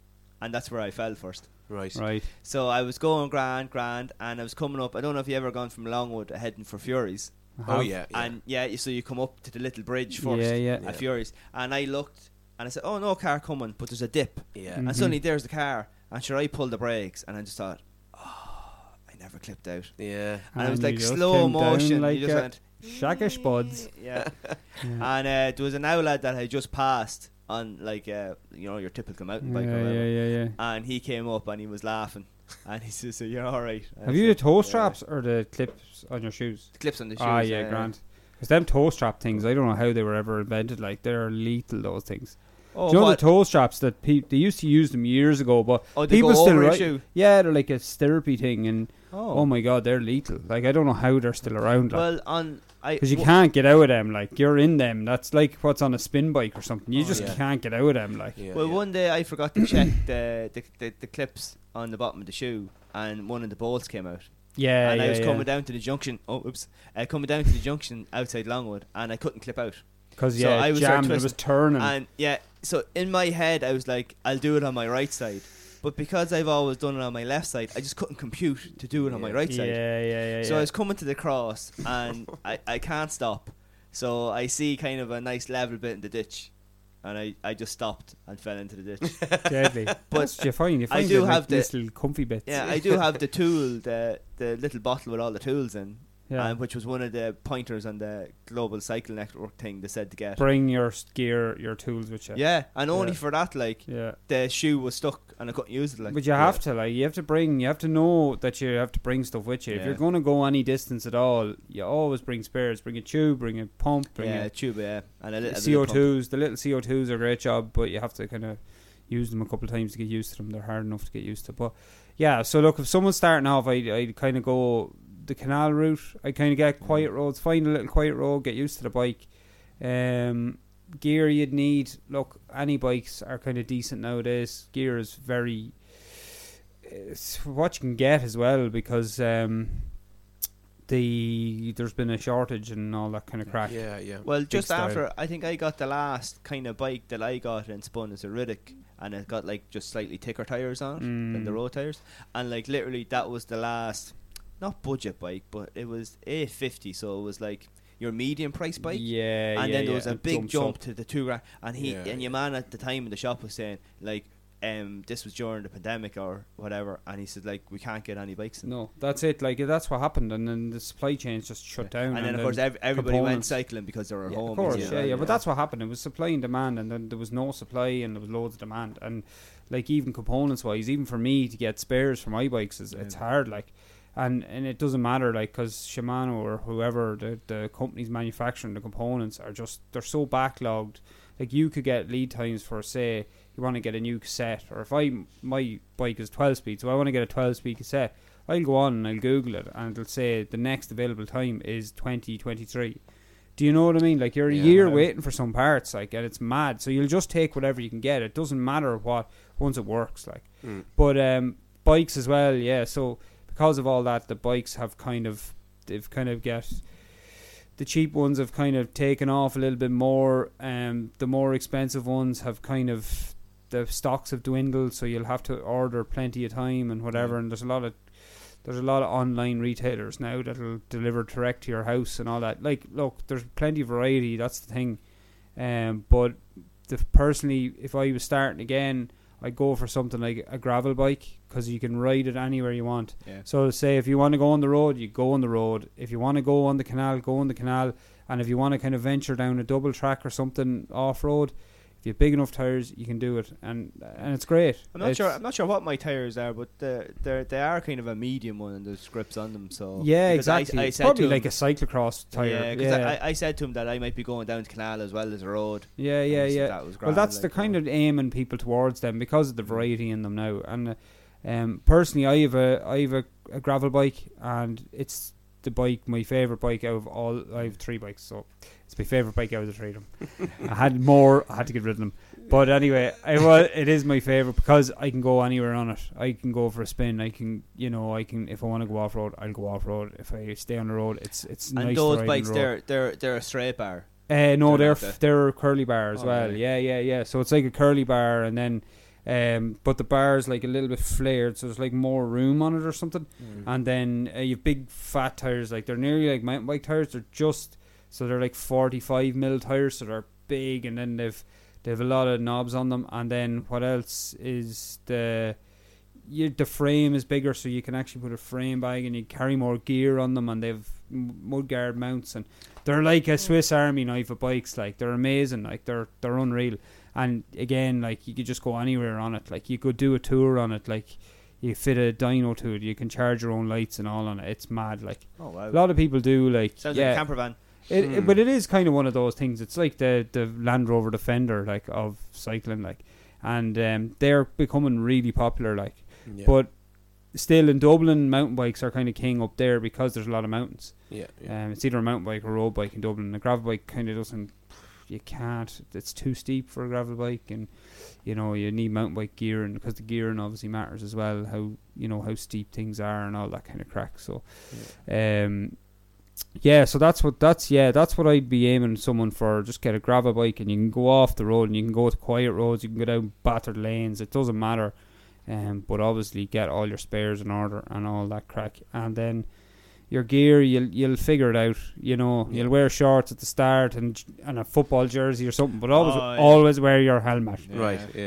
Speaker 2: and that's where I fell first.
Speaker 9: Right.
Speaker 4: right?
Speaker 2: So I was going grand, grand, and I was coming up. I don't know if you ever gone from Longwood heading for Furies,
Speaker 3: Oh yeah. yeah.
Speaker 2: and yeah, you- so you come up to the little bridge first
Speaker 4: Yeah, yeah.
Speaker 2: at Furies, and I looked and I said, "Oh no, car coming," but there's a dip,
Speaker 3: yeah.
Speaker 4: Mm. Mhm.
Speaker 2: and suddenly there's the car, and sure I pulled the brakes, and I just thought, "Oh, I never clipped out."
Speaker 3: Yeah.
Speaker 2: and, it was
Speaker 4: And
Speaker 2: like
Speaker 4: you just
Speaker 2: slow
Speaker 4: came down
Speaker 2: motion.
Speaker 4: like
Speaker 2: you just
Speaker 4: a
Speaker 2: went
Speaker 4: Shaggish buds.
Speaker 2: yeah.
Speaker 4: Yeah,
Speaker 2: and uh, there was an owl lad that I just passed on like uh, you know your typical mountain
Speaker 4: yeah,
Speaker 2: bike or
Speaker 4: yeah,
Speaker 2: whatever,
Speaker 4: yeah. yeah.
Speaker 2: and he came up and he was laughing, and he says, "You're all right." And I
Speaker 4: Have you the
Speaker 2: said,
Speaker 4: toe
Speaker 2: "Yeah."
Speaker 4: straps or the clips on your shoes?
Speaker 2: The clips on the shoes.
Speaker 4: ah, yeah, grand. Because them toe strap things, I don't know how they were ever invented. Like they're lethal. Those things.
Speaker 2: Oh,
Speaker 4: Do you know
Speaker 2: what?
Speaker 4: the toe straps that people they used to use them years ago, but
Speaker 2: Oh, they
Speaker 4: people
Speaker 2: go
Speaker 4: still
Speaker 2: over your
Speaker 4: ri-
Speaker 2: shoe?
Speaker 4: Yeah, they're like a stirrupy thing, and oh.
Speaker 2: Oh.
Speaker 4: my god, they're lethal. Like I don't know how they're still around. Like.
Speaker 2: well, on I
Speaker 4: Because you
Speaker 2: wha-
Speaker 4: can't get out of them, like you're in them. That's like what's on a spin bike or something. You
Speaker 3: Oh,
Speaker 4: just
Speaker 3: yeah.
Speaker 4: can't get out of them, like.
Speaker 3: Yeah,
Speaker 2: Well,
Speaker 3: yeah.
Speaker 2: one day I forgot to check the, the, the the clips on the bottom of the shoe, and one of the bolts came out.
Speaker 4: Yeah,
Speaker 2: and
Speaker 4: yeah,
Speaker 2: I was
Speaker 4: yeah.
Speaker 2: coming down to the junction. Oh, oops! Uh, coming down to the junction outside Longwood, and I couldn't clip out.
Speaker 4: Because
Speaker 2: So
Speaker 4: yeah,
Speaker 2: I
Speaker 4: it
Speaker 2: was sort of
Speaker 4: jammed. It was
Speaker 2: twisting-
Speaker 4: turning.
Speaker 2: And yeah, so in my head, I was like, I'll do it on my right side. But because I've always done it on my left side, I just couldn't compute to do it on my
Speaker 3: Yeah.
Speaker 2: right
Speaker 4: yeah,
Speaker 2: side.
Speaker 4: yeah, yeah, yeah.
Speaker 2: So I was coming to the cross and I, I can't stop. So I see kind of a nice level bit in the ditch. And I, I just stopped and fell into the ditch.
Speaker 4: deadly. but you find you
Speaker 2: I
Speaker 4: find
Speaker 2: do
Speaker 4: the, like,
Speaker 2: have the-
Speaker 4: this little comfy bits.
Speaker 2: yeah, I do have the tool, the the little bottle with all the tools in,
Speaker 4: Yeah.
Speaker 2: and which was one of the pointers on the global cycle network thing they said to get.
Speaker 4: Bring your s- gear, your tools with you.
Speaker 2: Yeah, and only
Speaker 4: Yeah.
Speaker 2: for that, like
Speaker 4: yeah.
Speaker 2: the shoe was stuck and I couldn't use it. Like,
Speaker 4: but you have to like you have to bring you have to know that you have to bring stuff with you. If
Speaker 2: Yeah.
Speaker 4: you're going to go any distance at all, you always bring spares. Bring a tube, bring a pump, bring
Speaker 2: yeah,
Speaker 4: a
Speaker 2: tube, yeah, and a little a little
Speaker 4: CO
Speaker 2: pump.
Speaker 4: twos. The little CO twos are a great job, but you have to kind of use them a couple of times to get used to them. They're hard enough to get used to. But yeah, so look, if someone's starting off, I I kind of go the canal route. I kind of
Speaker 2: Mm.
Speaker 4: get quiet roads, find a little quiet road, get used to the bike. Um, gear you'd need. Look, any bikes are kind of decent nowadays. Gear is very it's what you can get as well because um, the there's been a shortage and all that kind of crack.
Speaker 3: Yeah, yeah.
Speaker 2: Well, just
Speaker 4: style.
Speaker 2: after, I think I got the last kind of bike that I got and spun as a Riddick, and it got like just slightly thicker tires on it than the
Speaker 4: Mm.
Speaker 2: road tires, and like literally that was the last, not budget bike, but it was a fifty, so it was like your medium price bike.
Speaker 4: Yeah,
Speaker 2: And
Speaker 4: yeah,
Speaker 2: then
Speaker 4: yeah.
Speaker 2: there was a
Speaker 4: It
Speaker 2: big
Speaker 4: jumps up.
Speaker 2: jump to the two grand, and he
Speaker 3: Yeah,
Speaker 2: and your man at the time in the shop was saying like,
Speaker 7: um, this was during the pandemic or whatever, and he said like we can't get any bikes. In.
Speaker 4: No, that's it. Like that's what happened, and then the supply chains just shut down.
Speaker 7: And then of course ev- everybody went
Speaker 4: components-
Speaker 7: cycling because they were
Speaker 4: Yeah,
Speaker 7: home.
Speaker 4: of course,
Speaker 7: and
Speaker 4: yeah,
Speaker 7: stuff.
Speaker 4: yeah, But that's what happened. It was supply and demand, and then there was no supply, and there was loads of demand, and like even components wise, even for me to get spares for my bikes is it's hard. Like, and and it doesn't matter, like, because Shimano or whoever the the companies manufacturing the components are just they're so backlogged. Like you could get lead times for say you want to get a new cassette, or if I my bike is twelve speed, so I want to get a twelve speed cassette. I'll go on and I'll Google it, and it'll say the next available time is twenty twenty three. Do you know what I mean? Like you're a year waiting for some parts, like, and it's mad. So you'll just take whatever you can get. It doesn't matter what once it works, like. But um, bikes as well, yeah. So because of all that, the bikes have kind of they've kind of get the cheap ones have kind of taken off a little bit more. Um, the more expensive ones have kind of the stocks have dwindled, so you'll have to order plenty of time and whatever. And there's a lot of there's a lot of online retailers now that'll deliver direct to your house and all that. Like, look, there's plenty of variety. That's the thing. Um, but the, personally, if I was starting again, I'd go for something like a gravel bike because you can ride it anywhere you want.
Speaker 7: Yeah.
Speaker 4: So, say if you want to go on the road, you go on the road. If you want to go on the canal, go on the canal. And if you want to kind of venture down a double track or something off road, if you have big enough tires, you can do it, and and it's great.
Speaker 7: I'm not
Speaker 4: It's-
Speaker 7: sure. I'm not sure what my tires are, but they're, they're they are kind of a medium one, and there's grips on them. So
Speaker 4: Yeah,
Speaker 7: Because I-
Speaker 4: exactly.
Speaker 7: I
Speaker 4: It's
Speaker 7: said
Speaker 4: Probably
Speaker 7: to him-
Speaker 4: like a cyclocross tire.
Speaker 7: Yeah,
Speaker 4: Yeah,
Speaker 7: because
Speaker 4: yeah,
Speaker 7: I, I said to him that I might be going down to Canal as well as the road.
Speaker 4: yeah,
Speaker 7: And
Speaker 4: yeah.
Speaker 7: he said that was
Speaker 4: well,
Speaker 7: grand,
Speaker 4: that's the
Speaker 7: like, Mm.
Speaker 4: kind
Speaker 7: so-
Speaker 4: of aiming people towards them because of the variety in them now. And uh, um, personally, I have a I have a, a gravel bike, and it's the bike my favorite bike out of all. I have three bikes, so it's my favorite bike out of the three of them. I had more, I had to get rid of them. But anyway, it was it is my favorite because I can go anywhere on it. I can go for a spin. I can, you know, I can if I want to go off road, I'll go off road. If I stay on the road, it's it's nice.
Speaker 7: And
Speaker 4: to ride
Speaker 7: those
Speaker 4: on
Speaker 7: bikes,
Speaker 4: the road.
Speaker 7: they're they're they're a straight bar.
Speaker 4: Uh, no,
Speaker 7: They're
Speaker 4: they're
Speaker 7: like
Speaker 4: f- they're curly bar as
Speaker 7: Oh,
Speaker 4: well.
Speaker 7: really?
Speaker 4: Yeah, yeah, yeah. So it's like a curly bar, and then, um, but the bar is like a little bit flared, so there's like more room on it or something.
Speaker 7: Mm.
Speaker 4: And then uh, you've big fat tires, like they're nearly like mountain bike tires. They're just so they're like 45 mil tires, so they're big, and then they've they've a lot of knobs on them. And then what else is the you, the frame is bigger, so you can actually put a frame bag and you carry more gear on them, and they've mudguard mounts, and they're like a Swiss Army knife of bikes. Like they're amazing, like they're they're unreal. And again, like you could just go anywhere on it. Like you could do a tour on it. Like you fit a dyno to it. You can charge your own lights and all on it. It's mad. Like
Speaker 7: Oh
Speaker 4: a
Speaker 7: wow!
Speaker 4: lot of people do. Like
Speaker 7: Sounds like
Speaker 4: yeah,
Speaker 7: a Hmm. camper van.
Speaker 4: it, it- but it is kind of one of those things. It's like the the Land Rover Defender, like of cycling, like, and um, they're becoming really popular, like.
Speaker 3: Yeah.
Speaker 4: But still, in Dublin, mountain bikes are kind of king up there because there's a lot of mountains.
Speaker 3: Yeah,
Speaker 4: Um, it's either a mountain bike or a road bike in Dublin. A gravel bike kind of doesn't. You can't. It's too steep for a gravel bike, and you know you need mountain bike gear, and because the gearing obviously matters as well. How you know how steep things are and all that kind of crack. So, um, yeah. So that's what that's yeah that's what I'd be aiming someone for. Just get a gravel bike, and you can go off the road, and you can go to quiet roads, you can go down battered lanes. It doesn't matter. Um, but obviously get all your spares in order and all that crack, and then your gear you'll you'll figure it out you know you'll wear shorts at the start and j- and a football jersey or something but always
Speaker 7: Oh, yeah.
Speaker 4: always wear your helmet
Speaker 3: Right. Yeah.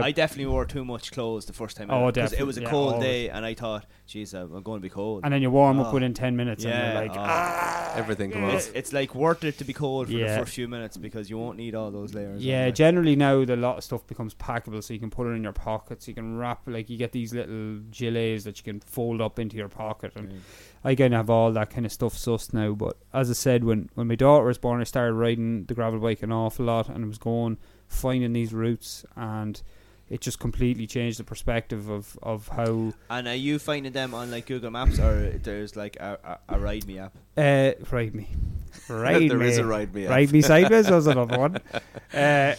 Speaker 3: yeah.
Speaker 7: I definitely wore too much clothes the first time.
Speaker 4: Oh,
Speaker 7: out, 'cause It
Speaker 4: definitely,
Speaker 7: was a
Speaker 4: yeah,
Speaker 7: cold
Speaker 4: always.
Speaker 7: day, and I thought, "Geez, I'm, I'm going to be cold."
Speaker 4: and then you warm
Speaker 7: Oh.
Speaker 4: up within 10 minutes and
Speaker 7: yeah,
Speaker 4: you're like "Ah,
Speaker 7: oh,
Speaker 3: Everything come
Speaker 7: it's,
Speaker 3: off.
Speaker 7: it's like worth it to be cold for
Speaker 4: Yeah.
Speaker 7: the first few minutes because you won't need all those layers.
Speaker 4: yeah
Speaker 7: on, like.
Speaker 4: generally now the lot of stuff becomes packable so you can put it in your pockets you can wrap like you get these little gilets that you can fold up into your pocket and I kind of have all that kind of stuff sussed now but as I said when when my daughter was born I started riding the gravel bike an awful lot and I was going finding these routes and it just completely changed the perspective of of how
Speaker 7: And are you finding them on like Google Maps or there's like a, a, a Ride Me app?
Speaker 4: Uh, ride me. Ride
Speaker 3: There
Speaker 4: me.
Speaker 3: is a ride me app.
Speaker 4: Ride me sideways was another one. Uh,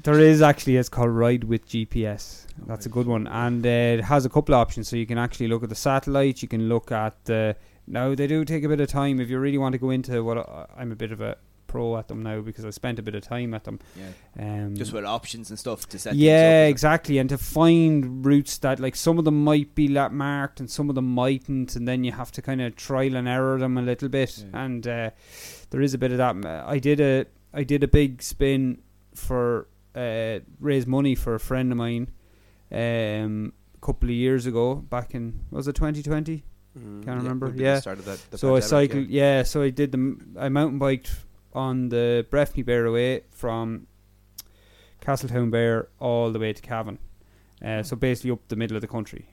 Speaker 4: there is actually, it's called Ride with GPS. That's a good one. And uh, it has a couple of options. So you can actually look at the satellites. You can look at the. Now, they do take a bit of time. If you really want to go into what I, I'm a bit of a pro at them now because I spent a bit of time at them.
Speaker 7: Yeah.
Speaker 4: Um,
Speaker 7: Just with options and stuff to set.
Speaker 4: yeah,
Speaker 7: things up.
Speaker 4: exactly. And to find routes that, like, some of them might be la- marked and some of them mightn't, and then you have to kind of trial and error them a little bit. And uh, there is a bit of that. I did a I did a big spin for uh, raise money for a friend of mine. um, couple of years ago, back in was it 2020?
Speaker 3: Mm,
Speaker 4: Can't remember.
Speaker 3: would be the
Speaker 4: Yeah.
Speaker 3: start of that- the
Speaker 4: so I
Speaker 3: pandemic,
Speaker 4: cycled.
Speaker 3: yeah.
Speaker 4: Yeah. so I did the. m- I mountain biked on the Breffni Bearaway from Castletown Bear all the way to Cavan. Uh, so basically up the middle of the country,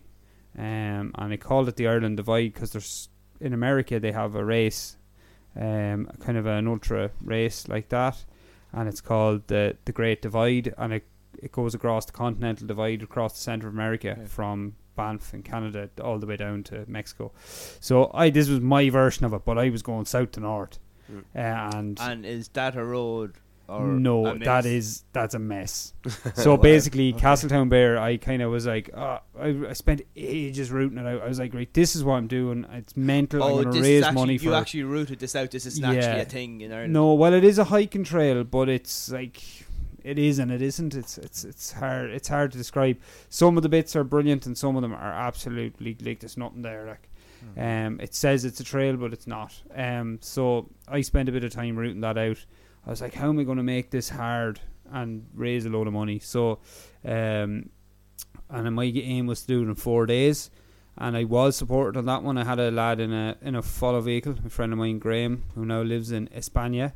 Speaker 4: um, and I called it the Ireland Divide because there's in America they have a race, um, kind of an ultra race like that, and it's called the the Great Divide, and it it goes across the continental divide across the center of America from Banff in Canada all the way down to Mexico. So I this was my version of it, but I was going south to north, Uh, and
Speaker 7: And is that a road? Mm. Or
Speaker 4: no,
Speaker 7: a
Speaker 4: that
Speaker 7: mix?
Speaker 4: is that's a mess. so basically, Castletown Bear, I kind of was like, ah, I, I spent ages rooting it out. I was like, right, this is what I'm doing. It's mental.
Speaker 7: Oh,
Speaker 4: I'm going
Speaker 7: this
Speaker 4: to
Speaker 7: is
Speaker 4: raise
Speaker 7: actually,
Speaker 4: money
Speaker 7: you
Speaker 4: for.
Speaker 7: actually rooted this out. This isn't
Speaker 4: Yeah.
Speaker 7: actually a thing in Ireland.
Speaker 4: no, well, it is a hiking trail, but it's like it is and it isn't. It's it's it's hard. It's hard to describe. Some of the bits are brilliant, and some of them are absolutely like there's nothing there. Like, um, it says it's a trail, but it's not. Um, so I spent a bit of time rooting that out. I was like, how am I going to make this hard and raise a load of money? So, um, and my aim was to do it in four days. And I was supported on that one. I had a lad in a in a follow vehicle, a friend of mine, Graham, who now lives in España,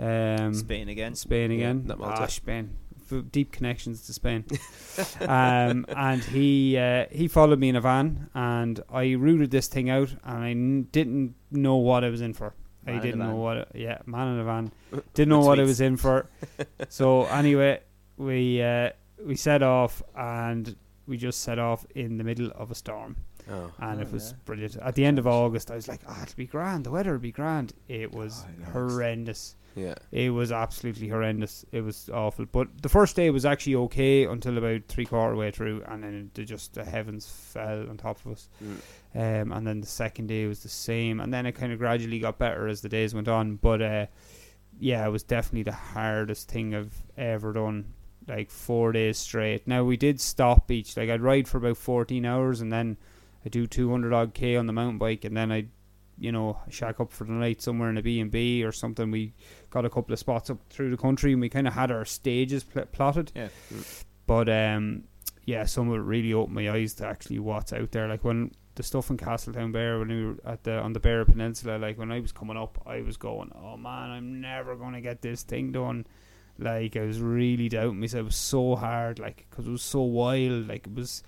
Speaker 4: um,
Speaker 7: Spain again.
Speaker 4: Spain again.
Speaker 3: Hmm. not Malta.
Speaker 4: ah, Spain. F- Deep connections to Spain. um, and he uh, he followed me in a van, and I rooted this thing out, and I n- didn't know what I was in for.
Speaker 7: Man
Speaker 4: I
Speaker 7: in a
Speaker 4: didn't know
Speaker 7: van.
Speaker 4: what. Yeah, man in a van. Didn't know what I was in for. so anyway, we uh, we set off, and we just set off in the middle of a storm
Speaker 3: Oh.
Speaker 4: and it was brilliant. At the end of August, I was like, "Ah, it'll be grand. The weather will be grand." It was horrendous.
Speaker 3: Yeah.
Speaker 4: It was absolutely horrendous. It was awful. But the first day was actually okay until about three quarter way through, and then it just the heavens fell on top of us. Um, and then the second day was the same, and then it kind of gradually got better as the days went on. But uh, yeah, it was definitely the hardest thing I've ever done. Like four days straight. Now we did stop each. Like I'd ride for about fourteen hours, and then I do two hundred odd k on the mountain bike, and then I, you know, shack up for the night somewhere in a B and B or something. We got a couple of spots up through the country, and we kind of had our stages pl- plotted.
Speaker 7: Yeah.
Speaker 4: But um, yeah, some of it really opened my eyes to actually what's out there. Like when the stuff in Castletown Bear, when we were at the on the Bear Peninsula, like when I was coming up, I was going, "Oh man, I'm never gonna get this thing done." Like I was really doubting myself. It was so hard, like because it was so wild. Like it was,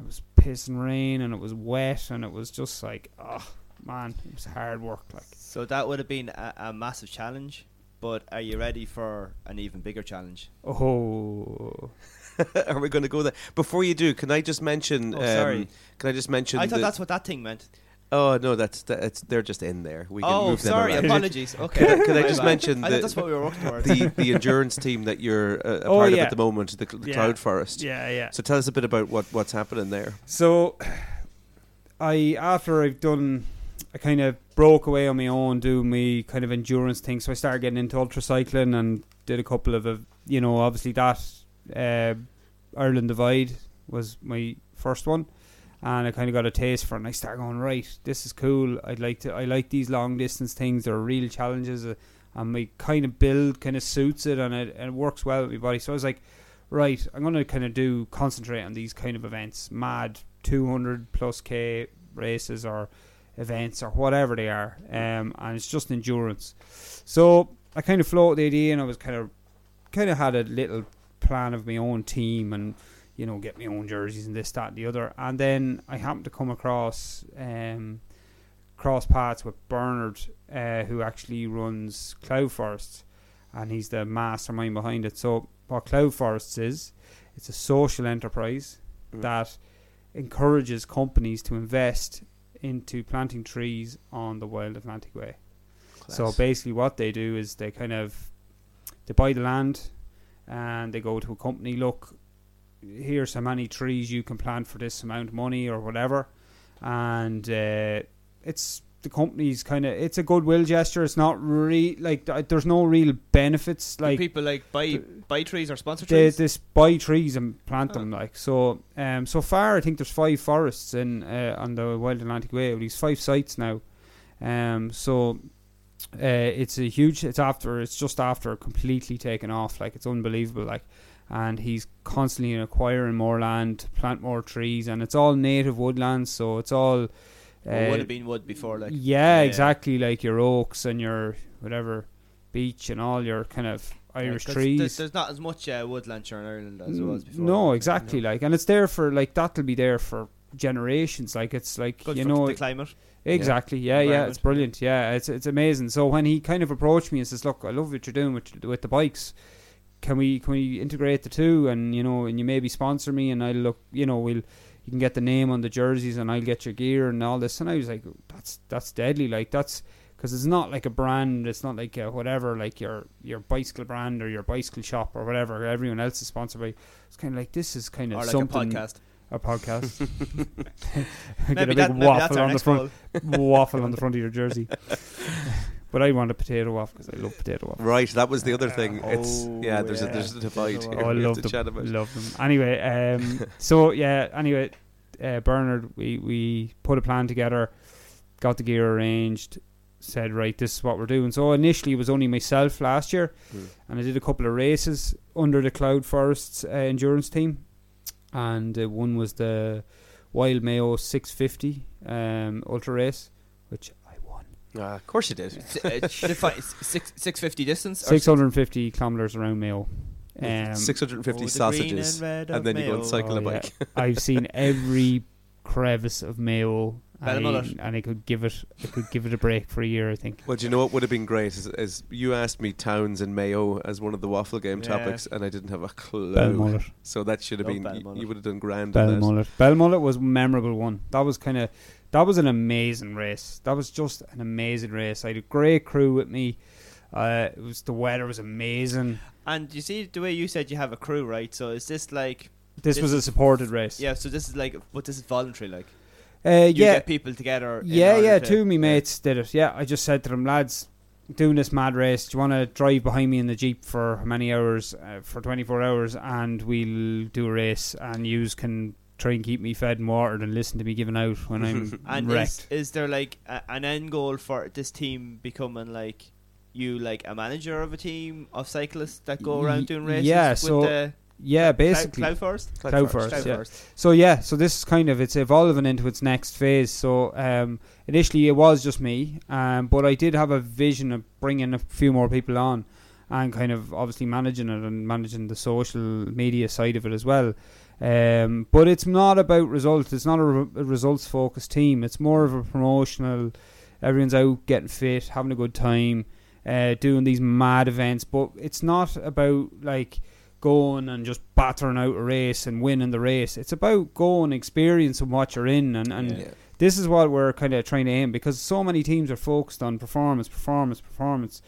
Speaker 4: it was pissing rain and it was wet and it was just like, oh man, it was hard work. Like
Speaker 7: So that would have been a, a massive challenge. But are you ready for an even bigger challenge?
Speaker 4: oh,
Speaker 3: Are we going to go there? Before you do, can I just mention?
Speaker 7: Oh, sorry.
Speaker 3: um, Can I just mention?
Speaker 7: I thought
Speaker 3: the-
Speaker 7: that's what that thing meant.
Speaker 3: Oh no, that's that's they're just in there. We can
Speaker 7: Oh,
Speaker 3: move them
Speaker 7: sorry.
Speaker 3: around.
Speaker 7: Apologies. Okay.
Speaker 3: Could I- could I
Speaker 7: My
Speaker 3: just
Speaker 7: bad.
Speaker 3: mention
Speaker 7: I
Speaker 3: the-
Speaker 7: thought that's what we were working towards.
Speaker 3: the the endurance team that you're uh, a
Speaker 4: Oh,
Speaker 3: part of
Speaker 4: yeah.
Speaker 3: at the moment, the, cl- the
Speaker 4: Yeah.
Speaker 3: Cloud Forest.
Speaker 4: yeah, yeah.
Speaker 3: So tell us a bit about what what's happening there.
Speaker 4: So, I after I've done, I kind of broke away on my own, doing my kind of endurance thing. So I started getting into ultracycling and did a couple of, uh, you know, obviously that uh, Ireland Divide was my first one, and I kind of got a taste for it. And I started going, right, this is cool. I'd like to. I like these long distance things. They're real challenges, uh, and my kind of build kind of suits it, and it and it works well with my body. So I was like right, I'm going to kind of do concentrate on these kind of events, mad 200 plus k races or events or whatever they are, um, and it's just endurance. So I kind of floated the idea, and I was kind of kind of had a little plan of my own team and you know get my own jerseys and this that and the other and then i happened to come across um cross paths with bernard uh, who actually runs cloud forest and he's the mastermind behind it so what cloud forests is it's a social enterprise that encourages companies to invest into planting trees on the wild atlantic way so basically, what they do is they kind of they buy the land and they go to a company. Look, here's how many trees you can plant for this amount of money or whatever, and uh, it's the company's kind of it's a goodwill gesture. It's not re like th- there's no real benefits
Speaker 7: Do
Speaker 4: like
Speaker 7: people like buy buy trees or sponsor
Speaker 4: they,
Speaker 7: trees. Oh.
Speaker 4: they s- buy trees and plant them like so. Um, so far, I think there's five forests in uh, on the Wild Atlantic Way. There's five sites now. Um, so uh, it's a huge. It's after. It's just after completely taken off. Like it's unbelievable. Like and he's constantly acquiring more land to plant more trees, and it's all native woodlands, so it's all.
Speaker 7: Or
Speaker 4: uh,
Speaker 7: would have been wood before, like
Speaker 4: yeah,
Speaker 7: yeah.
Speaker 4: exactly. Like your oaks and your whatever beech and all your kind of Irish
Speaker 7: 'cause
Speaker 4: trees. Mm,
Speaker 7: There's, there's not as much uh, woodland here in Ireland as there was before.
Speaker 4: No, exactly. Like, and it's there for like that'll be there for generations. Like, it's like
Speaker 2: Good
Speaker 4: you
Speaker 2: for
Speaker 4: know
Speaker 2: the climate.
Speaker 4: exactly. Yeah, yeah, it's
Speaker 2: Environment.
Speaker 4: brilliant. Yeah, it's it's amazing. So when he kind of approached me and says, "Look, I love what you're doing with with the bikes. Can we can we integrate the two? And you know, and you maybe sponsor me, and I look, you know, we'll." You can get the name on the jerseys, and I'll get your gear and all this. And I was like, "That's that's deadly. Like that's because it's not like a brand. It's not like a whatever, like your your bicycle brand or your bicycle shop or whatever. Everyone else is sponsored by. It's kind of like this is kind
Speaker 7: Or
Speaker 4: of
Speaker 7: like
Speaker 4: something
Speaker 7: a podcast.
Speaker 4: a podcast. Get
Speaker 2: Maybe,
Speaker 4: a big
Speaker 2: that, maybe that's
Speaker 4: waffle
Speaker 2: our
Speaker 4: on the
Speaker 2: next
Speaker 4: front,
Speaker 2: goal.
Speaker 4: waffle on the front of your jersey. But I want a potato waffle because I love potato waffle.
Speaker 3: Right, that was the other thing. It's
Speaker 2: Oh,
Speaker 3: yeah, there's a
Speaker 2: yeah.
Speaker 3: there's a divide here.
Speaker 4: Oh, I
Speaker 3: we
Speaker 4: love
Speaker 3: have to chat
Speaker 4: them.
Speaker 3: about.
Speaker 4: Love them. Anyway, um, so yeah. Anyway, uh, Bernard, we we put a plan together, got the gear arranged, said right, this is what we're doing. So initially, it was only myself last year,
Speaker 3: Hmm.
Speaker 4: and I did a couple of races under the Cloud Forests uh, endurance team, and uh, one was the Wild Mayo 650 um, ultra race, which I won.
Speaker 3: Ah, of course you did.
Speaker 7: S- uh, define- s- six six fifty distance. or
Speaker 4: 650 kilometers around Mayo. Um,
Speaker 3: Six hundred and fifty
Speaker 2: Oh, the green
Speaker 3: sausages,
Speaker 2: and red
Speaker 3: and,
Speaker 2: of
Speaker 3: then you go and
Speaker 2: Mayo.
Speaker 3: cycle
Speaker 4: Oh,
Speaker 3: a
Speaker 4: yeah.
Speaker 3: bike.
Speaker 4: I've seen every crevice of Mayo, and I,
Speaker 7: Ballymuller.
Speaker 4: and I could give it, I could give it a break for a year. I think.
Speaker 3: Well, do you know what would have been great is, is you asked me towns and Mayo as one of the waffle game
Speaker 2: Yeah.
Speaker 3: topics, and I didn't have a clue.
Speaker 4: Belmullet,
Speaker 3: So that should have
Speaker 7: Love
Speaker 3: been
Speaker 7: Belmullet.
Speaker 3: you would have done grand. on that.
Speaker 4: Belmullet, Belmullet was a memorable one. That was kind of, that was an amazing race. That was just an amazing race. I had a great crew with me. Uh, it was the weather was amazing.
Speaker 2: And you see the way you said you have a crew, right? So is this like
Speaker 4: This,
Speaker 2: This
Speaker 4: was a supported race.
Speaker 2: yeah? So this is like, but this is voluntary, like
Speaker 4: uh,
Speaker 2: you
Speaker 4: yeah.
Speaker 2: get people together. in
Speaker 4: Yeah,
Speaker 2: order
Speaker 4: yeah,
Speaker 2: to-
Speaker 4: two of me mates did it. Yeah, I just said to them, lads, doing this mad race, do you want to drive behind me in the Jeep for how many hours, uh, for 24 hours, and we'll do a race, and yous can try and keep me fed and watered and listen to me giving out when I'm
Speaker 2: And is,
Speaker 4: wrecked.
Speaker 2: is there like a, an end goal for this team becoming like you, like a manager of a team of cyclists that go
Speaker 4: Y-
Speaker 2: around doing races?
Speaker 4: yeah,
Speaker 2: with
Speaker 4: so
Speaker 2: the
Speaker 4: Yeah,
Speaker 2: Clou-
Speaker 4: basically.
Speaker 2: Cloud Forest?
Speaker 4: Cloud Forest,
Speaker 2: Cloud
Speaker 4: yeah.
Speaker 2: Forest.
Speaker 4: So yeah, so this is kind of it's evolving into its next phase. So um, initially it was just me, um, but I did have a vision of bringing a few more people on, and kind of obviously managing it and managing the social media side of it as well. Um, but it's not about results. It's not a, re- a results focused team. It's more of a promotional. Everyone's out getting fit, having a good time, uh, doing these mad events. But it's not about like going and just battering out a race and winning the race. It's about going, experiencing what you're in, and, and
Speaker 3: Yeah.
Speaker 4: this is what we're kind of trying to aim because so many teams are focused on performance, performance, performance.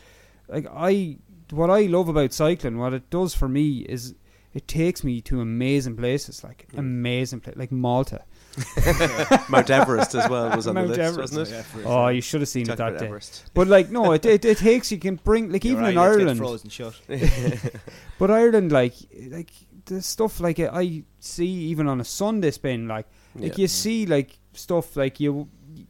Speaker 4: Like I, what I love about cycling, what it does for me is it takes me to amazing places, like amazing places, like Malta.
Speaker 3: Mount Everest as well was on
Speaker 4: Mount
Speaker 3: the list,
Speaker 4: Everest,
Speaker 3: wasn't it?
Speaker 4: Oh, you should have seen
Speaker 3: Talk
Speaker 4: it that
Speaker 3: about
Speaker 4: day.
Speaker 3: Everest.
Speaker 4: But like, no, it, it it takes you can bring like
Speaker 7: You're
Speaker 4: even
Speaker 7: right,
Speaker 4: in
Speaker 7: let's get
Speaker 4: Ireland.
Speaker 7: frozen shut.
Speaker 4: But Ireland, like, like the stuff like I see even on a Sunday spin, like, like
Speaker 3: Yeah.
Speaker 4: you see like stuff like you,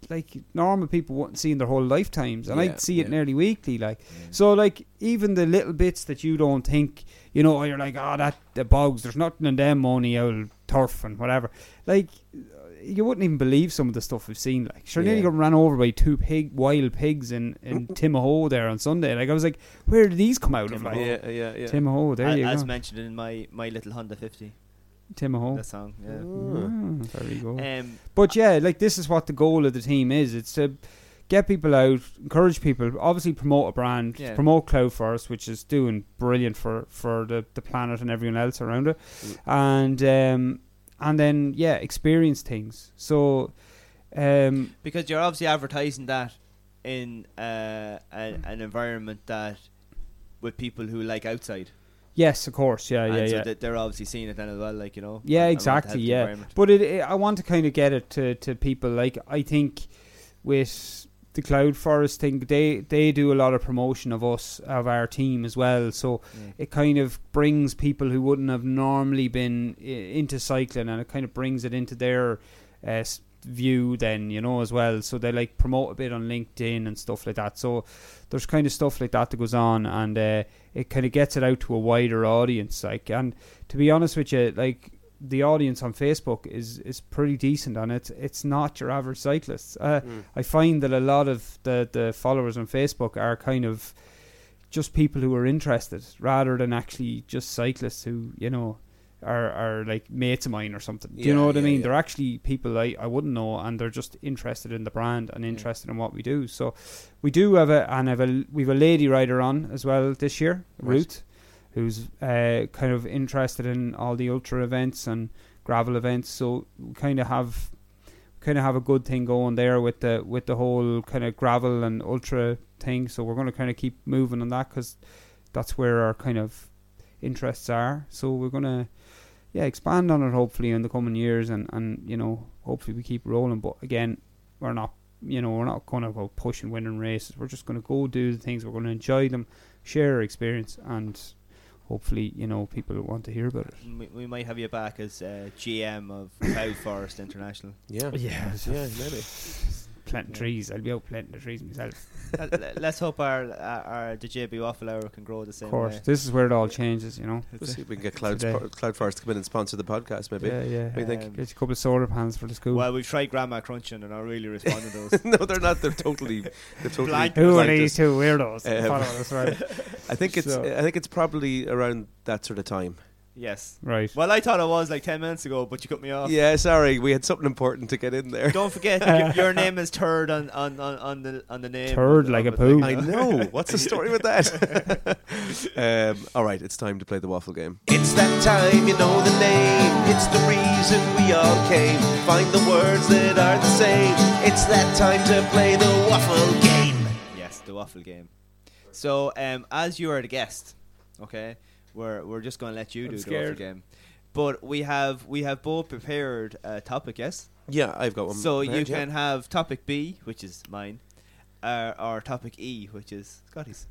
Speaker 4: like normal people wouldn't see in their whole lifetimes, and
Speaker 3: Yeah,
Speaker 4: I'd see it
Speaker 3: yeah.
Speaker 4: nearly weekly, like. So like even the little bits that you don't think, you know, you're like, oh, that the bogs, there's nothing in them only old turf and whatever. Like you wouldn't even believe some of the stuff we've seen. Like, sure, nearly
Speaker 3: Yeah.
Speaker 4: got ran over by two pig wild pigs in in Timahoe there on Sunday. Like I was like, where did these come out of? Like,
Speaker 3: Yeah, yeah, yeah.
Speaker 4: Tim Ho, there
Speaker 2: A-
Speaker 4: you
Speaker 2: as
Speaker 4: go.
Speaker 2: mentioned in my, my little Honda 50,
Speaker 4: Tim Ho. Ah,
Speaker 2: that song. Yeah.
Speaker 3: Oh.
Speaker 4: there you go.
Speaker 2: Um,
Speaker 4: But yeah, like this is what the goal of the team is. It's to get people out, encourage people, obviously promote a brand,
Speaker 2: Yeah.
Speaker 4: promote Cloud Forest, which is doing brilliant for, for the, the planet and everyone else around it.
Speaker 2: Mm.
Speaker 4: And um and then yeah, experience things. So um
Speaker 2: because you're obviously advertising that in uh, a, an environment that with people who like outside.
Speaker 4: yes, of course, yeah,
Speaker 2: and
Speaker 4: yeah,
Speaker 2: so
Speaker 4: yeah.
Speaker 2: that they're obviously seeing it then as well, like you know.
Speaker 4: Yeah,
Speaker 2: and want to
Speaker 4: exactly,
Speaker 2: help the
Speaker 4: yeah.
Speaker 2: environment.
Speaker 4: But it, it, I want to kind of get it to, to people. Like I think with the Cloud Forest thing, they they do a lot of promotion of us of our team as well. So
Speaker 2: Yeah.
Speaker 4: it kind of brings people who wouldn't have normally been i- into cycling, and it kind of brings it into their uh, s- view then you know as well so they like promote a bit on linkedin and stuff like that so there's kind of stuff like that that goes on and uh, it kind of gets it out to a wider audience like and to be honest with you like the audience on facebook is is pretty decent and it's it's not your average cyclists uh, i find that a lot of the the followers on facebook are kind of just people who are interested rather than actually just cyclists who you know are, are like mates of mine or something. Do you
Speaker 3: Yeah,
Speaker 4: know what I
Speaker 3: yeah,
Speaker 4: mean?
Speaker 3: yeah.
Speaker 4: They're actually people I, I wouldn't know and they're just interested in the brand and interested in what we do. So we do have a and have a we've a lady rider on as well this year,
Speaker 3: Right.
Speaker 4: Ruth, who's uh, kind of interested in all the ultra events and gravel events. So we kind of have kind of have a good thing going there with the with the whole kind of gravel and ultra thing. So we're going to kind of keep moving on that because that's where our kind of interests are. So we're going to yeah expand on it hopefully in the coming years and and you know hopefully we keep rolling. But again, we're not you know we're not going to go push and win in races. We're just going to go do the things. We're going to enjoy them, share our experience, and hopefully you know people want to hear about it.
Speaker 2: We, we might have you back as uh, GM of Cloud Forest International.
Speaker 3: Yeah.
Speaker 4: Yeah,
Speaker 3: Yeah, maybe.
Speaker 4: planting trees. I'll be out planting the trees myself.
Speaker 2: Let- let- Let's hope our, our, our the JB Waffle Hour can grow the same
Speaker 4: Of course,
Speaker 3: uh,
Speaker 2: way.
Speaker 4: this is where it all changes. You know.
Speaker 3: We'll see if we can get Cloud,
Speaker 4: Today.
Speaker 3: Cloud Forest to come in and sponsor the podcast, maybe.
Speaker 4: Yeah, yeah.
Speaker 3: What do you think?
Speaker 2: Um,
Speaker 4: Get a couple of solar pans for the school.
Speaker 2: well, we've tried Grandma Crunching and I really respond to those.
Speaker 3: no, they're not. They're totally. They're totally.
Speaker 2: Blank.
Speaker 4: Who are
Speaker 3: blanked
Speaker 4: these
Speaker 3: us.
Speaker 4: two weirdos?
Speaker 3: Um,
Speaker 4: Follow us, right?
Speaker 3: I think it's.
Speaker 4: So-
Speaker 3: I think it's probably around that sort of time.
Speaker 2: yes.
Speaker 4: right.
Speaker 2: Well, I thought it was like 10 minutes ago, but you cut me
Speaker 4: Oh.
Speaker 2: off.
Speaker 3: Yeah, sorry, we had something important to get in there.
Speaker 2: Don't forget, y- your name is Turd on, on, on, on, the, on the name.
Speaker 4: Turd
Speaker 2: of-
Speaker 4: like
Speaker 2: of
Speaker 4: a
Speaker 2: the thing.
Speaker 4: poo.
Speaker 3: I know. What's the story with that? um, all right, it's time to play the waffle game.
Speaker 10: It's that time, you know the name. It's the reason we all came. Find the words that are the same. It's that time to play the waffle game.
Speaker 2: Yes, the waffle game. So, um, as you are the guest, okay, we're we're just going to let you
Speaker 4: I'm
Speaker 2: do the
Speaker 4: scared.
Speaker 2: waffle game. But we have we have both prepared a topic, yes.
Speaker 3: Yeah, I've
Speaker 4: Um,
Speaker 3: got one.
Speaker 2: so you
Speaker 3: prepared, yeah.
Speaker 2: can have topic B, which is mine, uh, or topic E, which is Scotty's.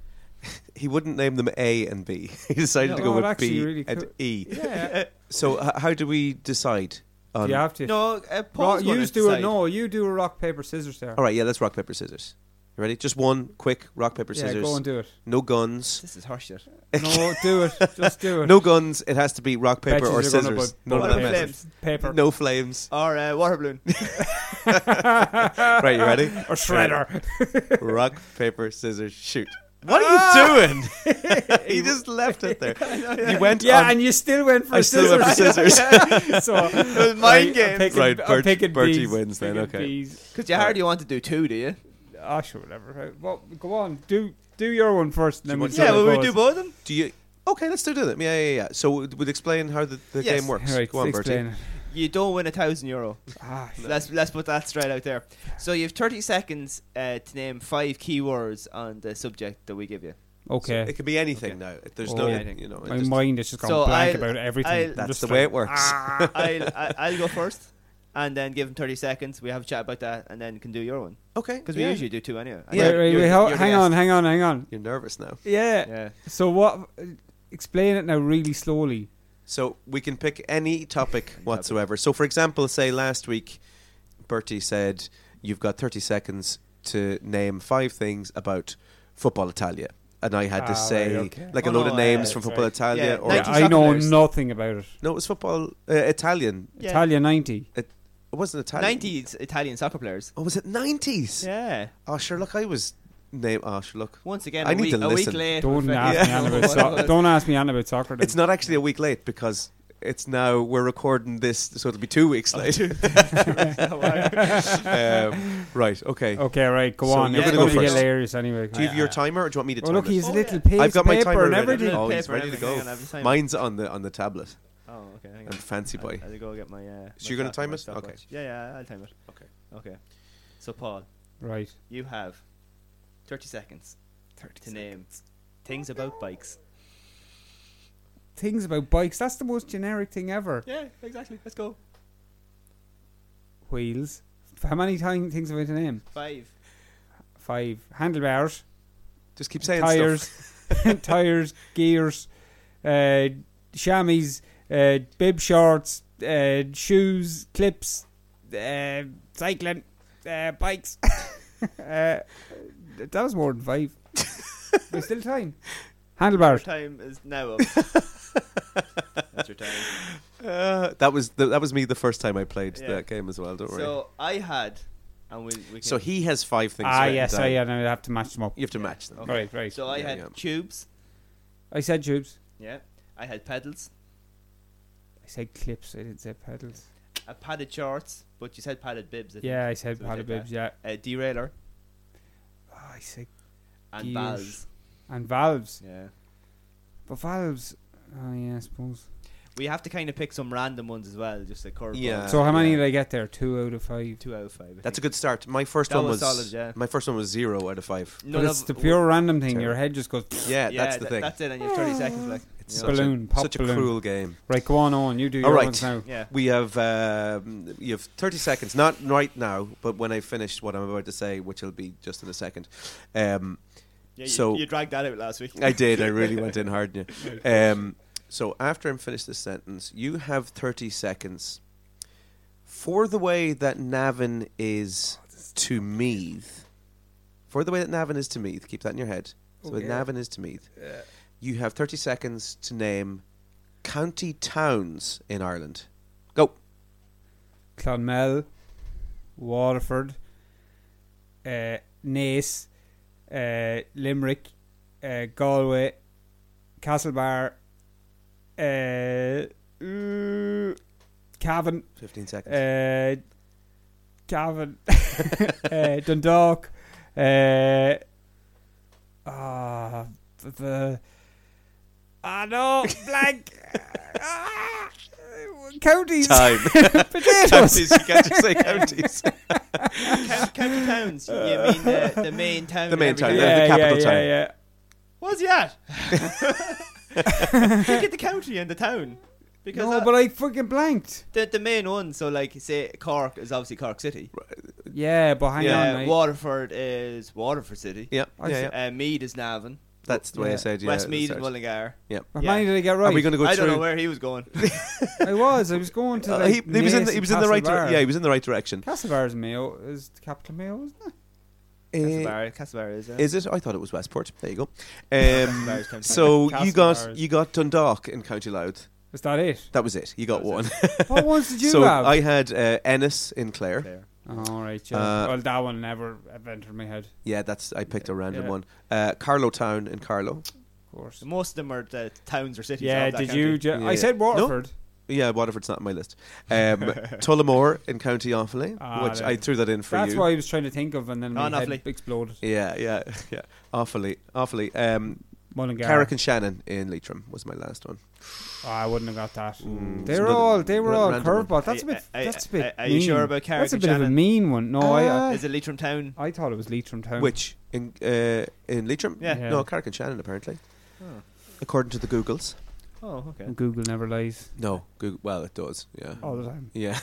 Speaker 3: He wouldn't name them A and B. He decided
Speaker 2: No,
Speaker 3: to go
Speaker 4: well,
Speaker 3: with
Speaker 4: actually
Speaker 3: B
Speaker 4: really
Speaker 3: and
Speaker 4: cool.
Speaker 3: E.
Speaker 4: yeah.
Speaker 3: So h- how do we decide? On,
Speaker 4: you have to.
Speaker 2: No, uh,
Speaker 4: Ro-
Speaker 2: Paul's gonna
Speaker 4: you do a,
Speaker 2: decide.
Speaker 4: no, you do a rock paper scissors there.
Speaker 3: All right, yeah, let's rock paper scissors. You ready? Just one quick rock paper
Speaker 4: Yeah,
Speaker 3: scissors.
Speaker 4: go and do it.
Speaker 3: no guns.
Speaker 2: This is harsh shit.
Speaker 4: No, do it. Just do it.
Speaker 3: No guns. It has to be rock paper
Speaker 4: Betches
Speaker 3: or
Speaker 4: you're gonna
Speaker 3: scissors.
Speaker 4: put
Speaker 3: None of
Speaker 4: bullet
Speaker 3: that
Speaker 2: paper.
Speaker 3: matters.
Speaker 4: paper
Speaker 3: No flames.
Speaker 2: Or uh, water balloon.
Speaker 3: Right, you ready?
Speaker 4: or shredder.
Speaker 3: rock paper scissors shoot. What are you doing? he just left it there. You went.
Speaker 4: Yeah,
Speaker 3: on-
Speaker 4: and you still went for
Speaker 3: I still
Speaker 4: scissors.
Speaker 3: went for scissors.
Speaker 4: so it was
Speaker 2: mind games.
Speaker 3: Right,
Speaker 4: I'm
Speaker 3: Bert-
Speaker 4: picking
Speaker 3: Bertie
Speaker 4: bees,
Speaker 3: wins then,
Speaker 4: picking
Speaker 3: okay.
Speaker 4: bees.
Speaker 2: Because you hardly want to do two, do you?
Speaker 4: Ah, sure, whatever. Right, Well, go on. Do do your one first, and then we'll
Speaker 3: want-
Speaker 4: see
Speaker 2: yeah,
Speaker 4: how it
Speaker 2: well, we
Speaker 4: goes.
Speaker 2: do both of them.
Speaker 3: Do you? Okay, let's do that. Yeah, yeah, yeah. So we- we'll explain how the, the
Speaker 2: Yes.
Speaker 3: game works.
Speaker 4: All right,
Speaker 3: Go on,
Speaker 4: explain
Speaker 3: Bertie.
Speaker 4: it.
Speaker 2: You don't win a thousand euro.
Speaker 4: Ah,
Speaker 2: Let's let's put that straight out there. So you have thirty seconds uh, to name five keywords on the subject that we give you.
Speaker 4: okay.
Speaker 3: It could be anything now. There's
Speaker 4: Oh.
Speaker 3: no,
Speaker 4: Anything.
Speaker 3: you know. it
Speaker 4: My
Speaker 3: just-
Speaker 4: mind is just gone
Speaker 2: So
Speaker 4: blank
Speaker 2: I'll-
Speaker 4: about everything.
Speaker 2: I'll-
Speaker 4: I'm
Speaker 3: that's
Speaker 4: just
Speaker 3: the
Speaker 4: like, ah.
Speaker 3: way it works.
Speaker 2: I'll I- I'll go first, and then give him thirty seconds. We have a chat about that, and then you can do your one
Speaker 3: okay,
Speaker 2: because we
Speaker 3: yeah.
Speaker 2: usually do two anyway. And
Speaker 3: Yeah,
Speaker 4: Wait,
Speaker 2: then
Speaker 4: wait,
Speaker 2: you're-
Speaker 4: wait,
Speaker 2: you're
Speaker 4: ho-
Speaker 2: the
Speaker 4: hang
Speaker 2: guest.
Speaker 4: on, hang on, hang on.
Speaker 3: You're nervous now.
Speaker 4: Yeah.
Speaker 2: Yeah.
Speaker 4: So what? Explain it now, really slowly.
Speaker 3: So we can pick any topic whatsoever. So, for example, say last week, Bertie said you've got 30 seconds to name five things about football Italia, and I had
Speaker 4: Ah,
Speaker 3: to say
Speaker 4: right, okay.
Speaker 3: like
Speaker 2: Oh,
Speaker 3: a load
Speaker 2: no,
Speaker 3: of names
Speaker 2: uh,
Speaker 3: from
Speaker 4: sorry.
Speaker 3: football Italia,
Speaker 2: Yeah,
Speaker 3: or
Speaker 2: Nineteen
Speaker 4: I know
Speaker 2: Soccer Players.
Speaker 4: nothing about it.
Speaker 3: no, it was football uh, Italian.
Speaker 2: Yeah.
Speaker 4: Italia ninety.
Speaker 3: It wasn't Italian.
Speaker 2: Ninety it's Italian soccer players.
Speaker 3: Oh, was it 90s?
Speaker 2: Yeah.
Speaker 3: Oh, sure. Look, I was name. Oh, sure. Look,
Speaker 2: Once again,
Speaker 3: I
Speaker 2: a
Speaker 3: need
Speaker 2: week,
Speaker 3: to
Speaker 2: a week
Speaker 3: listen.
Speaker 2: later.
Speaker 4: Don't ask me anything about soccer. Don't ask me anything about soccer. Then.
Speaker 3: it's not actually a week late because it's now we're recording this, so it'll be two weeks late. um, right. Okay.
Speaker 4: okay, right. Go
Speaker 3: So
Speaker 4: on.
Speaker 3: you're
Speaker 4: it's
Speaker 2: gonna
Speaker 4: going
Speaker 2: go
Speaker 4: to get
Speaker 3: first.
Speaker 4: hilarious anyway.
Speaker 3: Do you have your timer, or do you want me to?
Speaker 4: Oh,
Speaker 3: time
Speaker 4: look,
Speaker 3: it?
Speaker 4: he's a
Speaker 2: Oh,
Speaker 4: little
Speaker 2: yeah.
Speaker 4: piece
Speaker 3: I've got my
Speaker 4: paper
Speaker 3: timer
Speaker 4: and
Speaker 3: ready.
Speaker 4: everything.
Speaker 3: Oh, he's
Speaker 2: Paper and
Speaker 3: ready to
Speaker 2: everything,
Speaker 3: go.
Speaker 2: and I've timed it.
Speaker 3: Mine's on the on the tablet.
Speaker 2: Oh, okay. Hang on.
Speaker 3: I'm fancy boy.
Speaker 2: I'll, I'll go get my. Uh,
Speaker 3: So you're gonna
Speaker 2: to
Speaker 3: time it? Okay.
Speaker 2: Yeah, yeah, I'll time it.
Speaker 3: Okay.
Speaker 2: Okay. So Paul,
Speaker 4: Right.
Speaker 2: you have thirty seconds to name things about bikes.
Speaker 4: Things about bikes. That's the most generic thing ever.
Speaker 2: Yeah, exactly. Let's go.
Speaker 4: Wheels. How many time, things have I to name?
Speaker 2: Five.
Speaker 4: Five. Handlebars.
Speaker 3: Just keep saying
Speaker 4: tires,
Speaker 3: stuff.
Speaker 4: tires, gears, uh, chamois, uh, bib shorts, uh, shoes, clips, uh, cycling, uh, bikes. uh, th- that was more than five. There's still time. Handlebars.
Speaker 2: time is now up. That's your time.
Speaker 3: Uh, that was the, that was me the first time I played
Speaker 2: Yeah.
Speaker 3: that game as well. Don't worry.
Speaker 2: So I had, and we, we
Speaker 3: So
Speaker 2: can-
Speaker 3: he has five things.
Speaker 4: Ah,
Speaker 3: written
Speaker 4: yes,
Speaker 3: down.
Speaker 4: I yeah, no, I have to match them up.
Speaker 3: You have to match them.
Speaker 4: Right, right.
Speaker 2: So I
Speaker 3: Yeah,
Speaker 2: had
Speaker 3: yeah.
Speaker 2: tubes.
Speaker 4: I said tubes.
Speaker 2: Yeah. I had pedals.
Speaker 4: I said clips. I didn't say pedals.
Speaker 2: I padded shorts, but you said padded bibs. I think.
Speaker 4: Yeah, I said
Speaker 2: So we
Speaker 4: paddle
Speaker 2: did that.
Speaker 4: bibs. Yeah,
Speaker 2: A derailleur
Speaker 4: oh, I said
Speaker 2: and
Speaker 4: Gears.
Speaker 2: valves.
Speaker 4: and valves.
Speaker 2: Yeah.
Speaker 4: But valves. Oh yeah, I suppose.
Speaker 2: We have to kind of pick some random ones as well, just a curve.
Speaker 3: Yeah.
Speaker 4: so how many
Speaker 3: yeah.
Speaker 4: did I get there? Two out of five.
Speaker 2: Two out of five. I
Speaker 3: That's a
Speaker 2: think.
Speaker 3: good start. My first
Speaker 2: That
Speaker 3: one was
Speaker 2: was solid, yeah.
Speaker 3: my first one was zero out of five.
Speaker 4: No,
Speaker 2: no,
Speaker 4: it's the
Speaker 2: w-
Speaker 4: pure random thing.
Speaker 3: Terrible.
Speaker 4: Your head just goes.
Speaker 3: Yeah, that's the
Speaker 2: tha-
Speaker 3: thing.
Speaker 2: That's it, and you have 30 seconds left.
Speaker 3: it's
Speaker 4: Yeah.
Speaker 3: such
Speaker 4: Balloon,
Speaker 3: a,
Speaker 4: pop
Speaker 3: such a
Speaker 4: balloon.
Speaker 3: cruel game.
Speaker 4: Right, go on, on. You do
Speaker 3: All
Speaker 4: your
Speaker 3: right.
Speaker 4: ones now.
Speaker 2: Yeah.
Speaker 3: We have um, you have thirty seconds, not right now, but when I finish what I'm about to say, which will be just in a second. Um,
Speaker 2: yeah
Speaker 3: you- So-
Speaker 2: you
Speaker 3: you
Speaker 2: dragged that out last week.
Speaker 3: I did. I really went in hard. on you. Um, so after I'm finished this sentence, you have 30 seconds. For the way that Navin is to Meath, for the way that Navin is to Meath, keep that in your head. So that Navin is to Meath, you have 30 seconds to name county towns in Ireland. Go.
Speaker 4: Clonmel, Waterford, uh, Nace, uh, Limerick, uh, Galway, Castlebar, uh, uh, Cavan,
Speaker 3: 15 seconds.
Speaker 4: uh, Cavan, uh, Dundalk, uh, ah, the, the, ah no, blank, ah, counties,
Speaker 3: Time.
Speaker 4: potatoes.
Speaker 3: counties. You can't just say counties.
Speaker 2: County towns. You mean the, the main town?
Speaker 3: The main
Speaker 2: and
Speaker 3: town,
Speaker 2: everything.
Speaker 3: yeah. the capital
Speaker 4: yeah,
Speaker 3: town.
Speaker 4: Yeah,
Speaker 2: What's he at? you get the county and the town. Because
Speaker 4: no,
Speaker 2: I-
Speaker 4: but I fucking blanked.
Speaker 2: the, the main one, so like say Cork is obviously Cork City. Uh,
Speaker 4: Yeah, but hang
Speaker 3: Yeah,
Speaker 4: on. I,
Speaker 2: Waterford is Waterford City.
Speaker 3: yeah, yeah,
Speaker 4: I see.
Speaker 3: yeah.
Speaker 2: Uh, Mead is Navan.
Speaker 3: That's the way I
Speaker 4: Yeah.
Speaker 3: said. Yeah, at the
Speaker 2: Westmead is
Speaker 3: start.
Speaker 2: Mullingar.
Speaker 3: Yeah.
Speaker 4: how
Speaker 2: yeah.
Speaker 4: many did I get
Speaker 3: Are
Speaker 4: right?
Speaker 3: we going to go
Speaker 2: I
Speaker 3: through?
Speaker 2: don't know where he was going.
Speaker 4: I was. I was going to.
Speaker 3: Uh,
Speaker 4: Like,
Speaker 3: he, he was in the,
Speaker 4: Naas
Speaker 3: he was in
Speaker 4: and
Speaker 3: the right
Speaker 4: Castlebar.
Speaker 3: dir- yeah he was in the right direction.
Speaker 4: Castlebar is Mayo. Is the capital Mayo? Isn't it?
Speaker 3: Uh,
Speaker 2: Castlebar, Castlebar is. Uh,
Speaker 3: is it? I thought it was Westport. There you go. Um,
Speaker 2: Castlebar's county.
Speaker 3: so you got
Speaker 4: Castlebar.
Speaker 3: you got Dundalk in County Louth.
Speaker 4: Is that it?
Speaker 3: That was it. You got one.
Speaker 4: What ones did you
Speaker 3: so
Speaker 4: have?
Speaker 3: I had uh, Ennis in Clare.
Speaker 2: Clare.
Speaker 4: oh, all right. Yeah.
Speaker 3: Uh,
Speaker 4: well, that one never entered my head.
Speaker 3: Yeah, that's I picked a random
Speaker 4: Yeah.
Speaker 3: one. Uh, Carlow Town in Carlow.
Speaker 4: Of course.
Speaker 2: Most of them are the towns or cities.
Speaker 4: Yeah.
Speaker 2: of that
Speaker 4: Did
Speaker 2: county.
Speaker 4: you? ju-
Speaker 3: Yeah.
Speaker 4: I said
Speaker 3: No.
Speaker 4: Waterford.
Speaker 3: Yeah, Waterford's not on my list. Um, Tullamore in County Offaly,
Speaker 4: Ah,
Speaker 3: which
Speaker 4: there.
Speaker 3: I threw that in for
Speaker 4: That's
Speaker 3: you.
Speaker 4: what I was trying to think of, and then my
Speaker 2: Oh,
Speaker 4: head
Speaker 2: lovely.
Speaker 4: exploded.
Speaker 3: Yeah, yeah, yeah. Offaly, Offaly. Um,
Speaker 4: Mullingar.
Speaker 3: Carrick and Shannon in Leitrim was my last one.
Speaker 4: Oh, I wouldn't have got that.
Speaker 3: Mm.
Speaker 4: They
Speaker 3: It's
Speaker 4: were
Speaker 3: another
Speaker 4: all they were
Speaker 3: ra-
Speaker 4: all
Speaker 3: random one.
Speaker 4: curveball. That's a
Speaker 2: Are-
Speaker 4: bit.
Speaker 2: are-
Speaker 4: that's a bit.
Speaker 2: are you sure
Speaker 4: mean.
Speaker 2: about Carrick
Speaker 4: That's a
Speaker 2: and
Speaker 4: bit of a
Speaker 2: Shannon? Uh,
Speaker 4: mean one. No, I,
Speaker 2: Is it Leitrim Town?
Speaker 4: I thought it was Leitrim Town.
Speaker 3: Which in uh, in Leitrim?
Speaker 2: Yeah.
Speaker 4: Um, Yeah.
Speaker 3: No, Carrick and Shannon apparently.
Speaker 2: Oh.
Speaker 3: According to the Googles.
Speaker 2: Oh, okay.
Speaker 4: Google never lies
Speaker 3: No, Google, well it does. Yeah.
Speaker 2: Oh,
Speaker 4: all the time.
Speaker 3: Yeah.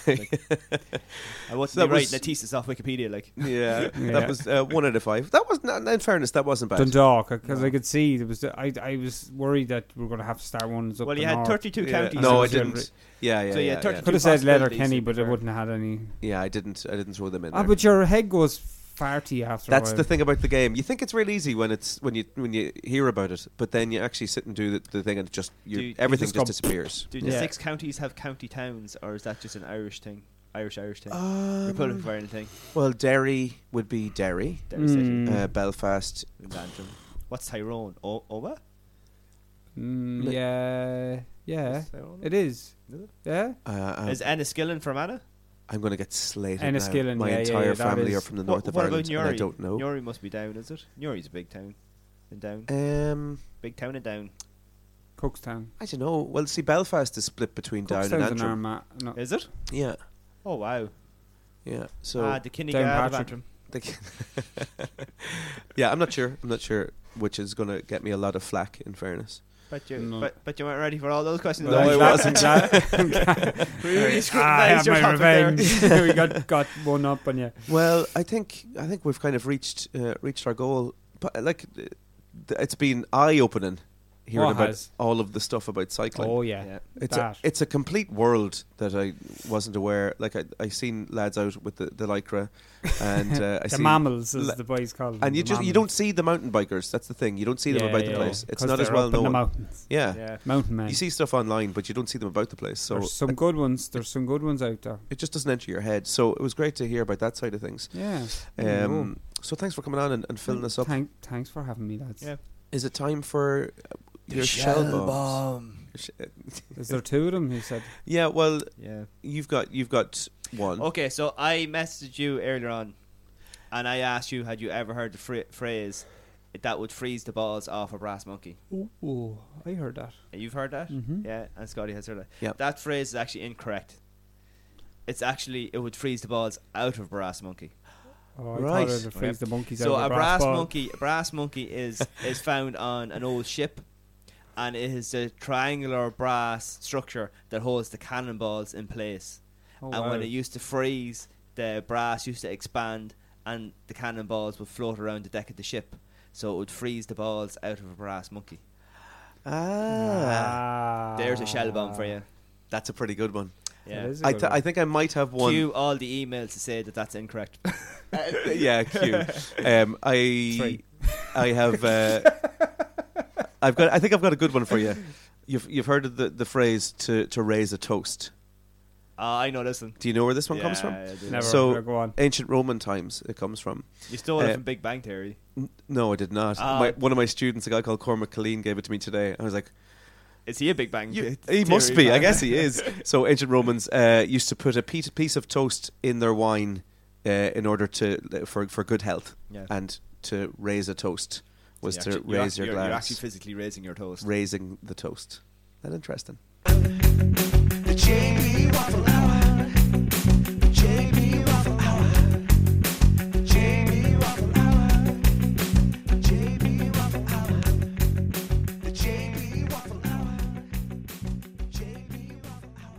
Speaker 2: I wasn't
Speaker 3: That
Speaker 2: be right.
Speaker 3: was-
Speaker 2: The thesis off Wikipedia, like.
Speaker 3: yeah.
Speaker 4: Yeah.
Speaker 3: That was uh, one out of five. That was not, in fairness, that wasn't bad.
Speaker 4: Dundalk, because I could see there was. I I was worried that we were going to have to start ones up.
Speaker 2: Well,
Speaker 4: the
Speaker 2: you had
Speaker 4: north.
Speaker 2: 32
Speaker 3: Yeah.
Speaker 2: counties.
Speaker 3: No,
Speaker 4: so
Speaker 3: I
Speaker 4: it's
Speaker 3: didn't.
Speaker 4: different.
Speaker 3: Yeah, yeah.
Speaker 2: So you
Speaker 3: yeah,
Speaker 2: had 32
Speaker 4: Could have said
Speaker 2: possibilities
Speaker 4: Letterkenny,
Speaker 2: if
Speaker 4: but I
Speaker 2: you were-
Speaker 4: wouldn't have had any.
Speaker 3: yeah. Yeah, I didn't I didn't throw them in
Speaker 4: Ah,
Speaker 3: there.
Speaker 4: but your head goes farty after.
Speaker 3: That's
Speaker 4: a
Speaker 3: the
Speaker 4: while.
Speaker 3: thing about the game. You think it's real easy when it's when you when you hear about it, but then you actually sit and do the, the thing and it just
Speaker 2: Do-
Speaker 3: you,
Speaker 2: you
Speaker 3: everything
Speaker 4: just
Speaker 3: just,
Speaker 4: go
Speaker 3: disappears.
Speaker 2: Do the
Speaker 4: Yeah.
Speaker 2: six counties have county towns, or is that just an Irish thing? Irish Irish
Speaker 3: Um,
Speaker 2: thing. Republic of Ireland thing.
Speaker 3: Well, Derry would be Derry.
Speaker 2: Derry City.
Speaker 4: Mm.
Speaker 3: Uh, Belfast.
Speaker 2: Antrim. What's Tyrone? O- Oba?
Speaker 4: Mm, yeah, yeah,
Speaker 2: Is Tyrone?
Speaker 4: it is.
Speaker 2: Is it?
Speaker 4: Yeah,
Speaker 3: Uh, um,
Speaker 2: Is Enniskillen from Anna?
Speaker 3: I'm going to get slated.
Speaker 4: And
Speaker 3: now.
Speaker 4: Enniskillen,
Speaker 3: My
Speaker 4: yeah, yeah,
Speaker 3: entire
Speaker 4: yeah, that
Speaker 3: family
Speaker 4: is-
Speaker 3: are from the north
Speaker 2: What,
Speaker 3: of
Speaker 2: what about
Speaker 3: Ireland. and
Speaker 2: Newry?
Speaker 3: I don't know.
Speaker 2: Newry must be down, is it? Newry's a big town. And down.
Speaker 3: Um,
Speaker 2: Big town and down.
Speaker 4: Cookstown.
Speaker 3: I don't know. Well, see, Belfast is split between Down and
Speaker 4: Cookstown's an
Speaker 3: Antrim.
Speaker 4: Armagh. No,
Speaker 2: Is it?
Speaker 3: Yeah,
Speaker 2: Oh, wow.
Speaker 3: yeah. So,
Speaker 2: Ah, the Kinnegad
Speaker 4: Down
Speaker 2: of
Speaker 4: Patrick.
Speaker 2: Antrim.
Speaker 3: the- yeah, I'm not sure. I'm not sure which is going to get me a lot of flack. In fairness,
Speaker 2: But you,
Speaker 4: No.
Speaker 2: but, but you weren't ready for all those questions.
Speaker 4: Well,
Speaker 2: though.
Speaker 3: I
Speaker 4: I'm glad- I'm glad-
Speaker 2: We really
Speaker 4: Ah, I
Speaker 2: scrutinized
Speaker 4: have
Speaker 2: your
Speaker 4: my
Speaker 2: topic there.
Speaker 4: revenge. we got got one up on you.
Speaker 3: well, I think I think we've kind of reached uh, reached our goal. But uh, like, uh, th- it's been eye opening hearing
Speaker 4: What
Speaker 3: about
Speaker 4: has?
Speaker 3: all of the stuff about cycling.
Speaker 4: oh yeah,
Speaker 2: yeah.
Speaker 3: It's
Speaker 4: that.
Speaker 3: a it's a complete world that I wasn't aware. Like I I seen lads out with the, the lycra, and uh, I
Speaker 4: the
Speaker 3: seen-
Speaker 4: mammals, as
Speaker 3: le-
Speaker 4: the boys call them.
Speaker 3: and you
Speaker 4: the
Speaker 3: just you don't
Speaker 4: mammals.
Speaker 3: see the mountain bikers. That's the thing. You don't see them
Speaker 4: Yeah,
Speaker 3: about
Speaker 4: yeah,
Speaker 3: the place.
Speaker 4: yeah.
Speaker 3: It's
Speaker 4: 'Cause
Speaker 3: not as
Speaker 4: they're
Speaker 3: well
Speaker 4: up in
Speaker 3: known.
Speaker 4: the mountains.
Speaker 3: yeah.
Speaker 11: Yeah.
Speaker 4: Mountain men.
Speaker 3: you see stuff online, but you don't see them about the place. So
Speaker 4: There's some good ones. There's some good ones out there.
Speaker 3: it just doesn't enter your head. So it was great to hear about that side of things.
Speaker 4: Yeah. there you go.
Speaker 3: Um, so thanks for coming on and, and filling us up.
Speaker 4: Thank, thanks for having me, lads.
Speaker 11: Yeah.
Speaker 3: Is it time for uh, your shell, bombs? Sh-
Speaker 4: Is there two of them? He said.
Speaker 3: Yeah, well,
Speaker 11: Yeah.
Speaker 3: you've got you've got one.
Speaker 4: Oh.
Speaker 2: Okay, so I messaged you earlier on, and I asked you, had you ever heard the fra- phrase that would freeze the balls off a brass monkey?
Speaker 4: Oh, I heard that.
Speaker 2: You've heard that,
Speaker 4: Mhm.
Speaker 2: yeah, and Scotty has heard that.
Speaker 3: Yep.
Speaker 2: That phrase is actually incorrect. It's actually it would freeze the balls out of a brass monkey.
Speaker 4: Oh, I
Speaker 3: Right.
Speaker 4: thought it would freeze the monkeys
Speaker 2: so
Speaker 4: out
Speaker 2: a
Speaker 4: of
Speaker 2: brass,
Speaker 4: ball.
Speaker 2: monkey, a brass monkey is is found on an old ship, and it is a triangular brass structure that holds the cannonballs in place.
Speaker 4: Oh,
Speaker 2: and when it
Speaker 4: wow.
Speaker 2: used to freeze, the brass used to expand, and the cannonballs would float around the deck of the ship. So it would freeze the balls out of a brass monkey.
Speaker 3: Ah,
Speaker 2: There's a shell bomb for you.
Speaker 3: that's a pretty good one.
Speaker 2: Yeah.
Speaker 4: Ah. That is a
Speaker 3: I,
Speaker 4: good
Speaker 3: th-
Speaker 4: one.
Speaker 3: I think I might have one.
Speaker 2: Cue all the emails to say that that's incorrect.
Speaker 3: yeah, Q. Um, I I have uh, I've got I think I've got a good one for you. You've you've heard of the, the phrase to to raise a toast.
Speaker 2: Ah, I know this one.
Speaker 3: Do you know where this one comes from?
Speaker 2: Yeah, I do.
Speaker 4: Never.
Speaker 3: so-
Speaker 4: but go on.
Speaker 3: Ancient Roman times it comes from.
Speaker 2: You stole
Speaker 3: Uh,
Speaker 2: it from Big Bang Theory.
Speaker 3: N- No, I did not.
Speaker 2: Ah.
Speaker 3: my, one of my students, a guy called Cormac Colleen, gave it to me today. I was like,
Speaker 2: Is he a Big Bang?
Speaker 3: You-
Speaker 2: Th-
Speaker 3: he must
Speaker 2: Theory
Speaker 3: be. I
Speaker 2: fan?
Speaker 3: guess he is. So ancient Romans uh, used to put a piece, piece of toast in their wine uh, in order to uh, for for good health
Speaker 2: Yeah.
Speaker 3: and to raise a toast was
Speaker 2: You're
Speaker 3: to
Speaker 2: actu- you're
Speaker 3: raise
Speaker 2: ac-
Speaker 3: your
Speaker 2: you're-
Speaker 3: glass,
Speaker 2: You're actually physically raising your toast.
Speaker 3: raising the toast. That interesting.
Speaker 1: The JB Waffle Hour. The JB Waffle Hour. The JB Waffle Hour. The JB Waffle Hour. The JB Waffle Hour. JB Waffle Hour. JB Waffle Hour.